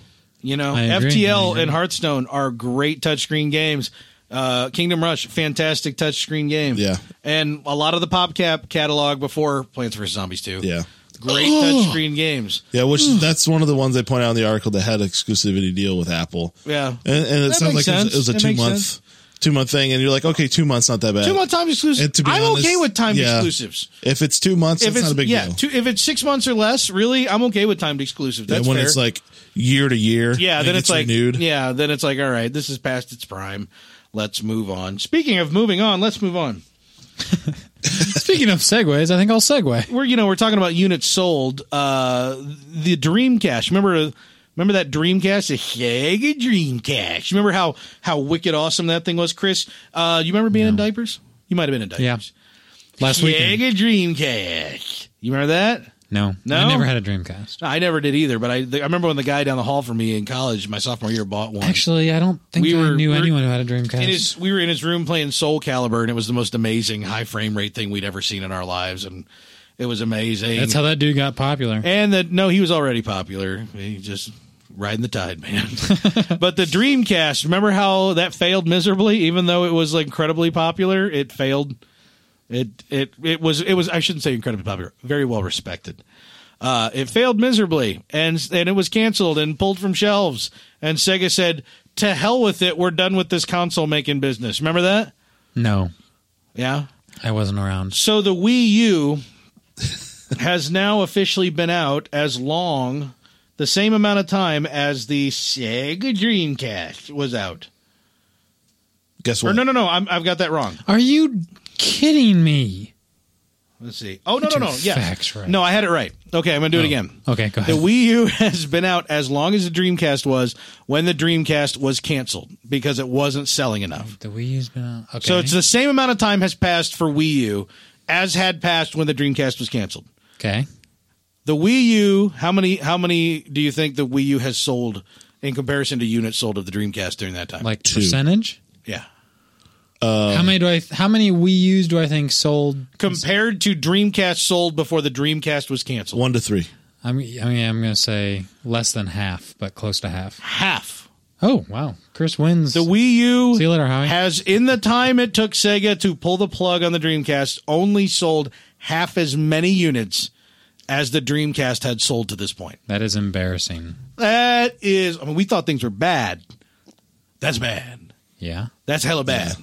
Speaker 1: You know,
Speaker 3: I agree, I
Speaker 1: FTL
Speaker 3: agree.
Speaker 1: and Hearthstone are great touchscreen games. Uh, Kingdom Rush, fantastic touchscreen game.
Speaker 2: Yeah.
Speaker 1: and a lot of the PopCap catalog before Plants vs Zombies two.
Speaker 2: yeah.
Speaker 1: great touchscreen games.
Speaker 2: Yeah, which
Speaker 1: Hmm.
Speaker 2: that's one of the ones they point out in the article that had exclusivity deal with Apple.
Speaker 1: Yeah.
Speaker 2: and, and it
Speaker 1: That
Speaker 2: sounds like
Speaker 1: makes
Speaker 2: it was,
Speaker 1: sense.
Speaker 2: it was a
Speaker 1: That
Speaker 2: two
Speaker 1: makes
Speaker 2: month
Speaker 1: sense.
Speaker 2: two month thing, and you're like, okay, two months not that bad.
Speaker 1: Two month time exclusives.
Speaker 2: And to be
Speaker 1: I'm
Speaker 2: honest,
Speaker 1: okay with time
Speaker 2: yeah.
Speaker 1: exclusives.
Speaker 2: If it's two months,
Speaker 1: If
Speaker 2: it's,
Speaker 1: it's
Speaker 2: not a big
Speaker 1: yeah,
Speaker 2: deal.
Speaker 1: two, if it's six months or less, really, I'm okay with timed exclusive. That's
Speaker 2: and when
Speaker 1: fair.
Speaker 2: it's like year to year,
Speaker 1: yeah,
Speaker 2: and
Speaker 1: then
Speaker 2: it
Speaker 1: it's
Speaker 2: gets
Speaker 1: like
Speaker 2: renewed.
Speaker 1: yeah, then it's like all right, this is past its prime. Let's move on. Speaking of moving on, let's move on.
Speaker 3: Speaking of segues, I think I'll segue.
Speaker 1: we're you know we're talking about units sold. Uh, the Dreamcast. Remember, remember that Dreamcast, the Sega Dreamcast. Remember how how wicked awesome that thing was, Chris. Uh, you remember being in diapers? You might have been in
Speaker 3: Yeah.
Speaker 1: diapers.
Speaker 3: Last weekend.
Speaker 1: Sega Dreamcast. You remember that?
Speaker 3: No,
Speaker 1: No?
Speaker 3: I never had a Dreamcast.
Speaker 1: I never did either, but I I remember when the guy down the hall from me in college, my sophomore year, bought one.
Speaker 3: Actually, I don't think
Speaker 1: We
Speaker 3: I
Speaker 1: were-
Speaker 3: knew
Speaker 1: we're-
Speaker 3: anyone who had a Dreamcast.
Speaker 1: in his, we were in his room playing Soul Calibur, and it was the most amazing high frame rate thing we'd ever seen in our lives, and it was amazing.
Speaker 3: That's how that dude got popular.
Speaker 1: And that no, he was already popular. He just riding the tide, man. but the Dreamcast, remember how that failed miserably? Even though it was like, incredibly popular, it failed. It it it was it was I shouldn't say incredibly popular, very well respected. Uh, it failed miserably, and and it was canceled and pulled from shelves. And Sega said, "To hell with it, we're done with this console making business." Remember that?
Speaker 3: No,
Speaker 1: Yeah.
Speaker 3: I wasn't around.
Speaker 1: So the Wii U has now officially been out as long, the same amount of time as the Sega Dreamcast was out.
Speaker 2: Guess
Speaker 1: Or
Speaker 2: what?
Speaker 1: no, no, no, I'm, I've got that wrong.
Speaker 3: Are you kidding me?
Speaker 1: Let's see. Oh no, no, no,
Speaker 3: Get your
Speaker 1: yeah,
Speaker 3: facts right.
Speaker 1: no, I had it right. Okay, I'm gonna do it
Speaker 3: Oh.
Speaker 1: again.
Speaker 3: Okay, go
Speaker 1: The
Speaker 3: ahead.
Speaker 1: Wii U has been out as long as the Dreamcast was when the Dreamcast was canceled because it wasn't selling enough.
Speaker 3: The Wii U's been out. Okay.
Speaker 1: So it's the same amount of time has passed for Wii U as had passed when the Dreamcast was canceled.
Speaker 3: okay.
Speaker 1: The Wii U, how many how many do you think the Wii U has sold in comparison to units sold of the Dreamcast during that time?
Speaker 3: Like
Speaker 2: Two.
Speaker 3: percentage?
Speaker 1: yeah.
Speaker 3: how many do I? How many Wii U's do I think sold?
Speaker 1: Compared to Dreamcast sold before the Dreamcast was canceled.
Speaker 2: One to three.
Speaker 3: I mean, I mean, I'm going to say less than half, but close to half.
Speaker 1: Half.
Speaker 3: Oh wow, Chris wins.
Speaker 1: The Wii U
Speaker 3: See you later, Howie.
Speaker 1: has in the time it took Sega to pull the plug on the Dreamcast only sold half as many units as the Dreamcast had sold to this point.
Speaker 3: that is embarrassing.
Speaker 1: That is I mean we thought things were bad. That's bad.
Speaker 3: Yeah.
Speaker 1: That's hella bad.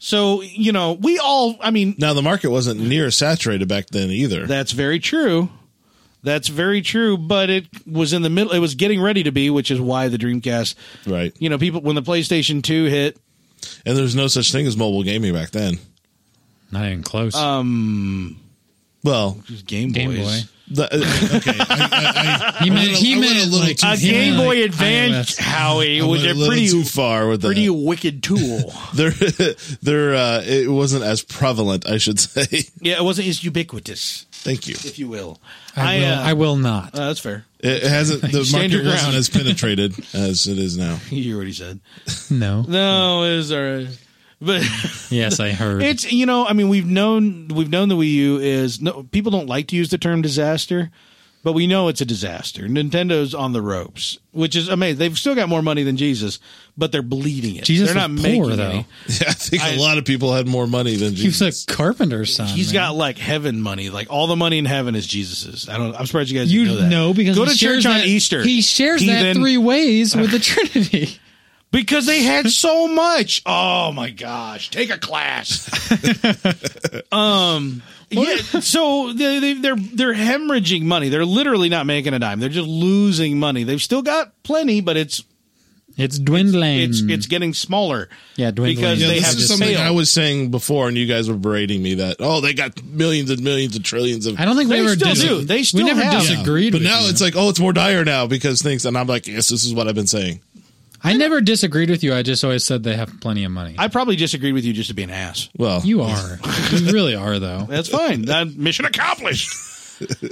Speaker 1: So, you know, we all I mean
Speaker 2: Now the market wasn't near saturated back then either.
Speaker 1: That's very true. That's very true, but it was in the middle. It was getting ready to be, which is why the Dreamcast.
Speaker 2: right.
Speaker 1: You know, people when the PlayStation Two hit,
Speaker 2: And there's no such thing as mobile gaming back then.
Speaker 3: Not even close.
Speaker 2: Well,
Speaker 1: it was Game,
Speaker 3: Game
Speaker 1: Oh, Boys.
Speaker 3: Boy.
Speaker 2: the, uh, okay,
Speaker 3: He meant, he
Speaker 2: I went a
Speaker 3: meant
Speaker 2: little
Speaker 3: like
Speaker 2: too
Speaker 1: A
Speaker 3: he
Speaker 1: Game
Speaker 3: meant
Speaker 1: Boy
Speaker 3: like
Speaker 1: Advance,
Speaker 3: iOS.
Speaker 1: Howie,
Speaker 2: I
Speaker 1: was
Speaker 2: went
Speaker 1: a
Speaker 2: a little
Speaker 1: pretty,
Speaker 2: too far with
Speaker 1: pretty
Speaker 2: that.
Speaker 1: wicked tool.
Speaker 2: There, there, uh, it wasn't as prevalent, I should say.
Speaker 1: yeah, it wasn't as ubiquitous,
Speaker 2: Thank you.
Speaker 1: if you will.
Speaker 3: I will,
Speaker 1: uh,
Speaker 3: I will not.
Speaker 1: uh, that's fair.
Speaker 2: It hasn't. The
Speaker 1: Stand your
Speaker 2: market
Speaker 1: ground.
Speaker 2: wasn't as penetrated as it is now.
Speaker 1: you already said
Speaker 3: no.
Speaker 1: no. Is all right, but.
Speaker 3: Yes, I heard.
Speaker 1: It's you know, I mean, we've known we've known the Wii U is no people don't like to use the term disaster, but we know it's a disaster. Nintendo's on the ropes, which is amazing. They've still got more money than Jesus, but they're bleeding it.
Speaker 3: Jesus
Speaker 1: they're
Speaker 3: was
Speaker 1: not
Speaker 3: poor,
Speaker 1: making
Speaker 3: though.
Speaker 1: any.
Speaker 2: Yeah, I think
Speaker 1: I-
Speaker 2: a lot of people had more money than
Speaker 3: he was
Speaker 2: Jesus.
Speaker 3: a carpenter's son.
Speaker 1: He's
Speaker 3: Oh, man.
Speaker 1: got like heaven money. Like all the money in heaven is Jesus's. I don't. I'm surprised you guys
Speaker 3: You
Speaker 1: didn't know
Speaker 3: know,
Speaker 1: that.
Speaker 3: because
Speaker 1: go
Speaker 3: he
Speaker 1: to
Speaker 3: shares
Speaker 1: church on
Speaker 3: that-
Speaker 1: Easter.
Speaker 3: He shares that
Speaker 1: Heathen.
Speaker 3: three ways with the Trinity.
Speaker 1: because they had so much. Oh my gosh, take a class. um, yeah, so they, they, they're they're hemorrhaging money. They're literally not making a dime. They're just losing money. They've still got plenty, but it's
Speaker 3: It's dwindling.
Speaker 1: it's it's getting smaller.
Speaker 3: yeah, dwindling.
Speaker 1: because
Speaker 2: Yeah,
Speaker 1: they
Speaker 2: this
Speaker 1: have
Speaker 2: is
Speaker 1: to
Speaker 2: something
Speaker 1: fail.
Speaker 2: I was saying before, and you guys were berating me that oh, they got millions and millions and trillions of.
Speaker 3: I don't think we
Speaker 1: They
Speaker 3: ever
Speaker 1: still
Speaker 3: dis-
Speaker 1: do. They still
Speaker 3: we never
Speaker 1: have.
Speaker 3: disagreed.
Speaker 2: but
Speaker 3: with
Speaker 2: now
Speaker 3: you.
Speaker 2: it's like oh, it's more dire now because things. And I'm like, yes, this is what I've been saying.
Speaker 3: I never disagreed with you. I just always said they have plenty of money.
Speaker 1: I probably disagreed with you just to be an ass.
Speaker 2: Well,
Speaker 3: you are. you really are, though.
Speaker 1: That's fine. That mission accomplished.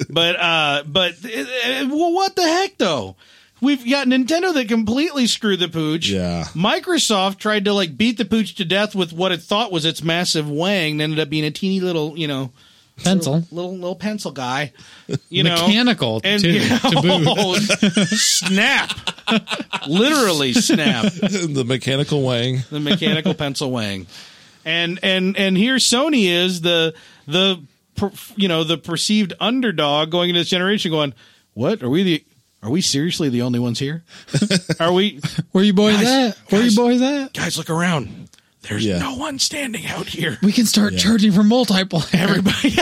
Speaker 1: but uh but uh, well, what the heck though? We've got Nintendo that completely screwed the pooch.
Speaker 2: Yeah.
Speaker 1: Microsoft tried to like beat the pooch to death with what it thought was its massive wang, and ended up being a teeny little, you know,
Speaker 3: Pencil.
Speaker 1: little little pencil guy. You know,
Speaker 3: Mechanical,
Speaker 1: and
Speaker 3: too. to boot.
Speaker 1: Oh, snap, literally snap
Speaker 2: the mechanical wang.
Speaker 1: the mechanical pencil wang. And and and here Sony is the the per- you know the perceived underdog going into this generation going, "What? Are we the are we seriously the only ones here? Are we
Speaker 3: Where you boys
Speaker 1: Guys,
Speaker 3: at? Where
Speaker 1: guys.
Speaker 3: you boys at?
Speaker 1: guys look around. There's
Speaker 2: Yeah.
Speaker 1: no one standing out here.
Speaker 3: We can start charging for multiplayer.
Speaker 1: Everybody.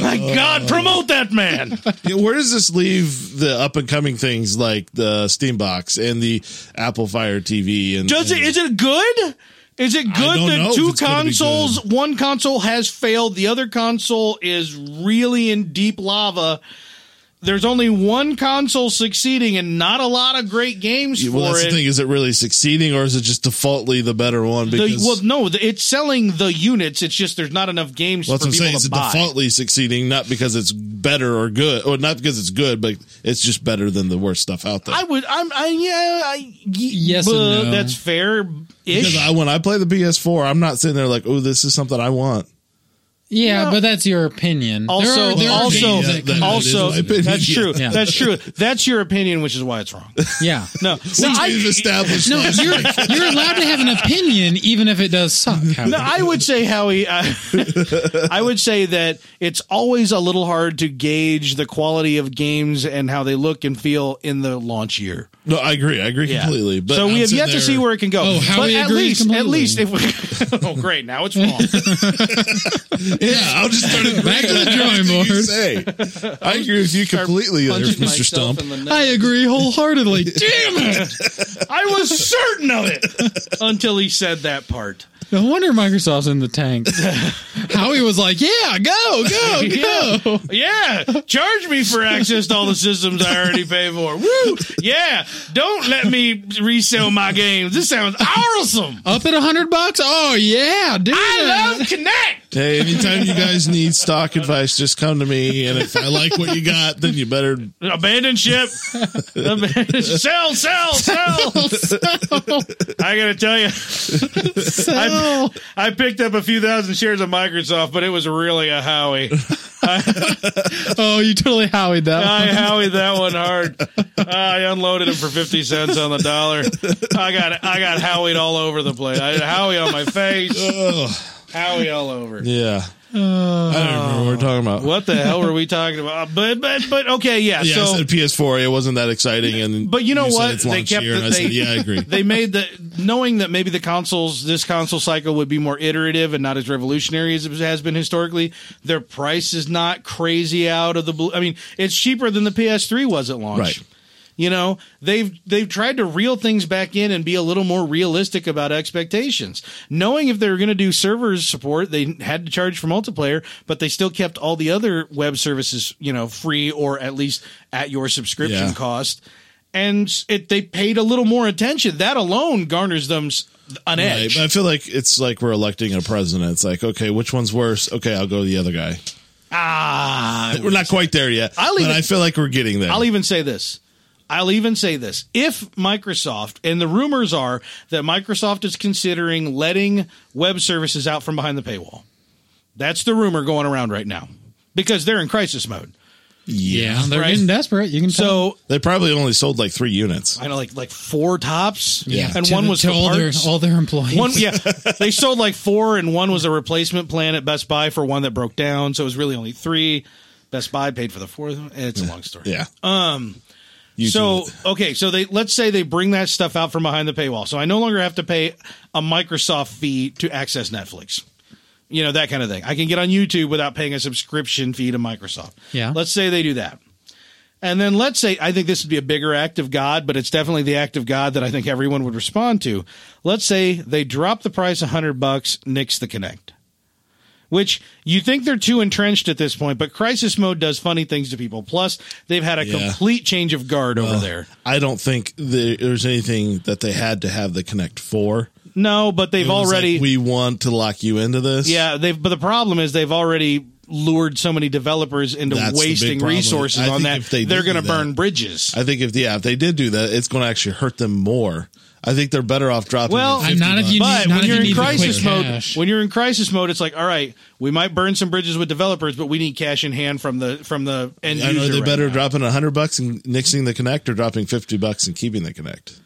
Speaker 1: My
Speaker 2: Oh.
Speaker 1: God, promote that man.
Speaker 2: Yeah, Where does this leave the up and coming things like the Steambox and the Apple Fire TV? And
Speaker 1: Does it?
Speaker 2: and-
Speaker 1: Is it good? Is it good
Speaker 2: don't know
Speaker 1: that
Speaker 2: if
Speaker 1: two
Speaker 2: it's gonna be
Speaker 1: consoles, one console has failed, the other console is really in deep lava? There's only one console succeeding and not a lot of great games
Speaker 2: well,
Speaker 1: for
Speaker 2: that's
Speaker 1: it.
Speaker 2: the thing. Is it really succeeding, or is it just defaultly the better one?
Speaker 1: The-
Speaker 2: Because
Speaker 1: well, no, the- it's selling the units. It's just there's not enough games
Speaker 2: Well,
Speaker 1: for
Speaker 2: that's what I'm
Speaker 1: people
Speaker 2: saying.
Speaker 1: to
Speaker 2: It's
Speaker 1: buy.
Speaker 2: defaultly succeeding, not because it's better or good, or not because it's good, but it's just better than the worst stuff out there.
Speaker 1: I would. I'm. I yeah. I, y-
Speaker 3: Yes and
Speaker 1: uh,
Speaker 3: no.
Speaker 1: That's fair.
Speaker 2: because
Speaker 1: Ish.
Speaker 2: I, when I play the PS4, I'm not sitting there like, "Oh, this is something I want."
Speaker 3: Yeah,
Speaker 1: No.
Speaker 3: but that's your opinion. There
Speaker 1: Also,
Speaker 3: are- there are
Speaker 1: also,
Speaker 3: games that come out-
Speaker 1: also,
Speaker 2: that is my opinion.
Speaker 1: that's true.
Speaker 3: Yeah.
Speaker 1: That's true. That's your opinion, which is why it's wrong.
Speaker 3: yeah.
Speaker 1: No,
Speaker 2: Which
Speaker 1: no,
Speaker 2: we've
Speaker 1: I,
Speaker 2: established.
Speaker 3: No,
Speaker 2: last
Speaker 3: you're
Speaker 2: week.
Speaker 3: you're allowed to have an opinion, even if it does suck. Howard.
Speaker 1: no, I would say Howie. I, I would say that it's always a little hard to gauge the quality of games and how they look and feel in the launch year.
Speaker 2: no, I agree. I agree completely. But
Speaker 1: so
Speaker 2: I'm
Speaker 1: we have
Speaker 2: sitting
Speaker 1: yet
Speaker 2: there-
Speaker 1: to see where it can go.
Speaker 3: Oh,
Speaker 1: but
Speaker 3: Howie
Speaker 1: at least,
Speaker 3: agrees
Speaker 1: at
Speaker 3: completely.
Speaker 1: least, if we, oh great, now it's wrong.
Speaker 2: Yeah, I'll just start agreeing
Speaker 3: Back to the
Speaker 2: with
Speaker 3: drawing
Speaker 2: everything you
Speaker 3: board.
Speaker 2: say. I agree with you completely, there,
Speaker 1: Punching
Speaker 2: Mr.
Speaker 1: myself
Speaker 2: Stump.
Speaker 1: in the nose.
Speaker 3: I agree wholeheartedly. Damn it!
Speaker 1: I was certain of it until he said that part.
Speaker 3: No wonder Microsoft's in the tank. Howie was like, "Yeah, go, go, go."
Speaker 1: Yeah, charge me for access to all the systems I already pay for. Woo! Yeah, don't let me resell my games. This sounds awesome.
Speaker 3: Up at a hundred bucks? Oh yeah, dude.
Speaker 1: I love Connect.
Speaker 2: Hey, anytime you guys need stock advice, just come to me. And if I like what you got, then you better.
Speaker 1: Abandon ship. Abandon- sell, sell, sell. I gotta tell you, I, I picked up a few thousand shares of Microsoft, but it was really a Howie.
Speaker 3: oh, you totally Howie that.
Speaker 1: I
Speaker 3: one.
Speaker 1: howied that one hard. I unloaded him for fifty cents on the dollar. I got I got howied all over the place. I had howie on my face,
Speaker 2: Oh,
Speaker 1: howie all over.
Speaker 2: yeah. I don't remember what we're talking about.
Speaker 1: What the hell were we talking about? But but but okay, yeah.
Speaker 2: Yeah,
Speaker 1: so
Speaker 2: I said PS4. It wasn't that exciting, and
Speaker 1: But you know
Speaker 2: said
Speaker 1: what?
Speaker 2: It's
Speaker 1: They
Speaker 2: launch
Speaker 1: kept
Speaker 2: year,
Speaker 1: the-
Speaker 2: and I said,
Speaker 1: they-
Speaker 2: yeah, I agree.
Speaker 1: they made the knowing that maybe the consoles this console cycle would be more iterative and not as revolutionary as it has been historically. Their price is not crazy out of the blue. I mean, it's cheaper than the PS3 was at launch.
Speaker 2: Right.
Speaker 1: You know, they've they've tried to reel things back in and be a little more realistic about expectations. Knowing if they were going to do servers support, they had to charge for multiplayer, but they still kept all the other web services, you know, free or at least at your subscription
Speaker 2: Yeah.
Speaker 1: cost. And it they paid a little more attention. That alone garners them s- an
Speaker 2: Right,
Speaker 1: edge.
Speaker 2: but I feel like it's like we're electing a president. It's like, okay, which one's worse? Okay, I'll go to the other guy.
Speaker 1: ah,
Speaker 2: We're not quite there yet,
Speaker 1: I'll
Speaker 2: but
Speaker 1: even-
Speaker 2: I feel like we're getting there.
Speaker 1: I'll even say this. I'll even say this. If Microsoft, and the rumors are that Microsoft is considering letting web services out from behind the paywall. That's the rumor going around right now because they're in crisis mode.
Speaker 3: yeah, they're
Speaker 1: Right.
Speaker 3: getting desperate. You can tell.
Speaker 1: So
Speaker 2: They probably only sold like three units.
Speaker 1: I know, like like four tops,
Speaker 3: yeah,
Speaker 1: and
Speaker 3: to
Speaker 1: one
Speaker 3: the-
Speaker 1: was
Speaker 3: to
Speaker 1: for
Speaker 3: all their
Speaker 1: parts.
Speaker 3: all their employees.
Speaker 1: one, yeah, they sold like four, and one was a replacement plan at Best Buy for one that broke down. So it was really only three. Best Buy paid for the fourth one. It's a long story.
Speaker 2: Yeah.
Speaker 1: Um.
Speaker 2: You
Speaker 1: so
Speaker 2: do it.
Speaker 1: okay, so they let's say they bring that stuff out from behind the paywall. So I no longer have to pay a Microsoft fee to access Netflix. You know that kind of thing. I can get on YouTube without paying a subscription fee to Microsoft.
Speaker 3: Yeah.
Speaker 1: Let's say they do that. And then let's say I think this would be a bigger act of God, but it's definitely the act of God that I think everyone would respond to. Let's say they drop the price 100 bucks, nix the Connect. Which you think they're too entrenched at this point, but crisis mode does funny things to people. Plus, they've had a
Speaker 2: Yeah.
Speaker 1: complete change of guard over there.
Speaker 2: I don't think there- there's anything that they had to have the Connect for.
Speaker 1: No, but they've
Speaker 2: It was
Speaker 1: already
Speaker 2: like, we want to lock you into this.
Speaker 1: yeah they've but the problem is they've already lured so many developers into
Speaker 2: That's the big
Speaker 1: wasting
Speaker 2: problem.
Speaker 1: resources
Speaker 2: I
Speaker 1: on
Speaker 2: think
Speaker 1: that.
Speaker 2: if they
Speaker 1: are
Speaker 2: do
Speaker 1: going to
Speaker 2: that-
Speaker 1: burn bridges.
Speaker 2: I think if yeah, if they did do that, it's going to actually hurt them more. I think they're better off dropping.
Speaker 1: Well,
Speaker 2: the
Speaker 1: I'm
Speaker 2: 50
Speaker 3: not if
Speaker 2: bucks.
Speaker 3: you-
Speaker 1: But
Speaker 3: not
Speaker 1: when
Speaker 3: if
Speaker 1: you're in
Speaker 3: need the quick
Speaker 1: crisis mode,
Speaker 3: cash.
Speaker 1: when you're in crisis mode, it's like, all right, we might burn some bridges with developers, but we need cash in hand from the from the end
Speaker 2: I know
Speaker 1: user.
Speaker 2: they
Speaker 1: right
Speaker 2: better
Speaker 1: now.
Speaker 2: dropping a hundred bucks and nixing the Connect or dropping fifty bucks and keeping the Connect.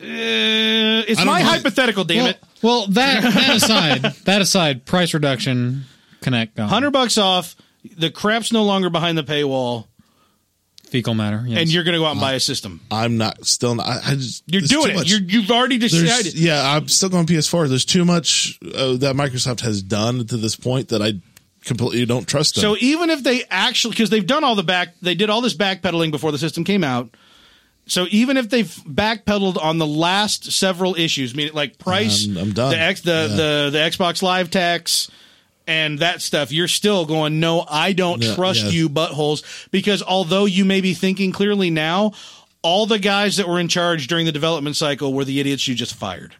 Speaker 1: Uh, it's
Speaker 2: I don't
Speaker 1: my
Speaker 2: know.
Speaker 1: hypothetical, damn
Speaker 3: well,
Speaker 1: it.
Speaker 3: well, that that aside, that aside, price reduction, connect gone.
Speaker 1: Hundred bucks off. The crap's no longer behind the paywall,
Speaker 3: fecal matter, yes.
Speaker 1: and you're going to go out and buy a system.
Speaker 2: I'm not still. Not, I, I just
Speaker 1: You're
Speaker 2: there's
Speaker 1: doing
Speaker 2: too
Speaker 1: it.
Speaker 2: much.
Speaker 1: You're, you've already
Speaker 2: There's-
Speaker 1: decided.
Speaker 2: yeah, I'm still going PS4. There's too much uh, that Microsoft has done to this point that I completely don't trust them.
Speaker 1: So even if they actually, because they've done all the back, they did all this backpedaling before the system came out. So even if they've backpedaled on the last several issues, meaning like price,
Speaker 2: I'm- I'm done.
Speaker 1: the X, the,
Speaker 2: Yeah.
Speaker 1: the the Xbox Live tax, and that stuff, you're still going. No, I don't
Speaker 2: Yeah,
Speaker 1: trust
Speaker 2: yeah.
Speaker 1: you, buttholes. Because although you may be thinking clearly now, all the guys that were in charge during the development cycle were the idiots you just fired.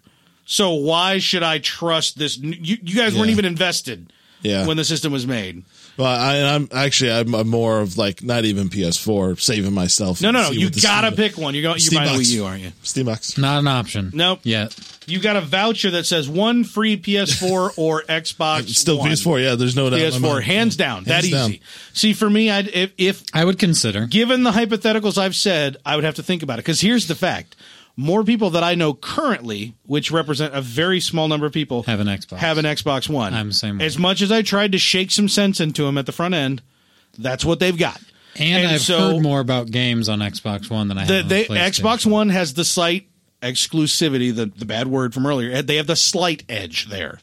Speaker 1: So why should I trust this? n- You, you guys weren't
Speaker 2: Yeah.
Speaker 1: even invested
Speaker 2: Yeah.
Speaker 1: when the system was made.
Speaker 2: Well, I, I'm actually I'm, I'm more of like not even PS4, saving myself.
Speaker 1: No, no, no.
Speaker 2: See
Speaker 1: You
Speaker 2: what the
Speaker 1: gotta
Speaker 2: Steam-
Speaker 1: pick one. You're going. You're
Speaker 2: Steam
Speaker 1: buying a
Speaker 2: Box.
Speaker 1: Wii U, aren't you?
Speaker 2: Steam box.
Speaker 3: not an option.
Speaker 1: Nope.
Speaker 3: Yet.
Speaker 1: You got a voucher that says one free PS4 or Xbox.
Speaker 2: Still
Speaker 1: One.
Speaker 2: PS4. Yeah, there's no doubt. in my
Speaker 1: PS4,
Speaker 2: mind.
Speaker 1: hands down, that easy.
Speaker 2: Hands down.
Speaker 1: See, for me, I'd, if, if
Speaker 3: I would consider.
Speaker 1: given the hypotheticals I've said, I would have to think about it. Because here's the fact: more people that I know currently, which represent a very small number of people,
Speaker 3: Have an Xbox.
Speaker 1: Have an Xbox One.
Speaker 3: I'm the same way.
Speaker 1: As much as I tried to shake some sense into them at the front end, that's what they've got.
Speaker 3: And, I've
Speaker 1: so-
Speaker 3: heard more about games on Xbox One than I
Speaker 1: the,
Speaker 3: have.
Speaker 1: they
Speaker 3: on PlayStation.
Speaker 1: Xbox One has the slight exclusivity, the, the bad word from earlier. They have the slight edge there.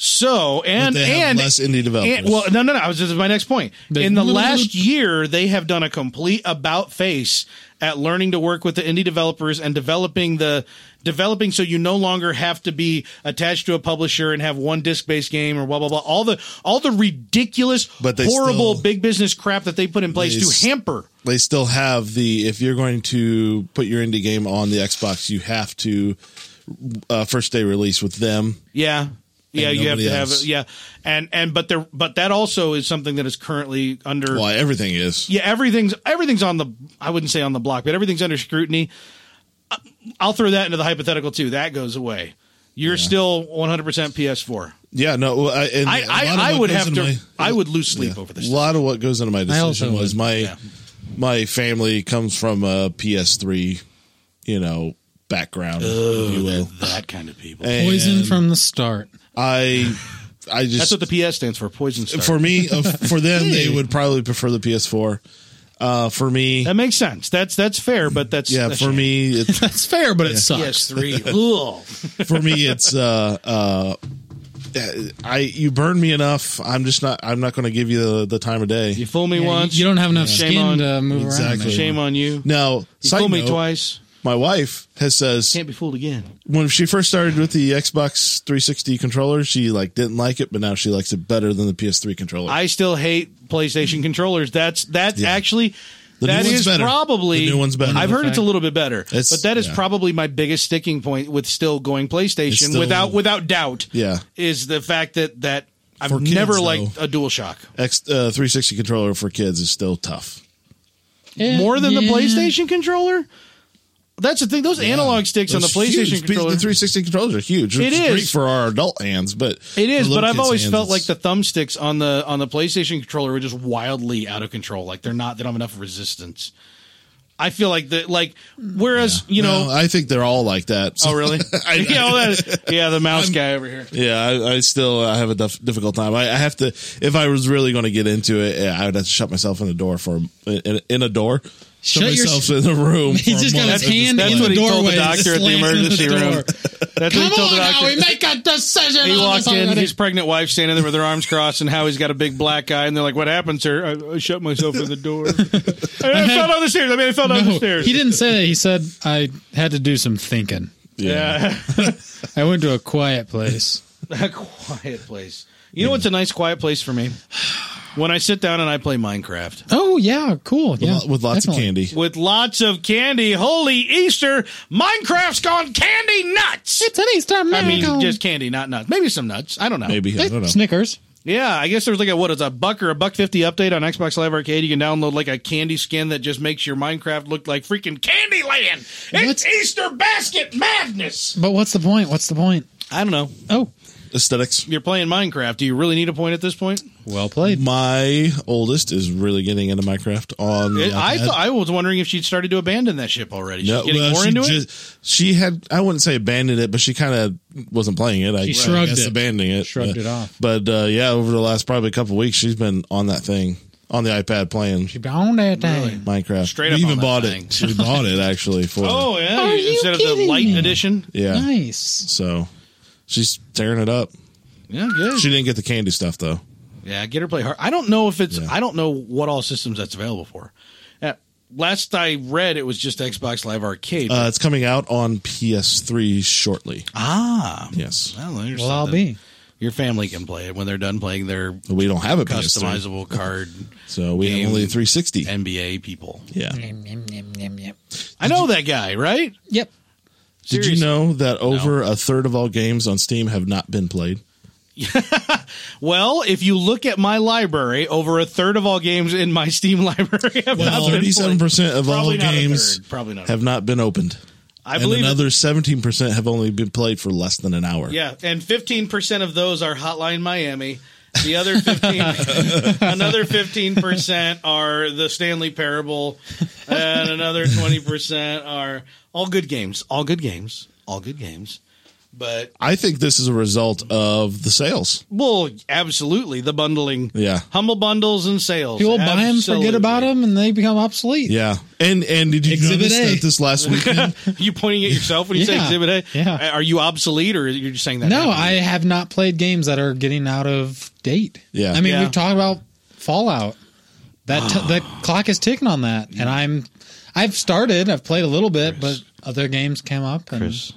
Speaker 1: So and
Speaker 2: But they have
Speaker 1: and
Speaker 2: less indie developers.
Speaker 1: and- well, no, no, no. I was, this is my next point.
Speaker 3: They-
Speaker 1: In the last year, they have done a complete about face at learning to work with the indie developers and developing the developing so you no longer have to be attached to a publisher and have one disc based game or blah blah blah. All the all the ridiculous,
Speaker 2: But they
Speaker 1: horrible
Speaker 2: still-
Speaker 1: big business crap that they put in place
Speaker 2: They s-
Speaker 1: to hamper.
Speaker 2: they still have the if you're going to put your indie game on the Xbox, you have to uh, first day release with them.
Speaker 1: Yeah. Yeah, you have
Speaker 2: nobody
Speaker 1: to have
Speaker 2: else.
Speaker 1: yeah. And and but there but that also is something that is currently under
Speaker 2: Why everything is.
Speaker 1: Yeah, everything's everything's on the I wouldn't say on the block, but everything's under scrutiny. Uh, I'll throw that into the hypothetical too. That goes away. You're still 100% PS4.
Speaker 2: Yeah, no. well, I, and
Speaker 1: I
Speaker 2: a lot of
Speaker 1: I, I
Speaker 2: what
Speaker 1: would
Speaker 2: goes
Speaker 1: have
Speaker 2: into
Speaker 1: to
Speaker 2: my-
Speaker 1: I would lose sleep over this.
Speaker 2: A lot of what goes into my
Speaker 3: also
Speaker 2: decision was
Speaker 3: would,
Speaker 2: my
Speaker 1: yeah.
Speaker 2: my family comes from a PS3, you know, background. if you will.
Speaker 1: That kind of people.
Speaker 3: Poison
Speaker 2: And
Speaker 3: from the start.
Speaker 2: I. I
Speaker 1: That's
Speaker 2: just
Speaker 1: what the PS stands for, poison star.
Speaker 2: for me uh, for them they would probably prefer the PS4. Uh, for me,
Speaker 1: that makes sense. That's that's fair, but that's
Speaker 2: yeah,
Speaker 1: that's
Speaker 2: for me it's
Speaker 3: That's fair, but it sucks.
Speaker 1: PS3. Ugh.
Speaker 2: for me it's uh uh I you burn me enough. I'm just not. I'm not going to give you the, the time of day.
Speaker 1: You fool me
Speaker 3: Yeah, you-
Speaker 1: once.
Speaker 3: you don't have enough
Speaker 1: Shame
Speaker 3: skin
Speaker 1: on-
Speaker 3: to move around.
Speaker 2: Exactly.
Speaker 3: man.
Speaker 1: shame on you.
Speaker 2: Now,
Speaker 1: You
Speaker 2: side
Speaker 1: fooled me
Speaker 2: note,
Speaker 1: twice.
Speaker 2: My wife has says
Speaker 1: Can't be fooled again.
Speaker 2: when she first started with the Xbox 360 controller, she like didn't like it, but now she likes it better than the PS3 controller.
Speaker 1: I still hate PlayStation controllers. That's that's
Speaker 2: Mm-hmm. Yeah.
Speaker 1: actually
Speaker 2: The new
Speaker 1: that
Speaker 2: one's
Speaker 1: is
Speaker 2: better.
Speaker 1: probably
Speaker 2: The new one's better.
Speaker 1: I've heard it's a
Speaker 3: Fact.
Speaker 1: little bit better,
Speaker 2: It's-
Speaker 1: but that is
Speaker 2: yeah.
Speaker 1: probably my biggest sticking point with still going PlayStation
Speaker 2: It's still-
Speaker 1: without without doubt.
Speaker 2: Yeah.
Speaker 1: is the fact that that I've
Speaker 2: For kids,
Speaker 1: never
Speaker 2: though.
Speaker 1: liked a DualShock
Speaker 2: X uh, 360 controller for kids is still tough.
Speaker 3: Eh,
Speaker 1: more than the
Speaker 3: yeah.
Speaker 1: PlayStation controller. That's the thing; those analog sticks on the
Speaker 2: Those
Speaker 1: PlayStation
Speaker 2: huge-
Speaker 1: controller.
Speaker 2: The 360 controllers are huge.
Speaker 1: It
Speaker 2: It's
Speaker 1: is.
Speaker 2: great for our adult hands, but
Speaker 1: It is, but
Speaker 2: for little
Speaker 1: I've
Speaker 2: kids'
Speaker 1: always
Speaker 2: hands,
Speaker 1: felt like
Speaker 2: it's-
Speaker 1: the thumbsticks on the on the PlayStation controller were just wildly out of control. Like they're not, they don't have enough resistance. I feel like the like whereas you know
Speaker 2: No, I think they're all like that.
Speaker 1: oh really
Speaker 2: I-
Speaker 1: yeah well, that- yeah the mouse guy over here
Speaker 2: Yeah, I, I still I have a dif- difficult time. I, I have to if I was really going to get into it, yeah, I would have to shut myself in a door for in, in a door. Shut,
Speaker 3: Shut your-
Speaker 2: myself in a room.
Speaker 3: He's
Speaker 2: for a
Speaker 3: just got
Speaker 2: month
Speaker 3: his hand
Speaker 1: that's
Speaker 3: in
Speaker 1: what
Speaker 3: the
Speaker 1: he told
Speaker 3: doorway.
Speaker 1: the doctor at the
Speaker 3: slams
Speaker 1: emergency
Speaker 3: door.
Speaker 1: room that's
Speaker 3: Come
Speaker 1: what he told the
Speaker 3: on, now
Speaker 1: doctor
Speaker 3: we make a decision.
Speaker 1: he
Speaker 3: on
Speaker 1: walked
Speaker 3: this
Speaker 1: in
Speaker 3: already.
Speaker 1: his pregnant wife standing there with her arms crossed and how he's got a big black eye and they're like what happened sir I, I shut myself in the door I, I fell down the stairs I mean I fell down the
Speaker 3: No,
Speaker 1: stairs
Speaker 3: Oh, he didn't say that. He said I had to do some thinking.
Speaker 1: yeah.
Speaker 3: I went to a quiet place.
Speaker 1: A quiet place. You know what's a nice quiet place for me? When I sit down and I play Minecraft
Speaker 3: Oh yeah, cool. Yeah,
Speaker 2: with lots
Speaker 3: definitely.
Speaker 2: of candy.
Speaker 1: with lots of candy. Holy Easter! Minecraft's gone candy nuts.
Speaker 3: It's an Easter
Speaker 1: I mean,
Speaker 3: miracle.
Speaker 1: just candy, not nuts. Maybe some nuts. I don't know.
Speaker 2: Maybe I don't know.
Speaker 3: Snickers.
Speaker 1: Yeah, I guess there was like a what is a buck or a buck fifty update on Xbox Live Arcade. You can download like a candy skin that just makes your Minecraft look like freaking Candyland. It's
Speaker 3: What's-
Speaker 1: Easter basket madness.
Speaker 3: But what's the point? What's the point?
Speaker 1: I don't know.
Speaker 3: Oh,
Speaker 2: Aesthetics.
Speaker 1: You're playing Minecraft. Do you really need a point at this point?
Speaker 3: well played.
Speaker 2: My oldest is really getting into Minecraft on. the
Speaker 1: It- I
Speaker 2: iPad.
Speaker 1: thought I was wondering if she'd started to abandon that ship already. She's
Speaker 2: No,
Speaker 1: getting
Speaker 2: well,
Speaker 1: more
Speaker 2: she
Speaker 1: into it.
Speaker 2: just- She had, I wouldn't say abandoned it, but she kind of wasn't playing it. I
Speaker 3: She
Speaker 2: guess,
Speaker 3: shrugged it.
Speaker 2: abandoning it,
Speaker 3: Shrugged
Speaker 2: Yeah.
Speaker 3: it off.
Speaker 2: But uh, yeah, over the last probably couple weeks, she's been on that thing on the iPad playing
Speaker 3: You bound that thing.
Speaker 2: Minecraft.
Speaker 1: Straight
Speaker 2: We
Speaker 1: up
Speaker 2: even
Speaker 1: on that
Speaker 2: bought
Speaker 1: thing.
Speaker 2: it. She bought it actually for.
Speaker 1: Oh yeah!
Speaker 3: Are you
Speaker 1: Instead of the
Speaker 3: kidding
Speaker 1: light
Speaker 3: me?
Speaker 1: edition,
Speaker 2: yeah.
Speaker 3: Nice.
Speaker 2: So she's tearing it up.
Speaker 1: yeah, good.
Speaker 2: She didn't get the candy stuff though.
Speaker 1: Yeah, get her to play hard. I don't know if it's.
Speaker 2: Yeah.
Speaker 1: I don't know what all systems that's available for. Uh, last I read, it was just Xbox Live Arcade.
Speaker 2: Uh, it's coming out on PS3 shortly.
Speaker 1: ah,
Speaker 2: Yes,
Speaker 1: well, there's
Speaker 3: Well, I'll
Speaker 1: something.
Speaker 3: be.
Speaker 1: Your family can play it when they're done playing their
Speaker 2: we don't have a PS3,
Speaker 1: customizable card
Speaker 2: so we have
Speaker 1: game.
Speaker 2: only 360.
Speaker 1: NBA people.
Speaker 2: yeah.
Speaker 1: I know that guy, right?
Speaker 3: Yep.
Speaker 2: Did you
Speaker 1: Seriously.
Speaker 2: know that over a third of all games on Steam have not been played?
Speaker 1: Well, if you look at my library, over a third of all games in my Steam library have not been
Speaker 2: Thirty-seven
Speaker 1: played.
Speaker 2: percent of all
Speaker 1: Probably not a
Speaker 2: games
Speaker 1: third. Probably not a
Speaker 2: have not been opened.
Speaker 1: I
Speaker 2: and
Speaker 1: believe it-
Speaker 2: another seventeen percent have only been played for less than an hour.
Speaker 1: Yeah, and fifteen percent of those are Hotline Miami. The other fifteen, another fifteen percent are the Stanley Parable, and another twenty percent are all good games, all good games, all good games. But
Speaker 2: I think this is a result of the sales.
Speaker 1: well, absolutely the bundling,
Speaker 2: Yeah.
Speaker 1: humble bundles and sales.
Speaker 3: People buy them, forget about them, and they become obsolete.
Speaker 2: Yeah, and and did you
Speaker 3: Exhibit
Speaker 2: notice
Speaker 3: A.
Speaker 2: that this last weekend?
Speaker 1: You pointing at yourself when you say
Speaker 3: Yeah.
Speaker 1: Exhibit A?
Speaker 3: Yeah.
Speaker 1: Are you obsolete or you're just saying that?
Speaker 3: No, I
Speaker 1: happened?
Speaker 3: have not played games that are getting out of date.
Speaker 2: Yeah.
Speaker 3: I mean,
Speaker 1: Yeah.
Speaker 3: we've talked about Fallout. That t- that clock is ticking on that, and I'm I've started. I've played a little bit, but other games came up. And
Speaker 1: Chris.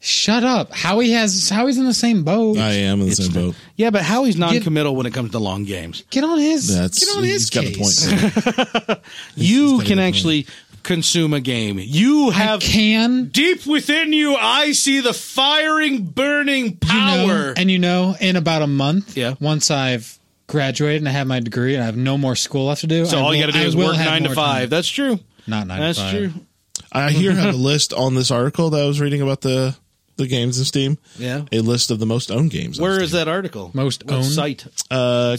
Speaker 3: shut up, Howie has Howie's in the same boat.
Speaker 2: I am in the same boat.
Speaker 1: Yeah, but Howie's non-committal when it comes to long games.
Speaker 3: get on his.
Speaker 2: That's
Speaker 3: get on
Speaker 2: he's
Speaker 3: his
Speaker 2: got
Speaker 3: case.
Speaker 2: a point.
Speaker 1: You
Speaker 2: Instead
Speaker 1: can
Speaker 2: of a
Speaker 1: actually consume a game. You
Speaker 3: I
Speaker 1: have
Speaker 3: can
Speaker 1: deep within you. I see the firing, burning power.
Speaker 3: You know, and you know, in about a month,
Speaker 1: Yeah.
Speaker 3: once I've graduated and I have my degree and I have no more school left to do.
Speaker 1: so
Speaker 3: I
Speaker 1: all you
Speaker 3: will-
Speaker 1: got to
Speaker 3: I
Speaker 1: do is
Speaker 3: will
Speaker 1: work
Speaker 3: have
Speaker 1: nine to
Speaker 3: more
Speaker 1: five.
Speaker 3: time.
Speaker 1: That's true.
Speaker 3: Not nine
Speaker 1: That's
Speaker 3: to five.
Speaker 1: true.
Speaker 2: I here have a list on this article that I was reading about the the games in Steam.
Speaker 1: Yeah.
Speaker 2: a list of the most owned games. on
Speaker 1: Where
Speaker 2: Steam.
Speaker 1: is that article?
Speaker 3: Most
Speaker 1: What
Speaker 3: owned?
Speaker 1: site.
Speaker 2: uh,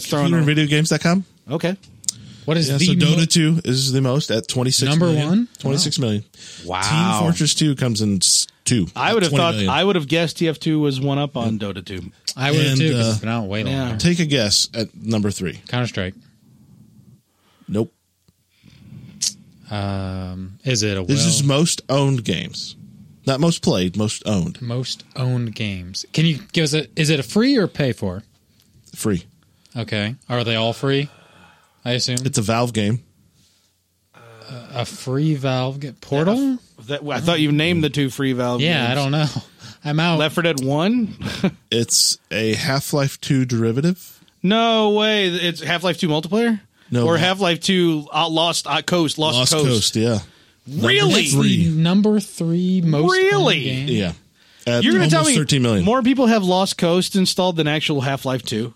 Speaker 1: thrown
Speaker 2: computer and
Speaker 1: on-
Speaker 2: video games.com?
Speaker 1: Okay.
Speaker 3: What is
Speaker 2: Yeah,
Speaker 3: the
Speaker 2: so Dota
Speaker 3: mo-
Speaker 2: 2 is the most at 26
Speaker 3: Number
Speaker 2: million.
Speaker 3: one?
Speaker 2: 26 million.
Speaker 1: Wow.
Speaker 2: Team Fortress 2 comes in s- 2.
Speaker 1: I would have
Speaker 2: 20
Speaker 1: thought.
Speaker 2: million.
Speaker 1: I would have guessed TF2 was one up on Dota 2.
Speaker 3: I would have
Speaker 2: And,
Speaker 3: too. 'cause
Speaker 2: uh,
Speaker 3: it's been out way
Speaker 1: yeah.
Speaker 3: longer.
Speaker 2: Take a guess at number 3.
Speaker 3: Counter Strike.
Speaker 2: Nope.
Speaker 3: Um, is it a well,
Speaker 2: This is most owned games. Not most played, most owned.
Speaker 3: most owned games? Can you give us a? Is it a free or pay for?
Speaker 2: Free.
Speaker 3: Okay, are they all free? I assume
Speaker 2: It's a Valve game.
Speaker 3: a free Valve get Portal.
Speaker 1: That, I thought you named the two free valve.
Speaker 3: Yeah, I
Speaker 1: games.
Speaker 3: don't know. I'm out.
Speaker 1: Left 4 Dead One.
Speaker 2: It's a Half-Life 2 derivative.
Speaker 1: No way. It's Half Life Two multiplayer.
Speaker 2: No.
Speaker 1: Or Half Life Two uh, Lost uh, Coast. Lost,
Speaker 2: Lost
Speaker 1: Coast.
Speaker 2: Coast, yeah.
Speaker 1: Really?
Speaker 2: Three.
Speaker 3: Number three most owned
Speaker 1: Really?
Speaker 3: game.
Speaker 2: Yeah. At
Speaker 1: You're going to
Speaker 2: almost
Speaker 1: tell me
Speaker 2: 13 million.
Speaker 1: more people have Lost Coast installed than actual Half Life Two.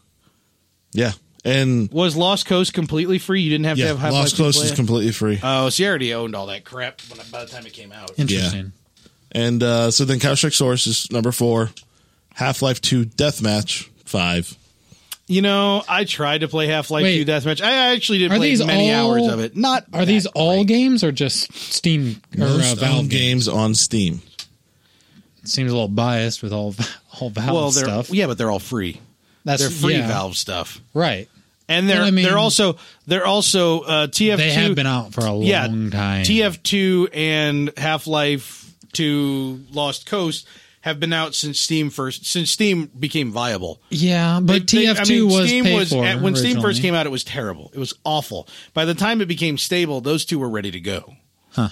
Speaker 2: Yeah. And
Speaker 1: Was Lost Coast completely free? You didn't have to
Speaker 2: yeah,
Speaker 1: have Half
Speaker 2: Lost
Speaker 1: Life Two.
Speaker 2: Coast
Speaker 1: play
Speaker 2: is
Speaker 1: it?
Speaker 2: completely free.
Speaker 1: Oh, so you already owned all that crap when, by the time it came out.
Speaker 3: Interesting.
Speaker 2: And uh, so then Counter Strike Source is number four, Half Life 2 Deathmatch, five,
Speaker 1: You know, I tried to play Half Life
Speaker 3: Wait.
Speaker 1: 2 Deathmatch. I actually did
Speaker 3: Are
Speaker 1: play
Speaker 3: these
Speaker 1: many
Speaker 3: all-
Speaker 1: hours of it. Not
Speaker 3: Are these all games or just Steam or uh,
Speaker 2: Most
Speaker 3: Valve
Speaker 2: owned
Speaker 3: games?
Speaker 2: games on Steam.
Speaker 3: Seems a little biased with all all Valve
Speaker 4: well, they're
Speaker 3: stuff.
Speaker 4: yeah, but they're all free.
Speaker 3: That's
Speaker 4: They're free
Speaker 3: yeah,
Speaker 4: Valve stuff.
Speaker 3: right?
Speaker 1: and they're
Speaker 3: Well, I mean-
Speaker 1: they're also they're also uh, TF2
Speaker 3: They have been out for a long
Speaker 1: yeah,
Speaker 3: time.
Speaker 1: TF2 and Half Life 2 Lost Coast have been out since Steam first since Steam became viable.
Speaker 3: yeah, but
Speaker 1: They- they- I
Speaker 3: TF2
Speaker 1: mean,
Speaker 3: was paid for
Speaker 1: at- when Steam first
Speaker 3: originally.
Speaker 1: came out. It was terrible. It was awful. By the time it became stable, those two were ready to go.
Speaker 3: Huh.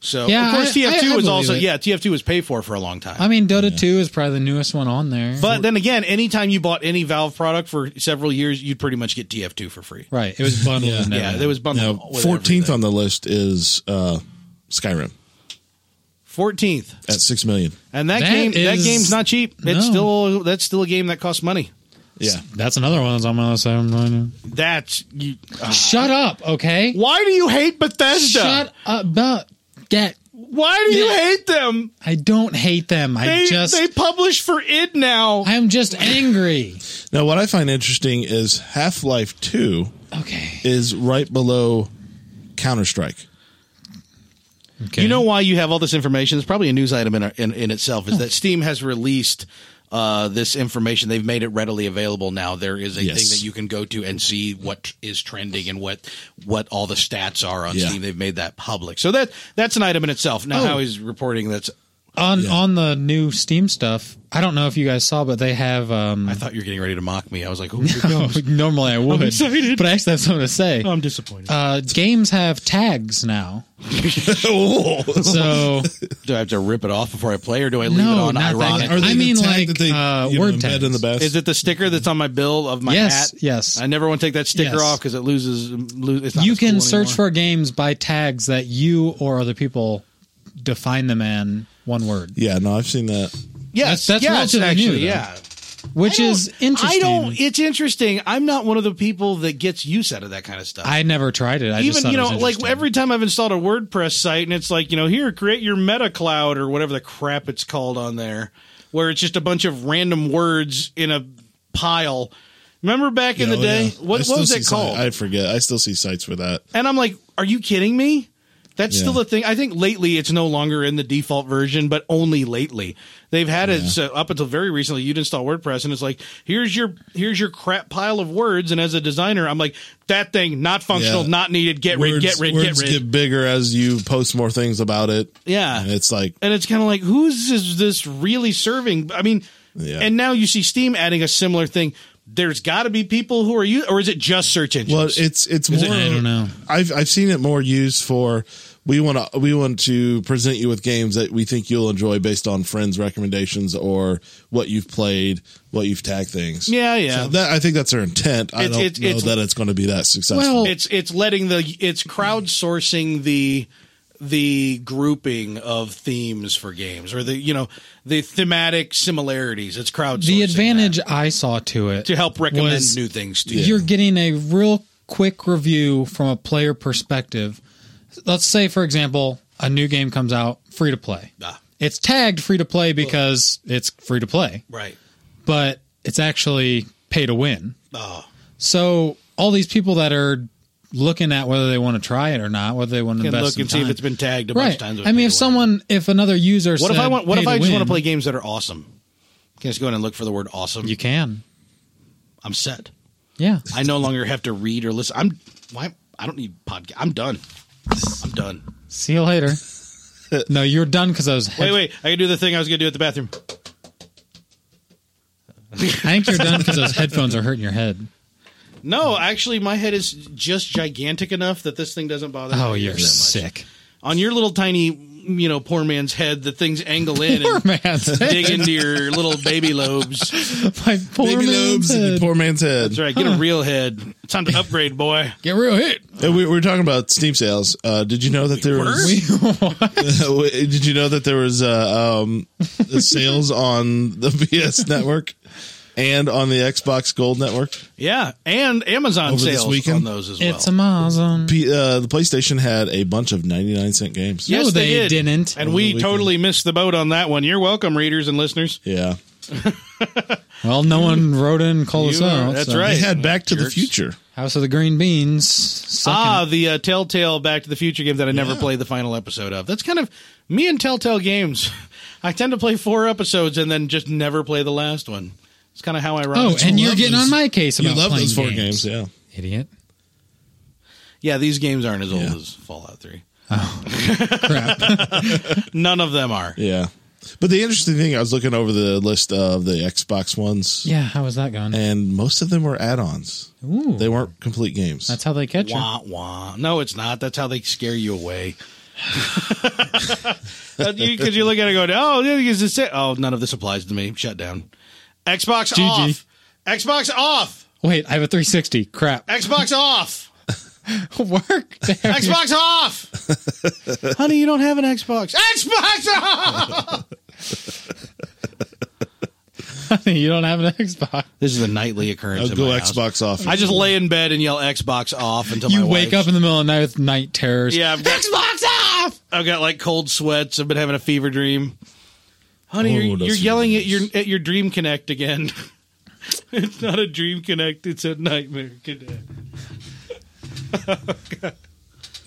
Speaker 1: So
Speaker 3: Yeah,
Speaker 1: of course
Speaker 3: I-
Speaker 1: TF2
Speaker 3: I- I
Speaker 1: was
Speaker 3: believe
Speaker 1: also
Speaker 3: it.
Speaker 1: yeah TF2 was paid for for a long time.
Speaker 3: I mean, Dota 2 is probably the newest one on there.
Speaker 1: but then again, anytime you bought any Valve product for several years, you'd pretty much get TF2 for free.
Speaker 3: right, it was bundled. in there.
Speaker 1: Yeah, there was
Speaker 2: Now,
Speaker 1: bundled. with
Speaker 2: 14th
Speaker 1: everything.
Speaker 2: on the list is uh, Skyrim
Speaker 1: 14th.
Speaker 2: at 6 million.
Speaker 1: And that,
Speaker 3: That
Speaker 1: game that
Speaker 3: is-
Speaker 1: game's not cheap. It's
Speaker 3: No.
Speaker 1: still that's still a game that costs money.
Speaker 2: Yeah.
Speaker 3: That's another one that's on my list. I haven't really-
Speaker 1: That's you
Speaker 3: Shut up, okay?
Speaker 1: Why do you hate Bethesda?
Speaker 3: Shut up. But get.
Speaker 1: Why do you
Speaker 3: Yeah.
Speaker 1: hate them?
Speaker 3: I don't hate them. I
Speaker 1: They
Speaker 3: just.
Speaker 1: they publish for id now.
Speaker 3: I'm just angry.
Speaker 2: Now, what I find interesting is Half Life 2
Speaker 3: Okay.
Speaker 2: is right below Counter Strike.
Speaker 3: okay.
Speaker 1: You know why you have all this information? It's probably a news item in, our, in, in itself. Is
Speaker 3: Oh.
Speaker 1: that Steam has released uh, this information? They've made it readily available now. There is a
Speaker 2: Yes.
Speaker 1: thing that you can go to and see what is trending and what what all the stats are on
Speaker 2: Yeah.
Speaker 1: Steam. They've made that public. So that that's an item in itself. Now
Speaker 3: Oh.
Speaker 1: how he's reporting that's.
Speaker 3: on on the new Steam stuff. I don't know if you guys saw, but they have. Um,
Speaker 1: I thought you were getting ready to mock me. I was like, oh, here
Speaker 3: no,
Speaker 1: comes.
Speaker 3: normally I would,
Speaker 1: excited.
Speaker 3: but I actually have something to say.
Speaker 5: I'm disappointed.
Speaker 3: Uh, games have tags now, so
Speaker 1: Do I have to rip it off before I play, or do I leave it
Speaker 3: no,
Speaker 1: on
Speaker 3: not that.
Speaker 1: ironic?
Speaker 2: Are they
Speaker 3: I
Speaker 2: the
Speaker 3: mean,
Speaker 2: tag
Speaker 3: like
Speaker 2: that they,
Speaker 3: uh,
Speaker 2: you know,
Speaker 3: word
Speaker 2: embed
Speaker 3: tags.
Speaker 2: in the best?
Speaker 1: Is it the sticker that's on my bill of my
Speaker 3: Yes,
Speaker 1: hat?
Speaker 3: yes.
Speaker 1: I never want to take that sticker
Speaker 3: Yes.
Speaker 1: off because it loses. Lose, it's not
Speaker 3: you
Speaker 1: as cool
Speaker 3: can search
Speaker 1: anymore.
Speaker 3: for games by tags that you or other people define them in one word,
Speaker 2: Yeah, no, I've seen that.
Speaker 1: Yes,
Speaker 3: That's- that's
Speaker 1: yes,
Speaker 3: relatively
Speaker 1: actually,
Speaker 3: new, though.
Speaker 1: yeah.
Speaker 3: which is interesting.
Speaker 1: I don't. e- It's interesting. I'm not one of the people that gets use out of that kind of stuff.
Speaker 3: I never tried it. I just
Speaker 1: Even
Speaker 3: thought
Speaker 1: you
Speaker 3: it was
Speaker 1: know, like
Speaker 3: interesting.
Speaker 1: every time I've installed a WordPress site, and it's like you know, here create your meta cloud or whatever the crap it's called on there, where it's just a bunch of random words in a pile. Remember back in the
Speaker 2: Oh,
Speaker 1: day,
Speaker 2: yeah. I
Speaker 1: what,
Speaker 2: still
Speaker 1: what was
Speaker 2: see
Speaker 1: it
Speaker 2: some-
Speaker 1: called?
Speaker 2: I forget. I still see sites for that.
Speaker 1: And I'm like, are you kidding me? That's
Speaker 2: Yeah.
Speaker 1: still a thing. I think lately it's no longer in the default version, but only lately. They've had it so up until very recently. You'd install WordPress and it's like, here's your here's your crap pile of words. And as a designer, I'm like, that thing not functional,
Speaker 2: Yeah.
Speaker 1: not needed. Get rid,
Speaker 2: words
Speaker 1: get rid,
Speaker 2: words
Speaker 1: get rid.
Speaker 2: get bigger as you post more things about it.
Speaker 1: Yeah.
Speaker 2: And it's like
Speaker 1: and it's kind of like, who's is this really serving? I mean,
Speaker 2: Yeah.
Speaker 1: and now you see Steam adding a similar thing. There's got to be people who are you, or is it just search engines?
Speaker 2: Well, it's it's
Speaker 3: Is it-
Speaker 2: more.
Speaker 3: I don't know.
Speaker 2: I've I've seen it more used for we want to we want to present you with games that we think you'll enjoy based on friends' recommendations or what you've played, what you've tagged things.
Speaker 1: Yeah, yeah.
Speaker 2: So that I think that's their intent. I
Speaker 1: It's-
Speaker 2: don't
Speaker 1: it's-
Speaker 2: know
Speaker 1: it's-
Speaker 2: that it's going to be that successful.
Speaker 3: Well,
Speaker 1: it's it's letting the it's crowdsourcing the the grouping of themes for games or the you know the thematic similarities it's crowdsourcing
Speaker 3: the advantage
Speaker 1: that
Speaker 3: I saw to it
Speaker 1: to help recommend
Speaker 3: was
Speaker 1: new things to you
Speaker 3: you're getting a real quick review from a player perspective. Let's say, for example, a new game comes out free to play.
Speaker 1: Ah,
Speaker 3: It's tagged free to play because it's free to play,
Speaker 1: right
Speaker 3: but it's actually pay to win.
Speaker 1: oh
Speaker 3: So all these people that are looking at whether they want to try it or not, whether they want to
Speaker 1: can
Speaker 3: invest
Speaker 1: look
Speaker 3: some
Speaker 1: and see if
Speaker 3: time.
Speaker 1: it's been tagged a bunch of
Speaker 3: right.
Speaker 1: times with
Speaker 3: I mean,
Speaker 1: pay
Speaker 3: if
Speaker 1: to win.
Speaker 3: someone, if another user,
Speaker 1: what if
Speaker 3: said,
Speaker 1: i want what
Speaker 3: "Pay
Speaker 1: if i just
Speaker 3: win,"
Speaker 1: want to play games that are awesome can I just go in and look for the word awesome
Speaker 3: You can,
Speaker 1: i'm set
Speaker 3: yeah.
Speaker 1: i no longer have to read or listen i'm why i don't need podcast i'm done i'm done
Speaker 3: See you later. no, you're done because I was.
Speaker 1: wait wait i can do the thing i was gonna do at the bathroom
Speaker 3: I think you're done because those headphones are hurting your head.
Speaker 1: No, actually, my head is just gigantic enough that this thing doesn't bother.
Speaker 3: Oh,
Speaker 1: me that
Speaker 3: you're
Speaker 1: much.
Speaker 3: sick.
Speaker 1: On your little tiny, you know, poor man's head, the things angle in
Speaker 3: Poor
Speaker 1: and
Speaker 3: man's head.
Speaker 1: dig into your little baby lobes.
Speaker 3: My poor
Speaker 2: baby
Speaker 3: man's
Speaker 2: lobes in the
Speaker 3: head.
Speaker 2: poor man's head.
Speaker 1: That's right. Get a real head. It's time to upgrade, boy.
Speaker 3: Get real hit.
Speaker 2: And we, we were talking about Steam sales. Uh, did you know that there was? did you know that there was uh, um, sales on the PS network and on the Xbox Gold network?
Speaker 1: Yeah, and Amazon
Speaker 2: Over this
Speaker 1: sales
Speaker 2: weekend?
Speaker 1: on those as well.
Speaker 3: It's Amazon.
Speaker 2: P- uh, the PlayStation had a bunch of 99 cent games.
Speaker 1: yes,
Speaker 3: No, they didn't.
Speaker 1: And
Speaker 2: Over the
Speaker 1: we
Speaker 2: weekend.
Speaker 1: totally missed the boat on that one. You're welcome, readers and listeners.
Speaker 2: Yeah.
Speaker 3: Well, no one wrote in and called us
Speaker 1: You are-
Speaker 3: out.
Speaker 1: that's
Speaker 3: so.
Speaker 1: right.
Speaker 2: They had Back to the
Speaker 1: Jerks.
Speaker 2: Future.
Speaker 3: House of the Green Beans. second-
Speaker 1: Ah, the uh, Telltale Back to the Future game that I never played the final episode of. That's kind of me and Telltale games. I tend to play four episodes and then just never play the last one. It's kind of how I rock.
Speaker 3: Oh, and
Speaker 2: you
Speaker 3: you're
Speaker 2: love
Speaker 3: getting on
Speaker 2: those-
Speaker 3: my case about
Speaker 2: you love
Speaker 3: playing
Speaker 2: those four games,
Speaker 3: games.
Speaker 2: yeah.
Speaker 3: Idiot.
Speaker 1: yeah, these games aren't as old
Speaker 2: Yeah.
Speaker 1: as Fallout Three.
Speaker 3: Crap.
Speaker 1: None of them are.
Speaker 2: Yeah. But the interesting thing, I was looking over the list of the Xbox ones,
Speaker 3: yeah, how was that going?
Speaker 2: and most of them were add-ons.
Speaker 3: Ooh,
Speaker 2: They weren't complete games.
Speaker 3: that's how they catch you.
Speaker 1: Wah wah. No, it's not. That's how they scare you away. Because you, 'cause you look at it going, oh, yeah, because it's it. Oh, none of this applies to me. Shut down. Xbox
Speaker 3: GG.
Speaker 1: off. Xbox off.
Speaker 3: Wait, I have a 360. Crap.
Speaker 1: Xbox off.
Speaker 3: Work. There.
Speaker 1: Xbox off. Honey, you don't have an Xbox. Xbox off.
Speaker 3: you don't have an Xbox.
Speaker 1: This is a nightly occurrence.
Speaker 2: I'll
Speaker 1: in
Speaker 2: go
Speaker 1: my house.
Speaker 2: Xbox off.
Speaker 1: I just lay in bed and yell Xbox off until
Speaker 3: You
Speaker 1: my
Speaker 3: wake
Speaker 1: wife's-
Speaker 3: up in the middle of the night with night terrors.
Speaker 1: Yeah, I've got,
Speaker 3: Xbox off.
Speaker 1: I've got like cold sweats. I've been having a fever dream. Honey,
Speaker 2: Oh,
Speaker 1: you're,
Speaker 2: that's
Speaker 1: you're yelling
Speaker 2: really
Speaker 1: at your
Speaker 2: nice.
Speaker 1: at your Dream Connect again. it's not a Dream Connect. It's a Nightmare Connect.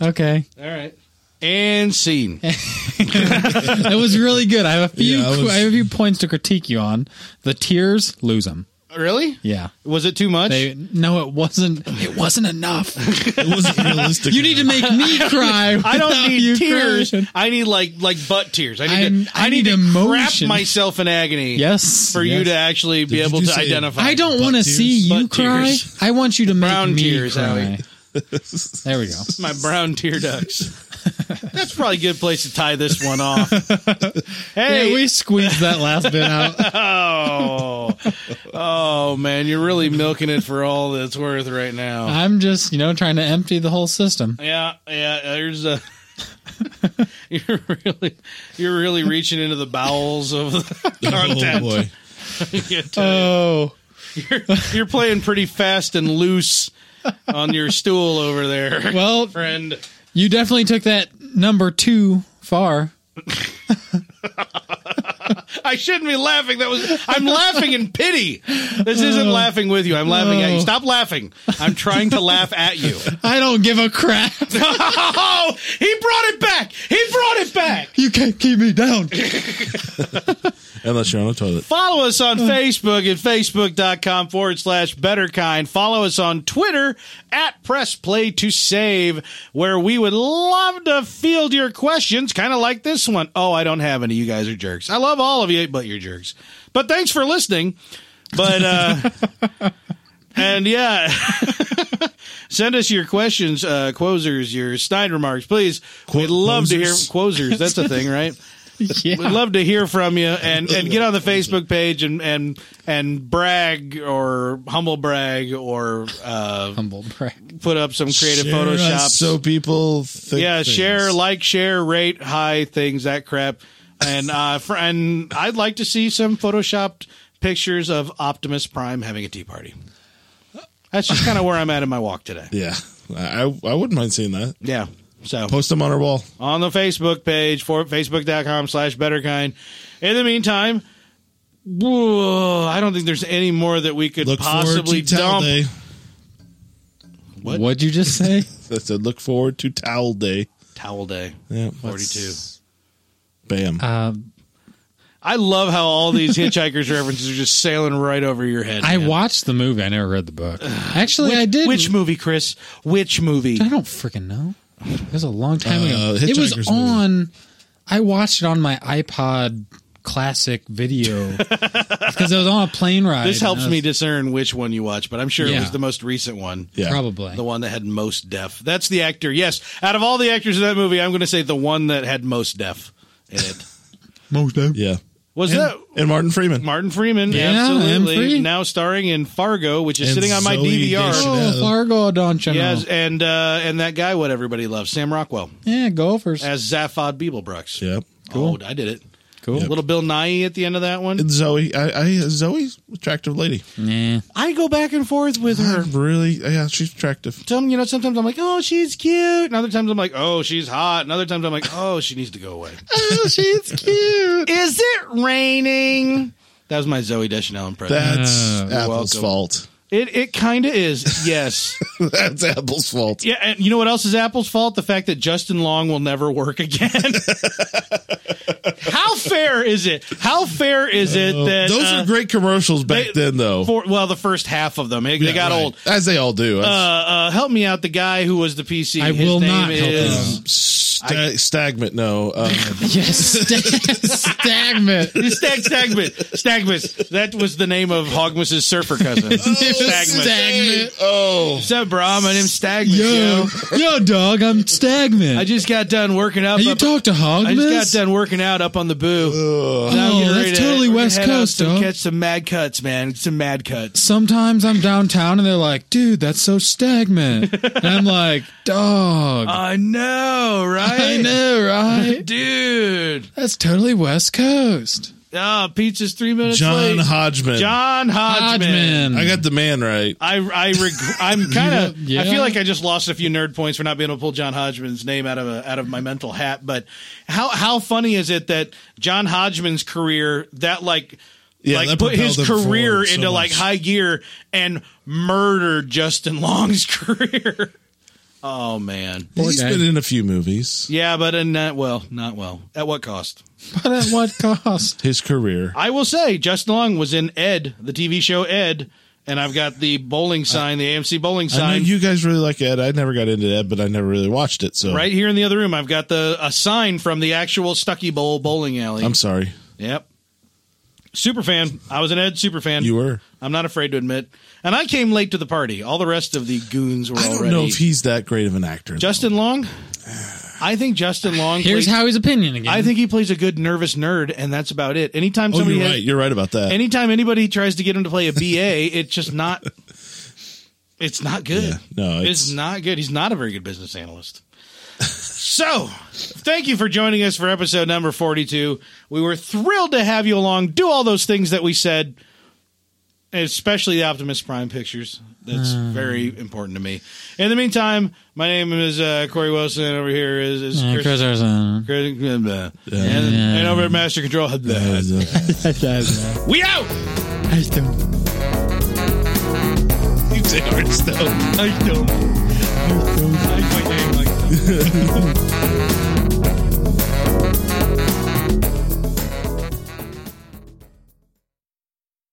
Speaker 3: Okay.
Speaker 1: All right. And scene.
Speaker 3: That was really good. I have a few
Speaker 2: Yeah, I was-
Speaker 3: I have a few points to critique you on. The tears, lose them.
Speaker 1: really?
Speaker 3: Yeah.
Speaker 1: Was it too much?
Speaker 3: They no, it wasn't it wasn't enough.
Speaker 2: it wasn't realistic.
Speaker 3: You need to make me cry.
Speaker 1: I
Speaker 3: without
Speaker 1: don't
Speaker 3: you
Speaker 1: need tears.
Speaker 3: crying.
Speaker 1: I need like like butt tears. I need
Speaker 3: I'm-
Speaker 1: to,
Speaker 3: I
Speaker 1: I need,
Speaker 3: need
Speaker 1: to
Speaker 3: emotion.
Speaker 1: crap myself in agony.
Speaker 3: Yes.
Speaker 1: for you
Speaker 3: yes.
Speaker 1: to actually be
Speaker 2: Did you
Speaker 1: able to
Speaker 2: just say-
Speaker 1: identify.
Speaker 3: I don't want to
Speaker 2: tears.
Speaker 3: see you
Speaker 1: Butt
Speaker 3: cry.
Speaker 1: tears.
Speaker 3: I want you to make
Speaker 1: Brown
Speaker 3: me
Speaker 1: tears,
Speaker 3: cry.
Speaker 1: Howie.
Speaker 3: There we go.
Speaker 1: my brown tear ducts. That's probably a good place to tie this one off. hey,
Speaker 3: Yeah, we squeezed that last bit out.
Speaker 1: oh, oh man, you're really milking it for all that's worth right now.
Speaker 3: I'm just, you know, trying to empty the whole system.
Speaker 1: Yeah, yeah. There's a. You're really, you're really reaching into the bowels of the
Speaker 2: Oh
Speaker 1: content.
Speaker 2: boy.
Speaker 3: Oh,
Speaker 1: you're, you're playing pretty fast and loose on your stool over there,
Speaker 3: well,
Speaker 1: friend.
Speaker 3: you definitely took that number two far.
Speaker 1: I shouldn't be laughing. That was I'm laughing in pity. This isn't
Speaker 2: Oh.
Speaker 1: laughing with you. I'm laughing at you. Stop laughing. I'm trying to laugh at you.
Speaker 3: I don't give a crap.
Speaker 1: Oh, he brought it back. He brought it back.
Speaker 3: You can't keep me down.
Speaker 2: Unless you're on a toilet.
Speaker 1: Follow us on Facebook at facebook.com forward slash betterkind. Follow us on Twitter at Press Play to Save, where we would love to field your questions, kind of like this one. Oh, I don't have any. You guys are jerks. I love all of you, but you're jerks. But thanks for listening. But, uh, and yeah, send us your questions, uh, quozers, your snide remarks, please. We'd love to hear quozers. That's a thing, right? We'd
Speaker 3: Yeah.
Speaker 1: love to hear from you and, and get on the Facebook page and, and and brag or humble brag or uh,
Speaker 3: Humble brag.
Speaker 1: put up some creative
Speaker 2: Share us
Speaker 1: Photoshop.
Speaker 2: So people think
Speaker 1: yeah,
Speaker 2: things.
Speaker 1: share, like, share, rate, high things, that crap. And uh, fr- and I'd like to see some photoshopped pictures of Optimus Prime having a tea party. That's just kind of where I'm at in my walk today.
Speaker 2: Yeah. I, I I wouldn't mind seeing that.
Speaker 1: Yeah. So
Speaker 2: Post them on our wall.
Speaker 1: on the Facebook page for facebook.com slash betterkind. In the meantime, whoa, I don't think there's any more that we could
Speaker 2: Look
Speaker 1: possibly
Speaker 2: forward to towel
Speaker 1: dump.
Speaker 2: day.
Speaker 1: What?
Speaker 3: What'd you just say?
Speaker 2: I said look forward to towel day.
Speaker 1: Towel Day
Speaker 2: Yeah.
Speaker 1: 42.
Speaker 2: Bam.
Speaker 3: Uh,
Speaker 1: Um, I love how all these Hitchhiker's references are just sailing right over your head.
Speaker 3: I
Speaker 1: man.
Speaker 3: watched the movie. I never read the book. Actually, I did.
Speaker 1: Which movie, Chris? Which movie?
Speaker 3: I don't freaking know. It was a long time
Speaker 2: Uh,
Speaker 3: ago. It was
Speaker 2: Hitchhiker's movie.
Speaker 3: on. I watched it on my iPod classic video because it was on a plane ride.
Speaker 1: This
Speaker 3: and I
Speaker 1: helps
Speaker 3: was-
Speaker 1: me discern which one you watch, but I'm sure it
Speaker 3: Yeah.
Speaker 1: was the most recent one.
Speaker 2: yeah.
Speaker 3: probably.
Speaker 1: The one that had most deaf. That's the actor. Yes. Out of all the actors in that movie, I'm going to say the one that had most deaf in it.
Speaker 3: Most of.
Speaker 2: Yeah.
Speaker 1: Was that
Speaker 2: And Martin Freeman.
Speaker 1: Martin Freeman,
Speaker 3: Yeah,
Speaker 1: absolutely.
Speaker 3: M3.
Speaker 1: Now starring in Fargo, which is
Speaker 2: And
Speaker 1: sitting on my
Speaker 2: Zooey
Speaker 1: DVR.
Speaker 2: Deschanel.
Speaker 3: Oh, Fargo, don't you know?
Speaker 1: Yes, and uh, and that guy, what everybody loves, Sam Rockwell
Speaker 3: yeah, Gophers.
Speaker 1: as Zaphod Beeblebrox.
Speaker 2: Yep.
Speaker 1: Cool. Oh, I did it.
Speaker 3: cool.
Speaker 1: Little Bill Nye at the end of that one.
Speaker 2: And Zoe. I, I Zoe's attractive lady.
Speaker 3: Yeah.
Speaker 1: I go back and forth with her.
Speaker 2: Really? Yeah, she's attractive.
Speaker 1: Some, you know, sometimes I'm like, oh, she's cute, and other times I'm like, oh, she's hot, and other times I'm like, oh, she needs to go away.
Speaker 3: Oh, she's cute.
Speaker 1: Is it raining? That was my Zoe Deschanel impression.
Speaker 2: That's
Speaker 3: Uh,
Speaker 2: Apple's
Speaker 1: welcome.
Speaker 2: fault.
Speaker 1: it it kind of is. Yes.
Speaker 2: That's Apple's fault.
Speaker 1: yeah, and you know what else is Apple's fault? The fact that Justin Long will never work again. How fair is it? How fair is it
Speaker 3: Oh,
Speaker 1: that
Speaker 2: Those
Speaker 1: uh,
Speaker 2: are great commercials back
Speaker 1: they-
Speaker 2: then, though.
Speaker 1: for well the first half of them. They, they
Speaker 2: Yeah,
Speaker 1: got
Speaker 2: right.
Speaker 1: old.
Speaker 2: as they all do.
Speaker 1: Uh, uh, help me out. The guy who was the PC.
Speaker 3: I
Speaker 1: His
Speaker 3: will
Speaker 1: name
Speaker 3: not help
Speaker 1: is-
Speaker 3: you out.
Speaker 2: Um, sta- stagnant, no. Um,
Speaker 3: Yes, stagnant.
Speaker 1: Stag Stagmus. Stagmus. That was the name of Hogmas's surfer cousin.
Speaker 3: Oh.
Speaker 1: Stagmus.
Speaker 3: Stagnant.
Speaker 2: Oh,
Speaker 1: What's up, bro? My name's Stagmus.
Speaker 3: Yo,
Speaker 1: Yo.
Speaker 3: yo, dog, I'm stagnant.
Speaker 1: I just got done working up.
Speaker 3: Hey, you
Speaker 1: up-
Speaker 3: talk to Hogmas?
Speaker 1: I just got done working out up on the boo. Now I'm
Speaker 3: oh,
Speaker 1: getting ready
Speaker 3: that's
Speaker 1: to-
Speaker 3: totally
Speaker 1: we're gonna
Speaker 3: West
Speaker 1: head out
Speaker 3: Coast,
Speaker 1: some-
Speaker 3: dog.
Speaker 1: Catch some mad cuts, man. Some mad cuts.
Speaker 3: Sometimes I'm downtown and they're like, dude, that's so stagnant. and I'm like, dog,
Speaker 1: I know, right?
Speaker 3: I know, right?
Speaker 1: dude.
Speaker 3: That's totally West Coast.
Speaker 1: Oh, pizza's three minutes
Speaker 2: John
Speaker 1: late.
Speaker 2: Hodgman.
Speaker 1: John Uh, Hodgman.
Speaker 3: Hodgman.
Speaker 2: I got the man right.
Speaker 1: I I reg- I'm kind of
Speaker 3: You know-
Speaker 1: I
Speaker 3: yeah.
Speaker 1: feel like I just lost a few nerd points for not being able to pull John Hodgman's name out of a, out of my mental hat. But how how funny is it that John Hodgman's career that like
Speaker 2: Yeah,
Speaker 1: like
Speaker 2: that
Speaker 1: put his
Speaker 2: propelled him
Speaker 1: career
Speaker 2: forward so
Speaker 1: into like
Speaker 2: much.
Speaker 1: high gear and murdered Justin Long's career. oh man,
Speaker 2: He's
Speaker 3: Poor guy.
Speaker 2: been in a few movies.
Speaker 1: yeah, but in that well, not well. At what cost?
Speaker 3: But at what cost?
Speaker 2: His career.
Speaker 1: I will say Justin Long was in Ed, the TV show Ed, and I've got the bowling sign, the AMC bowling sign.
Speaker 2: I know you guys really like Ed. I never got into Ed, but I never really watched it. So
Speaker 1: Right here in the other room, I've got the a sign from the actual Stucky Bowl bowling alley.
Speaker 2: I'm sorry.
Speaker 1: yep. Super fan. I was an Ed super fan.
Speaker 2: You were.
Speaker 1: I'm not afraid to admit. And I came late to the party. All the rest of the goons were
Speaker 2: I don't
Speaker 1: already.
Speaker 2: know if he's that great of an actor.
Speaker 1: Justin Long. I think Justin Long.
Speaker 3: Here's
Speaker 1: plays-
Speaker 3: Howie's opinion again.
Speaker 1: I think he plays a good nervous nerd, and that's about it. Anytime
Speaker 2: though. Oh,
Speaker 1: somebody,
Speaker 2: you're
Speaker 1: has-
Speaker 2: right. You're right about that.
Speaker 1: anytime anybody tries to get him to play a BA, it's just not. It's not good.
Speaker 2: Yeah, no,
Speaker 1: it's,
Speaker 2: it's-
Speaker 1: not good. He's not a very good business analyst. so, thank you for joining us for episode number forty-two. We were thrilled to have you along. Do all those things that we said, especially the Optimus Prime pictures. That's
Speaker 2: Hmm.
Speaker 1: very important to me. In the meantime, my name is uh, Corey Wilson. and Over here is, is
Speaker 3: Uh,
Speaker 1: Chris.
Speaker 3: Chris Arizona.
Speaker 1: Chris- blah, blah. and, and over at Master Control. blah.
Speaker 2: uh,
Speaker 1: We out.
Speaker 3: I don't.
Speaker 2: you say hard stuff.
Speaker 1: I don't. I don't. I don't.